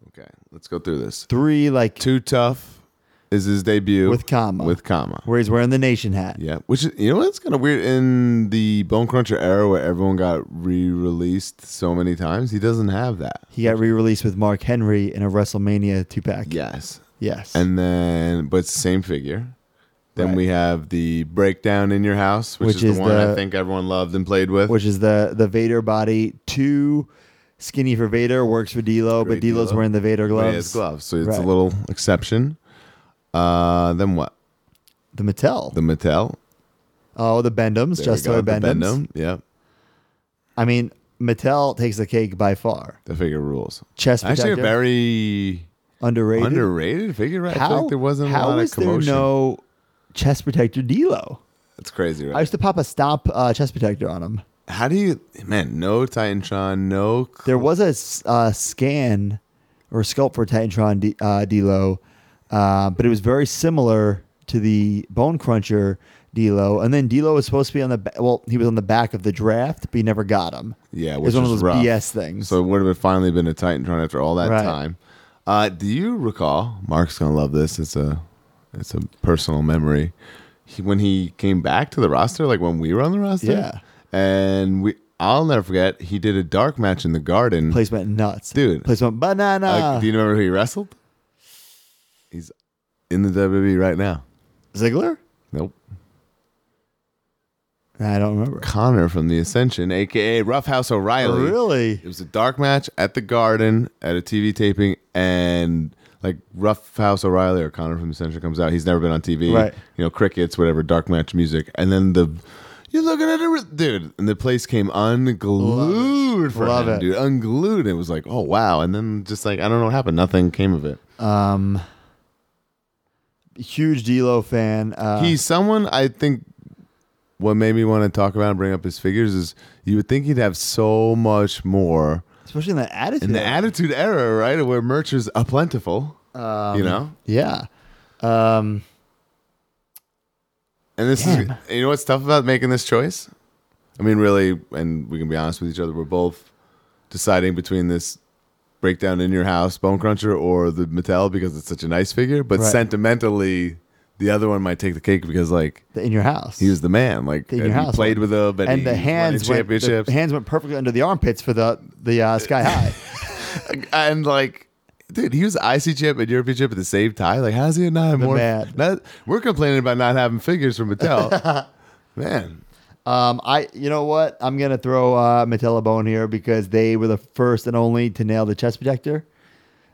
Speaker 1: Okay, let's go through this.
Speaker 2: three, like
Speaker 1: Too tough is his debut
Speaker 2: With comma.
Speaker 1: With comma.
Speaker 2: where he's wearing the nation hat.
Speaker 1: Yeah, which is, you know what's kind of weird in the Bone Cruncher era where everyone got re-released so many times. He doesn't have that.
Speaker 2: He got re-released with Mark Henry in a WrestleMania two-pack.
Speaker 1: Yes,
Speaker 2: Yes.
Speaker 1: and then but it's the same figure. Then
Speaker 2: Right.
Speaker 1: we have the breakdown in your house, which,
Speaker 2: Which
Speaker 1: is, the
Speaker 2: is
Speaker 1: one
Speaker 2: the-
Speaker 1: I think everyone loved and played with.
Speaker 2: which is the the Vader body. Too skinny for Vader works for D'Lo, but
Speaker 1: Great
Speaker 2: D'Lo's
Speaker 1: D'Lo.
Speaker 2: wearing the Vader
Speaker 1: But he
Speaker 2: gloves.
Speaker 1: has gloves, so it's a
Speaker 2: Right.
Speaker 1: little exception. Uh, then what?
Speaker 2: The Mattel.
Speaker 1: The Mattel.
Speaker 2: oh, the Bendems,
Speaker 1: There
Speaker 2: just
Speaker 1: we go,
Speaker 2: so
Speaker 1: the
Speaker 2: Bendems.
Speaker 1: Bendham. Yep,
Speaker 2: I mean, Mattel takes the cake by far.
Speaker 1: the figure rules.
Speaker 2: Chest
Speaker 1: Actually, a
Speaker 2: protector.
Speaker 1: very
Speaker 2: Underrated.
Speaker 1: underrated figure. Right? I feel like there wasn't
Speaker 2: how
Speaker 1: a lot
Speaker 2: is
Speaker 1: of commotion.
Speaker 2: there no chest protector D'Lo?
Speaker 1: That's crazy,
Speaker 2: I
Speaker 1: right?
Speaker 2: used to pop a stomp uh, chest protector on him.
Speaker 1: How do you, man? No Titantron, no.
Speaker 2: There was a s- uh, scan or sculpt for Titantron D, uh, D'Lo, uh, but it was very similar to the Bone Cruncher D'Lo. And then D'Lo was supposed to be on the ba- well, he was on the back of the draft, but he never got him.
Speaker 1: Yeah,
Speaker 2: it
Speaker 1: which
Speaker 2: was one of
Speaker 1: is
Speaker 2: those
Speaker 1: rough.
Speaker 2: BS things.
Speaker 1: So it would have finally been a Titantron after all that
Speaker 2: Right.
Speaker 1: time. Uh, do you recall? Mark's gonna love this. It's a, it's a personal memory. He, when he came back to the roster, like when we were on the roster,
Speaker 2: Yeah.
Speaker 1: and we, I'll never forget. He did a dark match in the garden.
Speaker 2: placement nuts,
Speaker 1: Dude.
Speaker 2: Placement banana.
Speaker 1: Uh, do you remember who he wrestled? He's in the WWE right now.
Speaker 2: Ziggler?
Speaker 1: Nope,
Speaker 2: I don't remember.
Speaker 1: Connor from the Ascension, aka Roughhouse O'Reilly.
Speaker 2: Really?
Speaker 1: It was a dark match at the Garden at a TV taping, and like Rough House O'Reilly or Connor from the Central comes out. He's never been on TV,
Speaker 2: Right.
Speaker 1: You know, crickets, whatever, dark match music, and then the you're looking at it, dude, and the place came unglued for
Speaker 2: Love
Speaker 1: him,
Speaker 2: it.
Speaker 1: dude, unglued. It was like, oh wow, and then just like I don't know what happened, nothing came of it.
Speaker 2: Um, huge D'Lo fan. Uh,
Speaker 1: he's someone I think what made me want to talk about and bring up his figures is you would think he'd have so much more
Speaker 2: especially in the attitude.
Speaker 1: in the
Speaker 2: era.
Speaker 1: attitude era, right? Where merch is a plentiful, you know?
Speaker 2: yeah. Um,
Speaker 1: And this
Speaker 2: damn.
Speaker 1: is, you know what's tough about making this choice? I mean, really, and we can be honest with each other, we're both deciding between this breakdown in your house, Bone Cruncher, or the Mattel because it's such a nice figure. But
Speaker 2: Right.
Speaker 1: sentimentally, the other one might take the cake because, like,
Speaker 2: the in your house.
Speaker 1: he was the man. Like,
Speaker 2: in
Speaker 1: and
Speaker 2: your
Speaker 1: he
Speaker 2: house.
Speaker 1: played with him, and,
Speaker 2: and
Speaker 1: he
Speaker 2: the
Speaker 1: won
Speaker 2: hands
Speaker 1: in
Speaker 2: went, the
Speaker 1: championships.
Speaker 2: hands went perfectly under the armpits for the the uh, sky
Speaker 1: [laughs]
Speaker 2: high.
Speaker 1: and like dude he was ic chip and european chip at the same time like how's he not more
Speaker 2: man.
Speaker 1: not- we're complaining about not having figures from mattel man
Speaker 2: um, I you know what? I'm gonna throw uh, Mattel a bone here because they were the first and only to nail the chest protector.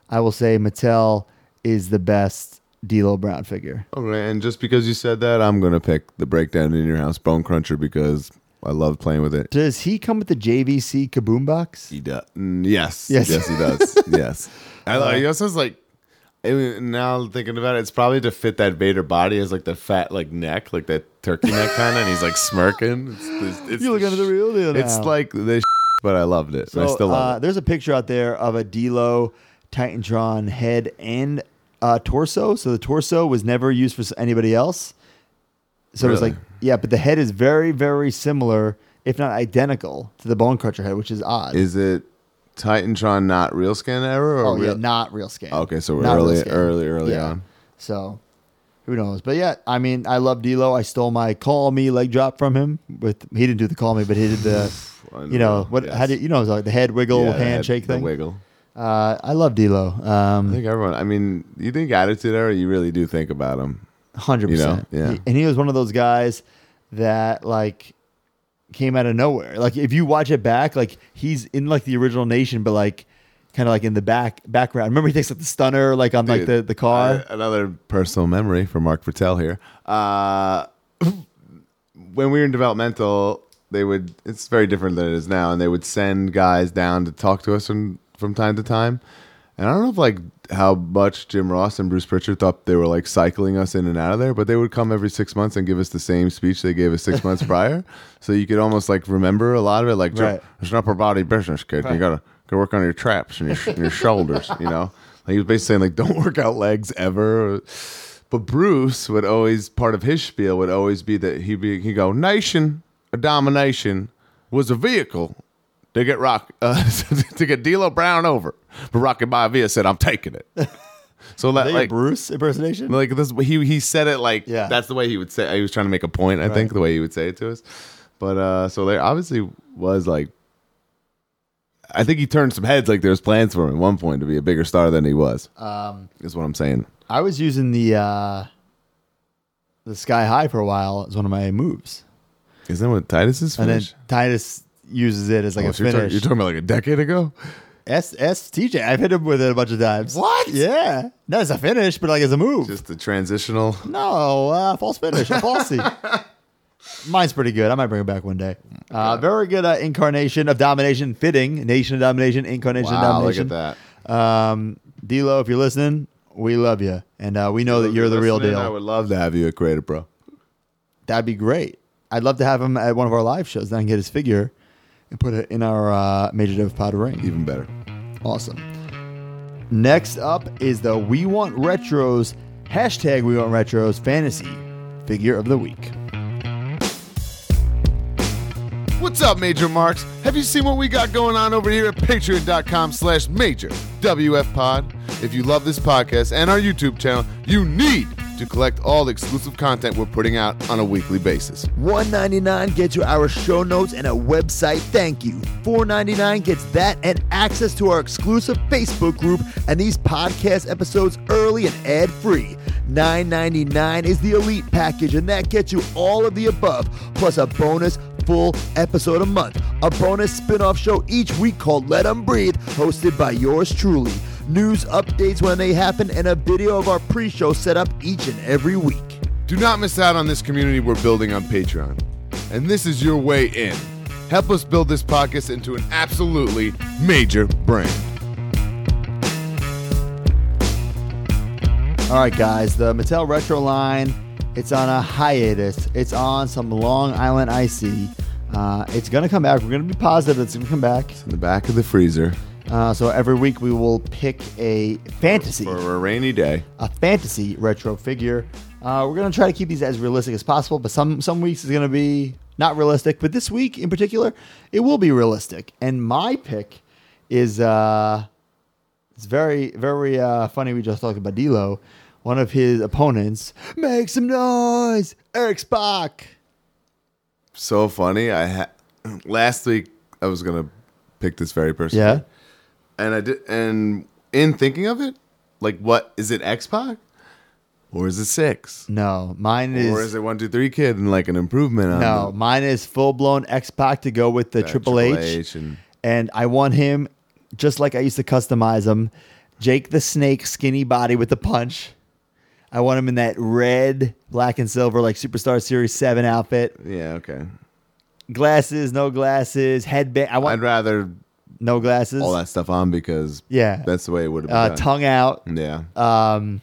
Speaker 2: I will say Mattel is the best D'Lo Brown figure.
Speaker 1: all right and just because you said that i'm gonna pick the breakdown in your house bone cruncher because i love playing with it
Speaker 2: Does he come with the JVC kaboom box?
Speaker 1: he does Mm, yes
Speaker 2: Yes. Uh,
Speaker 1: yes, he does
Speaker 2: [laughs]
Speaker 1: yes i love he also is like I mean, now thinking about it, it's probably to fit that Vader body as like the fat like neck, like that turkey
Speaker 2: [laughs]
Speaker 1: neck kind of, and he's like smirking. It's, it's, it's
Speaker 2: You're looking at the real deal
Speaker 1: It's
Speaker 2: now.
Speaker 1: like the, sh- but I loved it. and I
Speaker 2: So,
Speaker 1: still love
Speaker 2: uh,
Speaker 1: it.
Speaker 2: There's a picture out there of a D'Lo Titantron head and uh, torso. So the torso was never used for s- anybody else. So it's
Speaker 1: Really?
Speaker 2: like, yeah, but the head is very, very similar, if not identical, to the Bone Cruncher head, which is odd.
Speaker 1: Is it Titantron not real skin error? Or
Speaker 2: oh
Speaker 1: real?
Speaker 2: yeah, not real scan.
Speaker 1: Okay, so we're
Speaker 2: Not real
Speaker 1: early-
Speaker 2: scan.
Speaker 1: early- early
Speaker 2: Yeah.
Speaker 1: on.
Speaker 2: So who knows? But yeah, I mean, I love D'Lo. I stole my call me leg drop from him. With he didn't do the call me, but he did
Speaker 1: [sighs]
Speaker 2: the, you know
Speaker 1: Unreal.
Speaker 2: what? How
Speaker 1: Yes.
Speaker 2: do you know? Like the head wiggle,
Speaker 1: Yeah, the head-
Speaker 2: handshake
Speaker 1: the
Speaker 2: thing.
Speaker 1: wiggle.
Speaker 2: Uh, I love D'Lo.
Speaker 1: I
Speaker 2: Um,
Speaker 1: think everyone. I mean, you think attitude error? You really do think about him.
Speaker 2: hundred
Speaker 1: you know,
Speaker 2: percent.
Speaker 1: yeah.
Speaker 2: And he was one of those guys that like came out of nowhere. Like if you watch it back, like he's in like the original nation, but like kind of like in the back background. Remember he takes like the stunner like on like
Speaker 1: Dude,
Speaker 2: the the car.
Speaker 1: I- another personal memory for Mark Patel here. Uh, [laughs] when we were in developmental, they would. It's very different than it is now, and they would send guys down to talk to us from from time to time. And I don't know if like how much Jim Ross and Bruce Pritchard thought they were like cycling us in and out of there, but they would come every six months and give us the same speech they gave us six
Speaker 2: [laughs]
Speaker 1: months prior. So you could almost like remember a lot of it. Like,
Speaker 2: Right.
Speaker 1: it's an upper body business, kid. You gotta go work on your traps and your, sh- and your shoulders. You know, like he was basically saying like, don't work out legs ever. But Bruce would always part of his spiel would always be that he'd be he go nation or domination was a vehicle to get rock uh, [laughs] to get D'Lo Brown over. But Rocky Maivia said, "I'm taking it." So that
Speaker 2: Is that your
Speaker 1: like
Speaker 2: Bruce impersonation?
Speaker 1: like this he he said it like
Speaker 2: Yeah.
Speaker 1: that's the way he would say. He was trying to make a point, I think,
Speaker 2: Right.
Speaker 1: the way he would say it to us. But uh, so there obviously was like, I think he turned some heads. Like there was plans for him at one point to be a bigger star than he was.
Speaker 2: Um,
Speaker 1: is what I'm saying.
Speaker 2: I was using the uh, the sky high for a while as one of my moves,
Speaker 1: Isn't that what Titus is?
Speaker 2: and then
Speaker 1: Finish?
Speaker 2: Titus uses it as like
Speaker 1: Oh,
Speaker 2: a
Speaker 1: so you're, talking,
Speaker 2: finish.
Speaker 1: you're talking about like a decade ago.
Speaker 2: S S TJ, I've hit him with it a bunch of times. What? Yeah, no, it's a finish, but like it's a move.
Speaker 1: Just the transitional.
Speaker 2: No, uh, false finish, a
Speaker 1: [laughs]
Speaker 2: falsey. Mine's pretty good. I might bring it back one day. Uh, very good uh, incarnation of domination, fitting nation of domination, incarnation of
Speaker 1: Wow, look
Speaker 2: domination.
Speaker 1: at that.
Speaker 2: Um, D'Lo, if you're listening, we love you, and uh, we know that you're the real
Speaker 1: Listening,
Speaker 2: deal.
Speaker 1: I would love to have you at Creative Bro.
Speaker 2: That'd be great. I'd love to have him at one of our live shows. Then I can get his figure and put it in our uh, Major Dev Pod ring.
Speaker 1: Even better.
Speaker 2: Awesome. Next up is the We Want Retros hashtag We Want Retros fantasy figure of the week.
Speaker 1: What's up, Major Marks? Have you seen what we got going on over here at patreon.com slash major WF pod? If you love this podcast and our YouTube channel, you need to collect all the exclusive content we're putting out on a weekly basis.
Speaker 2: 199 gets you our show notes and a website thank you 499 gets that and access to our exclusive facebook group and these podcast episodes early and ad free 999 is the elite package and that gets you all of the above plus a bonus full episode a month a bonus spin-off show each week called let 'em breathe hosted by yours truly news updates when they happen and a video of our pre-show set up each and every week
Speaker 1: Do not miss out on this community we're building on Patreon. And this is your way in. Help us build this podcast into an absolutely major brand.
Speaker 2: All right, guys, the Mattel Retro line, it's on a hiatus. It's on some Long Island icy. Uh, it's going to come back. We're going to be positive it's going to come back.
Speaker 1: In the back of the freezer
Speaker 2: Uh, so every week we will pick a fantasy,
Speaker 1: for a rainy day.
Speaker 2: a fantasy retro figure. Uh, we're going to try to keep these as realistic as possible, but some, some weeks is going to be not realistic. But this week in particular, it will be realistic. And my pick is. Uh, it's very, very uh, funny. We just talked about D'Lo. One of his opponents, make some noise, Eric Spock.
Speaker 1: So funny. I ha- last week I was gonna pick this very person.
Speaker 2: Yeah.
Speaker 1: and I did, and in thinking of it, like, what is it? X Pac, or is it Six,
Speaker 2: No, mine is,
Speaker 1: or is it One Two Three Kid and like an improvement on
Speaker 2: no,
Speaker 1: the-
Speaker 2: mine is full blown X Pac to go with the
Speaker 1: that
Speaker 2: Triple H,
Speaker 1: and
Speaker 2: and I want him just like I used to customize him, Jake the Snake, skinny body with the punch. I want him in that red, black and silver like Superstar Series Seven outfit,
Speaker 1: yeah, okay.
Speaker 2: glasses, no glasses, headband. I
Speaker 1: I'd
Speaker 2: want
Speaker 1: rather
Speaker 2: no glasses.
Speaker 1: all that stuff on because
Speaker 2: Yeah.
Speaker 1: that's the way it would
Speaker 2: uh,
Speaker 1: have been. done.
Speaker 2: tongue out.
Speaker 1: yeah,
Speaker 2: Um,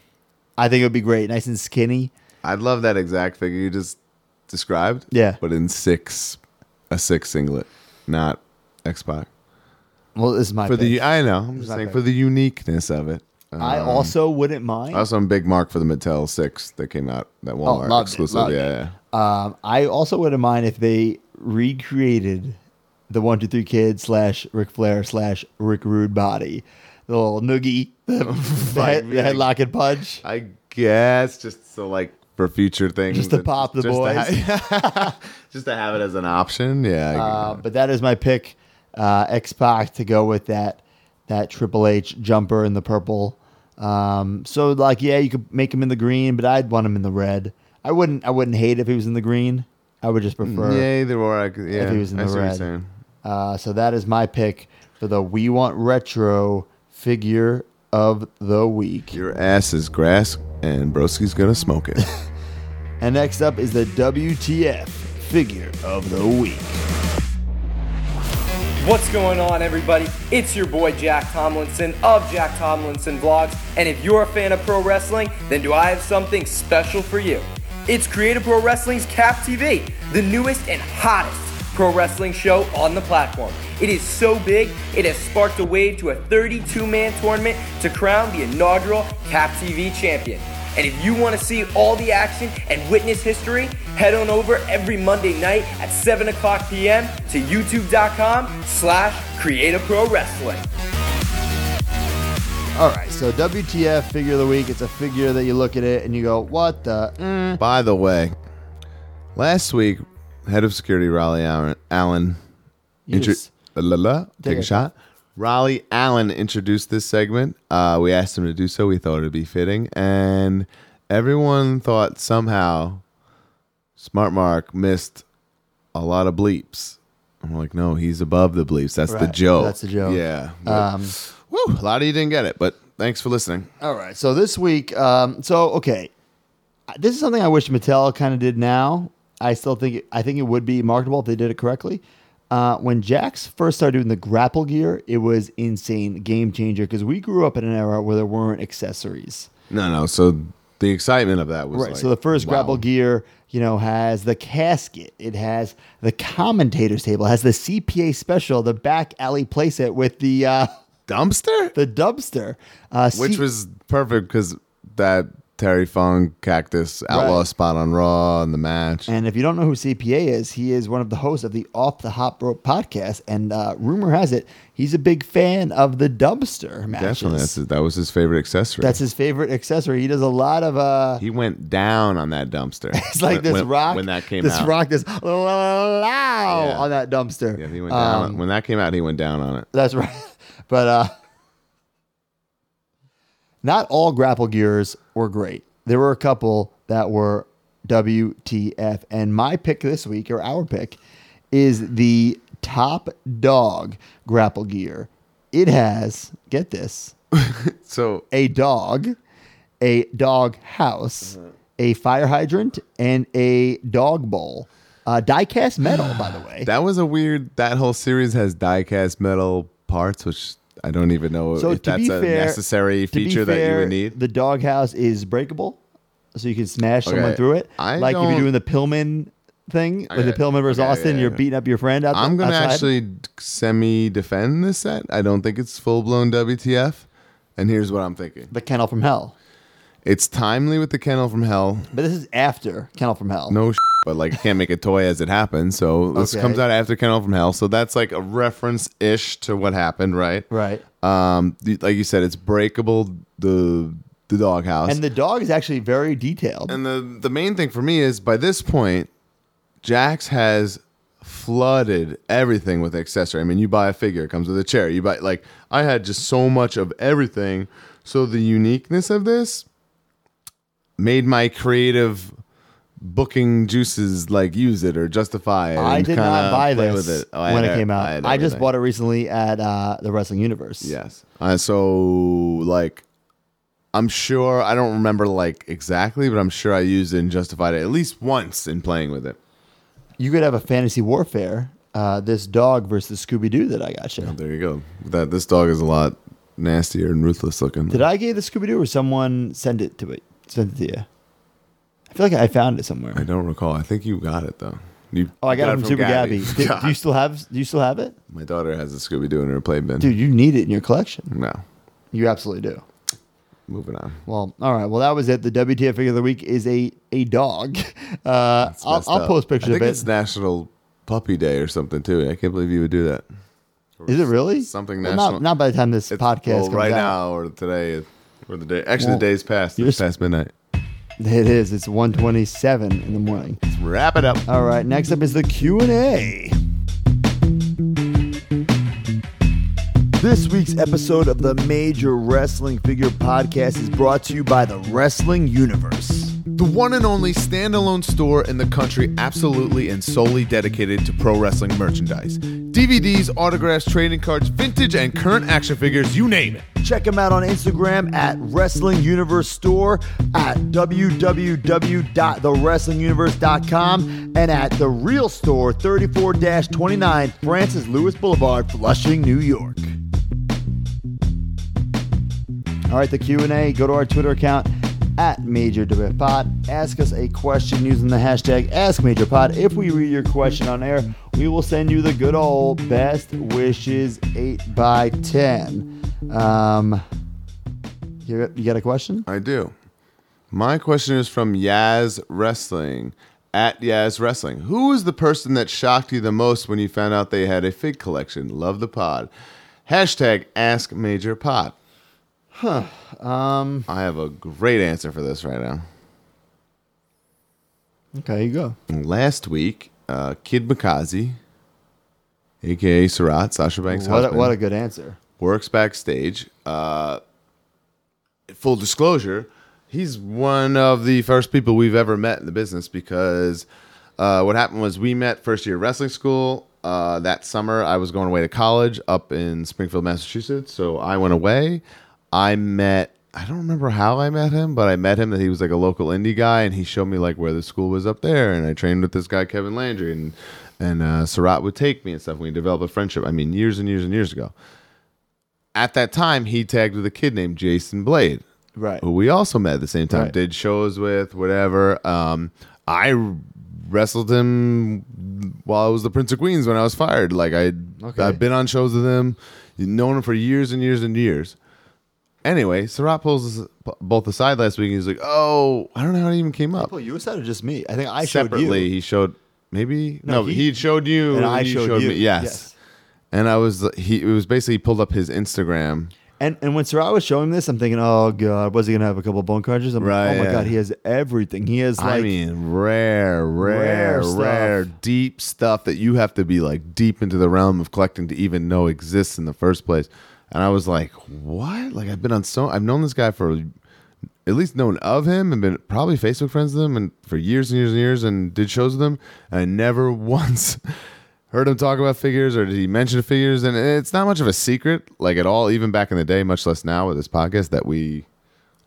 Speaker 2: I think it would be great, nice and skinny.
Speaker 1: I'd love that exact figure you just described.
Speaker 2: Yeah.
Speaker 1: but in Six, a Six singlet, not X Pac.
Speaker 2: Well, this is my
Speaker 1: For the
Speaker 2: pick.
Speaker 1: I know I'm just
Speaker 2: not
Speaker 1: saying
Speaker 2: bad.
Speaker 1: for the uniqueness of it.
Speaker 2: I
Speaker 1: Um,
Speaker 2: also wouldn't mind.
Speaker 1: Also, I'm a big mark for the Mattel Six that came out that Walmart
Speaker 2: Oh, loved it,
Speaker 1: exclusive.
Speaker 2: loved
Speaker 1: yeah,
Speaker 2: it.
Speaker 1: yeah.
Speaker 2: Um, I also wouldn't mind if they recreated the one two three kid slash Ric Flair slash Rick Rude body, the little noogie, [laughs] the, the, head, the headlock and punch.
Speaker 1: I guess just so like for future things,
Speaker 2: Just to
Speaker 1: and
Speaker 2: pop the [laughs]
Speaker 1: to ha- [laughs] just to have it as an option. Yeah,
Speaker 2: Uh, but that is my pick, uh, X Pac to go with that that Triple H jumper in the purple. Um, so like, yeah, you could make him in the green, but I'd want him in the red. I wouldn't. I wouldn't hate if he was in the green. I would just prefer.
Speaker 1: yeah, either or. I, could- yeah,
Speaker 2: he was in
Speaker 1: I
Speaker 2: the
Speaker 1: see what you're
Speaker 2: red.
Speaker 1: saying.
Speaker 2: Uh, so that is my pick for the We Want Retro figure of the week.
Speaker 1: Your ass is grass, and Broski's gonna
Speaker 2: [laughs]
Speaker 1: smoke it.
Speaker 2: And next up is the WTF figure of the week.
Speaker 10: What's going on, everybody? It's your boy Jack Tomlinson of Jack Tomlinson Vlogs. And if you're a fan of pro wrestling, then do I have something special for you? It's Creative Pro Wrestling's Cap TV, the newest and hottest pro wrestling show on the platform. It is so big, it has sparked a wave to a 32 man tournament to crown the inaugural Cap TV champion. And if you want to see all the action and witness history, head on over every Monday night at 7 o'clock p.m. to youtube.com slash creative pro wrestling.
Speaker 2: All right, so WTF figure of the week. It's a figure that you look at it and you go, what the? mm."
Speaker 1: By the way, last week, head of security Raleigh Allen, Allen
Speaker 2: You just-
Speaker 1: la, la, la, take,
Speaker 2: a
Speaker 1: a shot. Raleigh Allen introduced this segment. Uh, we asked him to do so. We thought it'd be fitting, and everyone thought somehow Smart Mark missed a lot of bleeps. I'm like, no, he's above the bleeps. That's the
Speaker 2: Right.
Speaker 1: joke.
Speaker 2: That's the joke.
Speaker 1: Yeah.
Speaker 2: Um,
Speaker 1: Woo, a lot of you didn't get it, but thanks for listening.
Speaker 2: All right. So this week, um, so okay, this is something I wish Mattel kind of did now. I still think I think it would be marketable if they did it correctly. Uh, when Jax first started doing the grapple gear, it was insane, game changer. Because we grew up in an era where there weren't accessories.
Speaker 1: No, no. So the excitement of that was
Speaker 2: Right.
Speaker 1: like,
Speaker 2: so the first
Speaker 1: wow.
Speaker 2: grapple gear, you know, has the casket. It has the commentator's table. It has the CPA special, the back alley playset with the uh, [laughs]
Speaker 1: dumpster.
Speaker 2: The dumpster, uh,
Speaker 1: which
Speaker 2: C-
Speaker 1: was perfect because that Terry Funk Cactus Outlaw
Speaker 2: Right.
Speaker 1: spot on Raw and the match.
Speaker 2: And if you don't know who CPA is, he is one of the hosts of the Off the Hop Rope podcast. And uh, rumor has it he's a big fan of the dumpster matches.
Speaker 1: Definitely, that's his, that was his favorite accessory.
Speaker 2: That's his favorite accessory. He does a lot of uh, [laughs]
Speaker 1: he went down on that dumpster.
Speaker 2: it's like
Speaker 1: when-
Speaker 2: this
Speaker 1: when-
Speaker 2: rock,
Speaker 1: when that came
Speaker 2: this
Speaker 1: out.
Speaker 2: rock, this [laughs] on that dumpster. Uh,
Speaker 1: Yeah, he went down
Speaker 2: um,
Speaker 1: on- when that came out. He went down on it.
Speaker 2: That's [laughs] right. But uh not all grapple gears were great. There were a couple that were WTF. And my pick this week, or our pick, is the top dog grapple gear. It has, get this.
Speaker 1: so
Speaker 2: a dog, a dog house, a fire hydrant, and a dog bowl. Uh, diecast metal, by the way. [laughs]
Speaker 1: [sighs] That was a weird. That whole series has die-cast metal parts, which I don't even know
Speaker 2: So
Speaker 1: if
Speaker 2: to
Speaker 1: that's
Speaker 2: be
Speaker 1: a
Speaker 2: fair-
Speaker 1: necessary
Speaker 2: to be
Speaker 1: feature that you
Speaker 2: fair,
Speaker 1: would need.
Speaker 2: The doghouse is breakable, so you can smash someone
Speaker 1: Okay,
Speaker 2: through it.
Speaker 1: I
Speaker 2: like if
Speaker 1: don't-
Speaker 2: you're doing the Pillman thing, with the
Speaker 1: Okay,
Speaker 2: Pillman versus
Speaker 1: okay,
Speaker 2: Austin,
Speaker 1: yeah,
Speaker 2: you're
Speaker 1: yeah.
Speaker 2: beating up your friend. Out
Speaker 1: I'm gonna
Speaker 2: outside.
Speaker 1: actually semi-defend this set. I don't think it's full-blown WTF. And here's what I'm thinking:
Speaker 2: the kennel from hell.
Speaker 1: It's timely with the kennel from hell.
Speaker 2: But this is after Kennel from Hell.
Speaker 1: No, sh- but like I can't make a toy as it happens. So this
Speaker 2: Okay.
Speaker 1: comes out after Kennel from Hell. So that's like a reference ish to what happened, right?
Speaker 2: Right.
Speaker 1: Um, the- like you said, it's breakable. The the doghouse
Speaker 2: And the dog is actually very detailed.
Speaker 1: and the the main thing for me is by this point, Jax has flooded everything with accessory. I mean, you buy a figure, it comes with a chair. You buy like I had just so much of everything. So the uniqueness of this made my creative booking juices like use it or justify it.
Speaker 2: I
Speaker 1: and
Speaker 2: did not
Speaker 1: kinda
Speaker 2: buy
Speaker 1: play
Speaker 2: this
Speaker 1: with it. Oh, I
Speaker 2: when
Speaker 1: had
Speaker 2: it
Speaker 1: e-
Speaker 2: came out.
Speaker 1: had
Speaker 2: I, just
Speaker 1: everything.
Speaker 2: bought it recently at uh, the Wrestling Universe.
Speaker 1: Yes. Uh, so like I'm sure I don't remember like exactly, but I'm sure I used it and justified it at least once in playing with it.
Speaker 2: You could have a fantasy warfare. Uh, this dog versus Scooby Doo that I got you.
Speaker 1: There you go. That this dog is a lot nastier and ruthless looking.
Speaker 2: Did I get the Scooby Doo or someone send it to it? Send it to you. I feel like I found it somewhere.
Speaker 1: I don't recall. I think you got it though. You
Speaker 2: Oh, I got,
Speaker 1: got
Speaker 2: it from, Super Gabby. Do-
Speaker 1: [laughs]
Speaker 2: Do, you still have? Do you still have it,
Speaker 1: My daughter has a Scooby Doo in her playpen.
Speaker 2: dude? You need it in your collection.
Speaker 1: No,
Speaker 2: You absolutely do.
Speaker 1: moving on.
Speaker 2: Well, all right. Well, that was it. The WTF figure of the week is a a dog. [laughs] Uh, I'll,
Speaker 1: Messed
Speaker 2: I'll
Speaker 1: up.
Speaker 2: post pictures
Speaker 1: I
Speaker 2: of
Speaker 1: think
Speaker 2: it.
Speaker 1: It's National Puppy Day or something too. I can't believe you would do that.
Speaker 2: Is it really
Speaker 1: something
Speaker 2: Well,
Speaker 1: national?
Speaker 2: Not, not by the time this podcast
Speaker 1: Well,
Speaker 2: comes
Speaker 1: right
Speaker 2: out.
Speaker 1: now or today or the day. Actually,
Speaker 2: Well,
Speaker 1: the day's past. It's past midnight.
Speaker 2: [laughs] It is. It's 1:27 in the morning. Let's
Speaker 1: wrap it up.
Speaker 2: All right. Next up is the Q and A. This week's episode of the Major Wrestling Figure Podcast is brought to you by the Wrestling Universe.
Speaker 1: The one and only standalone store in the country absolutely and solely dedicated to pro wrestling merchandise. DVDs, autographs, trading cards, vintage and current action figures, you name it.
Speaker 2: Check them out on Instagram at Wrestling Universe Store, at www.thewrestlinguniverse.com, and at The Real Store, 34 29 Francis Lewis Boulevard, Flushing, New York. All right, the Q&A, go to our Twitter account at Major Debate Pod. Ask us a question using the hashtag AskMajorPod. If we read your question on air, we will send you the good old best wishes 8 by 10 Um, you, you got a question?
Speaker 1: I do. My question is from Yaz Wrestling at Yaz Wrestling. Who was the person that shocked you the most when you found out they had a fig collection? Love the pod. Hashtag Ask Major Pod.
Speaker 2: Huh. Um.
Speaker 1: I have a great answer for this right now.
Speaker 2: Okay, you go.
Speaker 1: Last week, uh, Kid Mikazi, aka Surat, Sasha Banks'
Speaker 2: What a,
Speaker 1: husband,
Speaker 2: what a good answer.
Speaker 1: works backstage. Uh, full disclosure, he's one of the first people we've ever met in the business because uh, what happened was we met first year wrestling school. Uh, that summer, I was going away to college up in Springfield, Massachusetts. So I went away. I met, I don't remember how I met him, but I met him that he was like a local indie guy and he showed me like where the school was up there. And I trained with this guy, Kevin Landry, and, and uh, Surratt would take me and stuff. We developed a friendship. I mean, years and years and years ago at that time he tagged with a kid named Jason Blade,
Speaker 2: right?
Speaker 1: Who we also met at the same time,
Speaker 2: Right.
Speaker 1: did shows with, whatever. Um, I wrestled him while I was the Prince of Queens when I was fired. Like I,
Speaker 2: Okay.
Speaker 1: I've been on shows with him, known him for years and years and years. Anyway, Sarat pulls us both aside last week. and He's like, "Oh, I don't know how it even came up."
Speaker 2: Well, you said it just me. I think I showed
Speaker 1: separately
Speaker 2: you.
Speaker 1: he showed maybe
Speaker 2: No,
Speaker 1: no,
Speaker 2: he-
Speaker 1: he, showed you
Speaker 2: And I
Speaker 1: you
Speaker 2: showed you.
Speaker 1: me yes.
Speaker 2: Yes.
Speaker 1: and i was he it was basically he pulled up his instagram
Speaker 2: And and when Sarah was showing this, I'm thinking, oh god, was he gonna have a couple bone crunches? I'm
Speaker 1: Right,
Speaker 2: like, oh my
Speaker 1: yeah.
Speaker 2: god, he has everything. He has like
Speaker 1: i mean rare
Speaker 2: Rare
Speaker 1: rare rare,
Speaker 2: stuff.
Speaker 1: deep stuff that you have to be like deep into the realm of collecting to even know exists in the first place and i was like what like i've been on so i've known this guy for at least known of him and been probably Facebook friends with him and for years and years and years and did shows with him. And I never [laughs] once heard him talk about figures or did he mention figures. And it's not much of a secret, like at all, even back in the day, much less now with this podcast, that we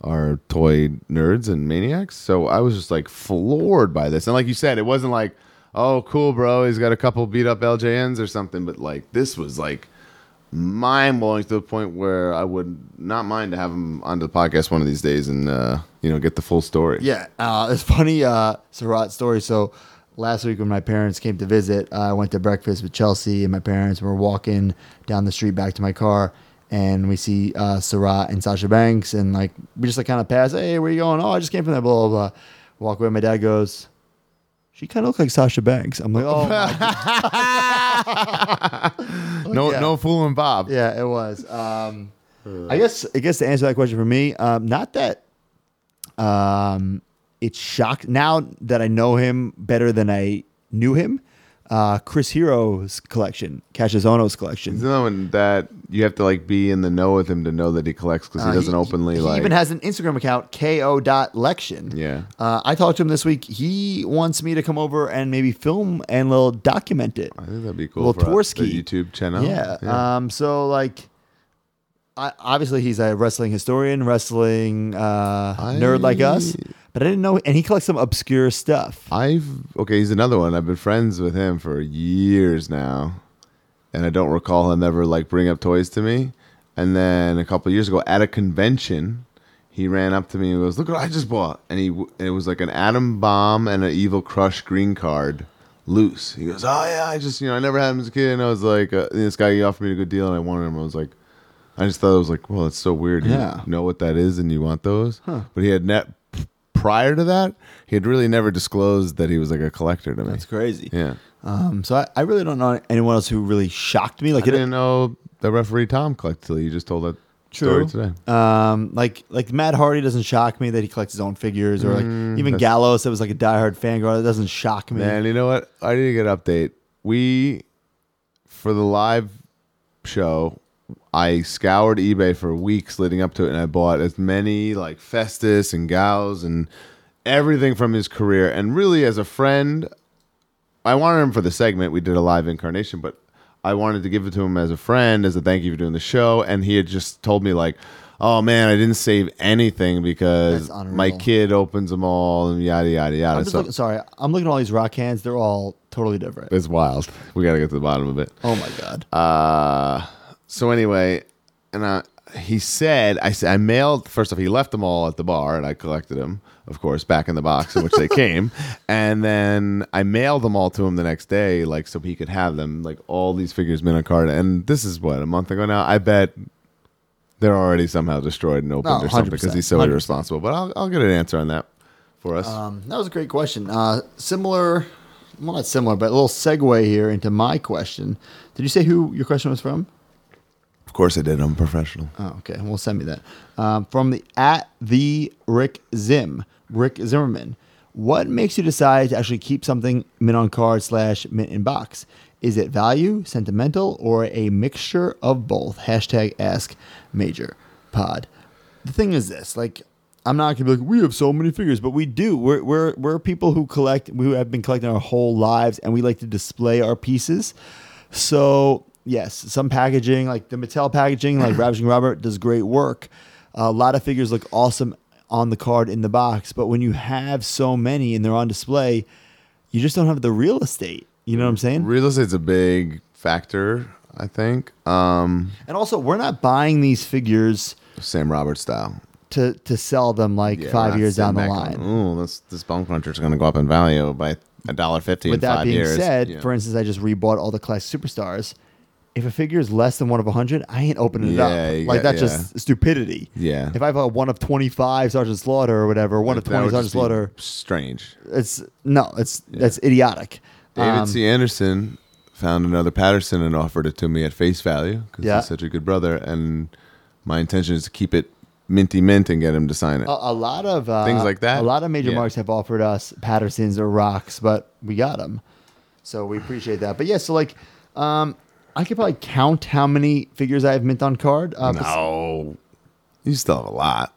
Speaker 1: are toy nerds and maniacs. So I was just like floored by this. And like you said, it wasn't like, oh, cool, bro, he's got a couple beat up LJNs or something. But like this was like mind blowing to the point where I would not mind to have him onto the podcast one of these days and uh, you know get the full story.
Speaker 2: Yeah, uh, it's funny uh, Sarat story. So last week when my parents came to visit, I went to breakfast with Chelsea and my parents. and We're walking down the street back to my car, and we see uh, Sarat and Sasha Banks, and like we just like kind of pass. Hey, where you going? Oh, I just came from there. Blah blah blah. Walk away. My dad goes, she kind of looked like Sasha Banks. I'm like, oh. my
Speaker 1: No,
Speaker 2: yeah.
Speaker 1: no fooling Bob.
Speaker 2: Yeah, it was. Um, I guess I guess to answer that question for me, um, not that um, it's shocked now that I know him better than I knew him. Uh, Chris Hero's collection, Cassius Ono's collection.
Speaker 1: He's another one that you have to like be in the know with him to know that he collects because
Speaker 2: Uh,
Speaker 1: he doesn't openly
Speaker 2: he
Speaker 1: like.
Speaker 2: even has an Instagram account, ko.lection.
Speaker 1: yeah.
Speaker 2: Uh, I talked to him this week. He wants me to come over and maybe film and little document it.
Speaker 1: I think that'd be cool.
Speaker 2: Well,
Speaker 1: for us, the
Speaker 2: Twersky.
Speaker 1: YouTube channel.
Speaker 2: Yeah. Um. So like, I obviously he's a wrestling historian, wrestling uh, nerd like us. But I didn't know, and he collects some obscure stuff.
Speaker 1: I've okay. He's another one. I've been friends with him for years now, and I don't recall him ever like bring up toys to me. And then a couple years ago at a convention, he ran up to me and goes, "Look what I just bought!" And he w- and it was like an atom bomb and an evil crush green card loose. He goes, "Oh yeah, I just you know I never had him as a kid." And I was like, uh, "This guy he offered me a good deal, and I wanted him." I was like. I just thought it was like, well, that's so weird.
Speaker 2: Yeah.
Speaker 1: You know what that is, and you want those. But he had net prior to that, he had really never disclosed that he was like a collector to me. That's
Speaker 2: crazy.
Speaker 1: Yeah.
Speaker 2: Um. So I, I really don't know anyone else who really shocked me. Like
Speaker 1: I didn't know the referee Tom collected till you just told that story today.
Speaker 2: Um, like like Matt Hardy doesn't shock me that he collects his own figures, or like
Speaker 1: Mm,
Speaker 2: even
Speaker 1: that's-
Speaker 2: Gallows that was like a diehard fan girl. That doesn't shock me.
Speaker 1: Man, you know what? I need to get an update. We for the live show, I scoured eBay for weeks leading up to it, and I bought as many like Festus and Gals and everything from his career and really as a friend I wanted him for the segment. We did a live incarnation, but I wanted to give it to him as a friend, as a thank you for doing the show. And he had just told me like, "Oh man, I didn't save anything because
Speaker 2: That's unreal.
Speaker 1: my kid opens them all and yada yada
Speaker 2: I'm
Speaker 1: yada."
Speaker 2: just
Speaker 1: So
Speaker 2: looking- sorry, I'm looking at all these rock hands. They're all totally different.
Speaker 1: it's wild. We got to get to the bottom of it.
Speaker 2: Oh my god.
Speaker 1: Uh, so anyway, and I, he said, I said, I mailed. First off, he left them all at the bar, and I collected them, of course, back in the box in which they came. And then I mailed them all to him the next day, like so he could have them, like all these figures Minicarta. And this is what a month ago now. I bet they're already somehow destroyed and opened
Speaker 2: No,
Speaker 1: or something
Speaker 2: 100%,
Speaker 1: because he's so
Speaker 2: 100%.
Speaker 1: irresponsible. But I'll, I'll get an answer on that for us.
Speaker 2: Um, that was a great question. Uh, similar, well, not similar, but a little segue here into my question. Did you say who your question was from?
Speaker 1: of course, I did. I'm a professional.
Speaker 2: Oh, okay. Well, send me that. Um, from the at the Rick Zim, Rick Zimmerman. What makes you decide to actually keep something mint on card slash mint in box? Is it value, sentimental, or a mixture of both? Hashtag ask major pod. The thing is this, like I'm not gonna be like, we have so many figures, but we do. We're we're we're people who collect we have been collecting our whole lives and we like to display our pieces. So yes, some packaging, like the Mattel packaging,
Speaker 1: [clears throat]
Speaker 2: like Ravishing Robert, does great work. a lot of figures look awesome on the card in the box, but when you have so many and they're on display, you just don't have the real estate. You
Speaker 1: Mm-hmm.
Speaker 2: know what I'm saying?
Speaker 1: Real estate's a big factor, I think. Um,
Speaker 2: And also, we're not buying these figures
Speaker 1: Sam Roberts style.
Speaker 2: to to sell them like
Speaker 1: Yeah,
Speaker 2: five
Speaker 1: not
Speaker 2: years down
Speaker 1: sitting
Speaker 2: the
Speaker 1: back
Speaker 2: line.
Speaker 1: Ooh, this this bone cruncher's going to go up in value by a dollar fifty in
Speaker 2: With that
Speaker 1: five
Speaker 2: being
Speaker 1: years.
Speaker 2: said,
Speaker 1: Yeah.
Speaker 2: for instance, I just rebought all the classic superstars. If a figure is less than one of hundred, I ain't opening it
Speaker 1: Yeah, you
Speaker 2: up. Like
Speaker 1: got-
Speaker 2: that's
Speaker 1: yeah.
Speaker 2: just stupidity.
Speaker 1: Yeah.
Speaker 2: If I have a one of twenty-five Sergeant Slaughter or whatever, one of
Speaker 1: That
Speaker 2: twenty
Speaker 1: would
Speaker 2: Sergeant
Speaker 1: just be
Speaker 2: Slaughter,
Speaker 1: strange.
Speaker 2: it's no, it's that's idiotic.
Speaker 1: David
Speaker 2: Um,
Speaker 1: C. Anderson found another Patterson and offered it to me at face value because
Speaker 2: Yeah.
Speaker 1: he's such a good brother. And my intention is to keep it minty mint and get him to sign it.
Speaker 2: a, a lot of uh,
Speaker 1: Things like that?
Speaker 2: A lot of major
Speaker 1: Yeah.
Speaker 2: marks have offered us Pattersons or rocks, but we got them, so we appreciate that. But yeah, so like, um, I could probably count how many figures I have mint on card. Uh, bes-
Speaker 1: no, Oh. you still have a lot.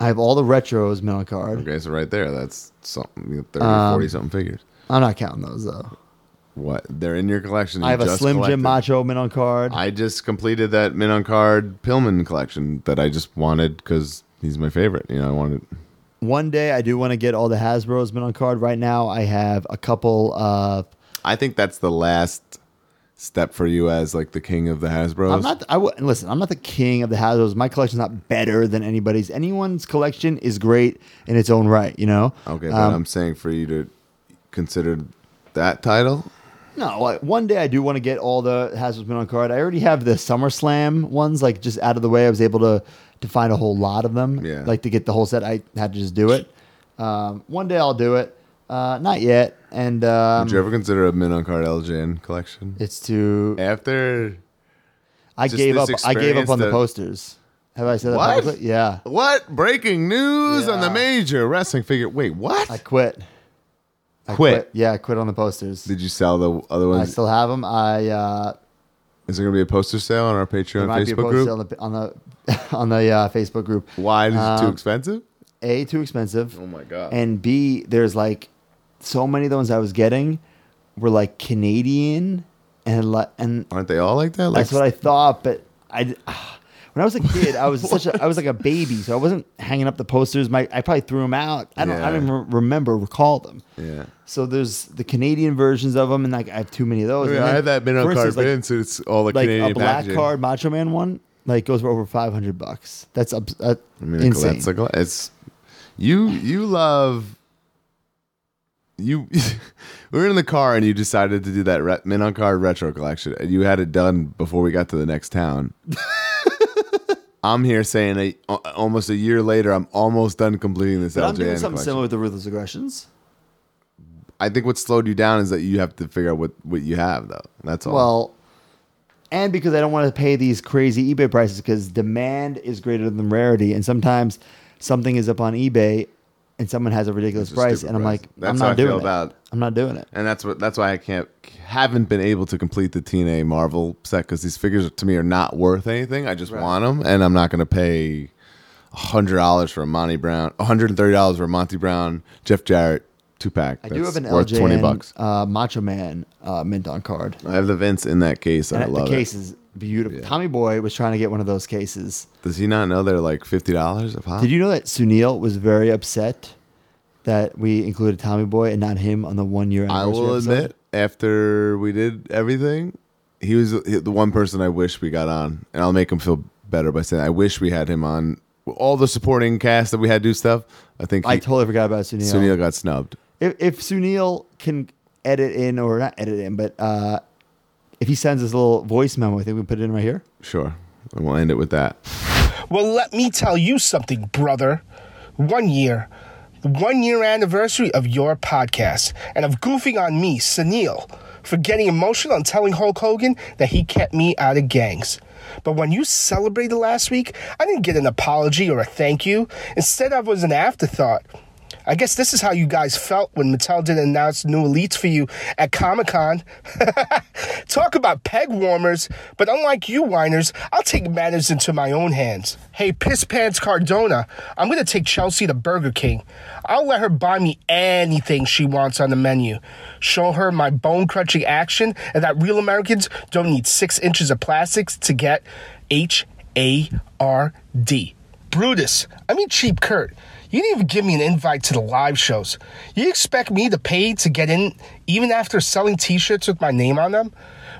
Speaker 2: I have all the retros mint on card.
Speaker 1: Okay, so right there, that's something 30,
Speaker 2: Um,
Speaker 1: 40 something figures.
Speaker 2: I'm not counting those though.
Speaker 1: What? They're in your collection.
Speaker 2: I
Speaker 1: you
Speaker 2: have a
Speaker 1: just
Speaker 2: Slim Jim
Speaker 1: collected.
Speaker 2: Macho mint on card.
Speaker 1: I just completed that Min on Card Pillman collection that I just wanted because he's my favorite. You know, I wanted.
Speaker 2: One day I do want to get all the Hasbro's mint on card. Right now I have a couple of.
Speaker 1: I think that's the last step for you as like the king of the Hasbro's.
Speaker 2: I'm not. I w- listen. I'm not the king of the Hasbro's. My collection's not better than anybody's. Anyone's collection is great in its own right. You know.
Speaker 1: okay, but
Speaker 2: Um,
Speaker 1: I'm saying for you to consider that title.
Speaker 2: No, like, one day I do want to get all the Hasbro's mint on card. I already have the SummerSlam ones, like just out of the way. I was able to to find a whole lot of them.
Speaker 1: Yeah.
Speaker 2: Like to get the whole set, I had to just do it. Um, one day I'll do it. Uh, not yet. And um,
Speaker 1: Would you ever consider a Min on Card LJN collection?
Speaker 2: It's too.
Speaker 1: After
Speaker 2: I
Speaker 1: just
Speaker 2: gave up.
Speaker 1: this
Speaker 2: I gave up
Speaker 1: experience
Speaker 2: on the
Speaker 1: that-
Speaker 2: posters. Have I said
Speaker 1: What?
Speaker 2: that publicly? Yeah,
Speaker 1: what breaking news on the major wrestling figure? Wait, what?
Speaker 2: I quit. I
Speaker 1: Quit.
Speaker 2: Yeah, I quit on the posters.
Speaker 1: Did you sell the other
Speaker 2: I
Speaker 1: ones?
Speaker 2: still have them. I uh,
Speaker 1: Is there gonna be a poster sale on our
Speaker 2: there
Speaker 1: Patreon
Speaker 2: might be a
Speaker 1: Facebook
Speaker 2: poster
Speaker 1: group?
Speaker 2: on the on the [laughs] on the uh, Facebook group.
Speaker 1: Why is it too
Speaker 2: Um,
Speaker 1: expensive?
Speaker 2: A too expensive. Oh
Speaker 1: my God.
Speaker 2: And B, there's like so many of the ones I was getting were like Canadian and like and
Speaker 1: Aren't they all like that? Like
Speaker 2: That's what I thought, but I d- ah. when I
Speaker 1: [laughs]
Speaker 2: was a kid, I was such a I was like a baby, so I wasn't hanging up the posters. My I probably threw them out. I don't I don't
Speaker 1: Yeah.
Speaker 2: even remember recall them.
Speaker 1: Yeah.
Speaker 2: So there's the Canadian versions of them, and like I have too many of those.
Speaker 1: Oh, Yeah,
Speaker 2: And
Speaker 1: I
Speaker 2: then,
Speaker 1: had that
Speaker 2: for
Speaker 1: minnow card
Speaker 2: instance, like,
Speaker 1: bin, so it's all the
Speaker 2: like
Speaker 1: Canadian
Speaker 2: a black
Speaker 1: packaging.
Speaker 2: card Macho Man one, like goes for over five hundred bucks. That's up, uh,
Speaker 1: I mean, it's-
Speaker 2: insane.
Speaker 1: It's, like, it's you. You love you. [laughs] we were in the car, and you decided to do that re- minnow card retro collection, and you had it done before we got to the next
Speaker 2: [laughs]
Speaker 1: town. I'm here saying a, a- almost a year later, I'm almost done completing this
Speaker 2: but I'm
Speaker 1: LJN
Speaker 2: doing something
Speaker 1: collection.
Speaker 2: similar with the Ruthless Aggressions.
Speaker 1: I think what slowed you down is that you have to figure out what what you have, though. That's all.
Speaker 2: Well, and because I don't want to pay these crazy eBay prices because demand is greater than rarity, and sometimes something is up on eBay and someone has a ridiculous
Speaker 1: It's a
Speaker 2: price,
Speaker 1: stupid
Speaker 2: and I'm
Speaker 1: price.
Speaker 2: like,
Speaker 1: That's
Speaker 2: I'm
Speaker 1: how I
Speaker 2: not
Speaker 1: feel
Speaker 2: doing it.
Speaker 1: about-
Speaker 2: I'm not doing it.
Speaker 1: and that's what that's why I can't haven't been able to complete the TNA Marvel set because these figures to me are not worth anything. I just want 'em want them, and I'm not going to pay. hundred dollars for a Monty Brown, one hundred and thirty dollars for a Monty Brown, Jeff Jarrett two pack.
Speaker 2: I do have an
Speaker 1: worth
Speaker 2: LJN
Speaker 1: twenty bucks.
Speaker 2: Uh, Macho Man uh, mint on card.
Speaker 1: I have the Vince in that case. and I
Speaker 2: And
Speaker 1: love
Speaker 2: Uh, the case
Speaker 1: it.
Speaker 2: is beautiful. Tommy Boy was trying to get one of those cases.
Speaker 1: Does he not know they're like fifty dollars a pop?
Speaker 2: Did you know that Sunil was very upset that we included Tommy Boy and not him on the one year
Speaker 1: I
Speaker 2: anniversary?
Speaker 1: will
Speaker 2: episode?
Speaker 1: admit, after we did everything, he was the one person I wish we got on, and I'll make him feel better by saying I wish we had him on. All the supporting cast that we had do stuff. I think
Speaker 2: I totally forgot about Sunil.
Speaker 1: Sunil got snubbed.
Speaker 2: If, if Sunil can edit in, or not edit in, but uh, if he sends us a little voice memo, I think we can put it in right here.
Speaker 1: Sure, and we'll end it with that.
Speaker 11: Well, let me tell you something, brother. One year, the one year anniversary of your podcast and of goofing on me, Sunil, for getting emotional and telling Hulk Hogan that he kept me out of gangs. But when you celebrated last week, I didn't get an apology or a thank you. Instead, I was an afterthought. I guess this is how you guys felt when Mattel didn't announce new elites for you at Comic Con. [laughs] Talk about peg warmers, but unlike you whiners, I'll take matters into my own hands. Hey, Piss Pants Cardona, I'm gonna take Chelsea to Burger King. I'll let her buy me anything she wants on the menu. Show her my bone crunching action and that real Americans don't need six inches of plastics to get H A R D. Brutus, I mean Cheap Kurt. You didn't even give me an invite to the live shows. You expect me to pay to get in even after selling t shirts with my name on them?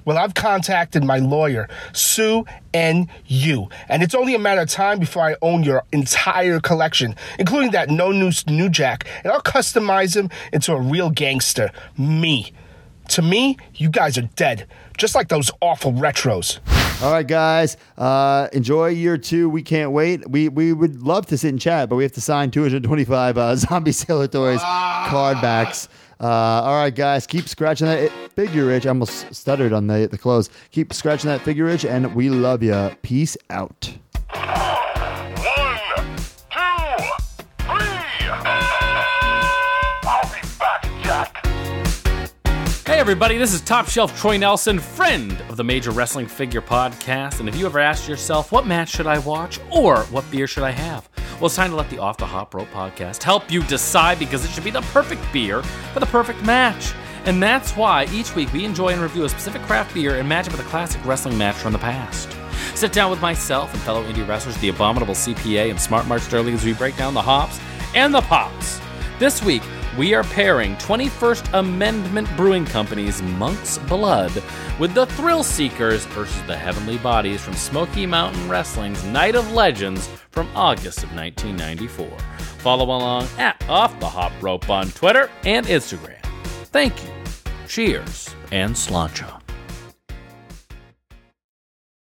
Speaker 11: Well, I've contacted my lawyer, Sue N.U., and it's only a matter of time before I own your entire collection, including that no noose new jack, and I'll customize him into a real gangster, me. To me, you guys are dead, just like those awful retros.
Speaker 2: All right, guys. Uh, enjoy year two. We can't wait. We we would love to sit and chat, but we have to sign 225 uh, [laughs] zombie sailor toys card backs. Uh, all right, guys. Keep scratching that figure itch. I almost stuttered on the, the close. Keep scratching that figure itch, and we love you. Peace out.
Speaker 12: Hey, everybody, this is Top Shelf Troy Nelson, friend of the Major Wrestling Figure Podcast. And if you ever asked yourself, what match should I watch or what beer should I have? Well, it's time to let the Off the Hop Rope Podcast help you decide because it should be the perfect beer for the perfect match. And that's why each week we enjoy and review a specific craft beer and match it with a classic wrestling match from the past. Sit down with myself and fellow indie wrestlers, the Abominable CPA and Smart Mark Sterling, as we break down the hops and the pops. This week, we are pairing 21st Amendment Brewing Company's Monk's Blood with the Thrill Seekers versus the Heavenly Bodies from Smoky Mountain Wrestling's Night of Legends from August of 1994. Follow along at Off the Hop Rope on Twitter and Instagram. Thank you. Cheers and slancha.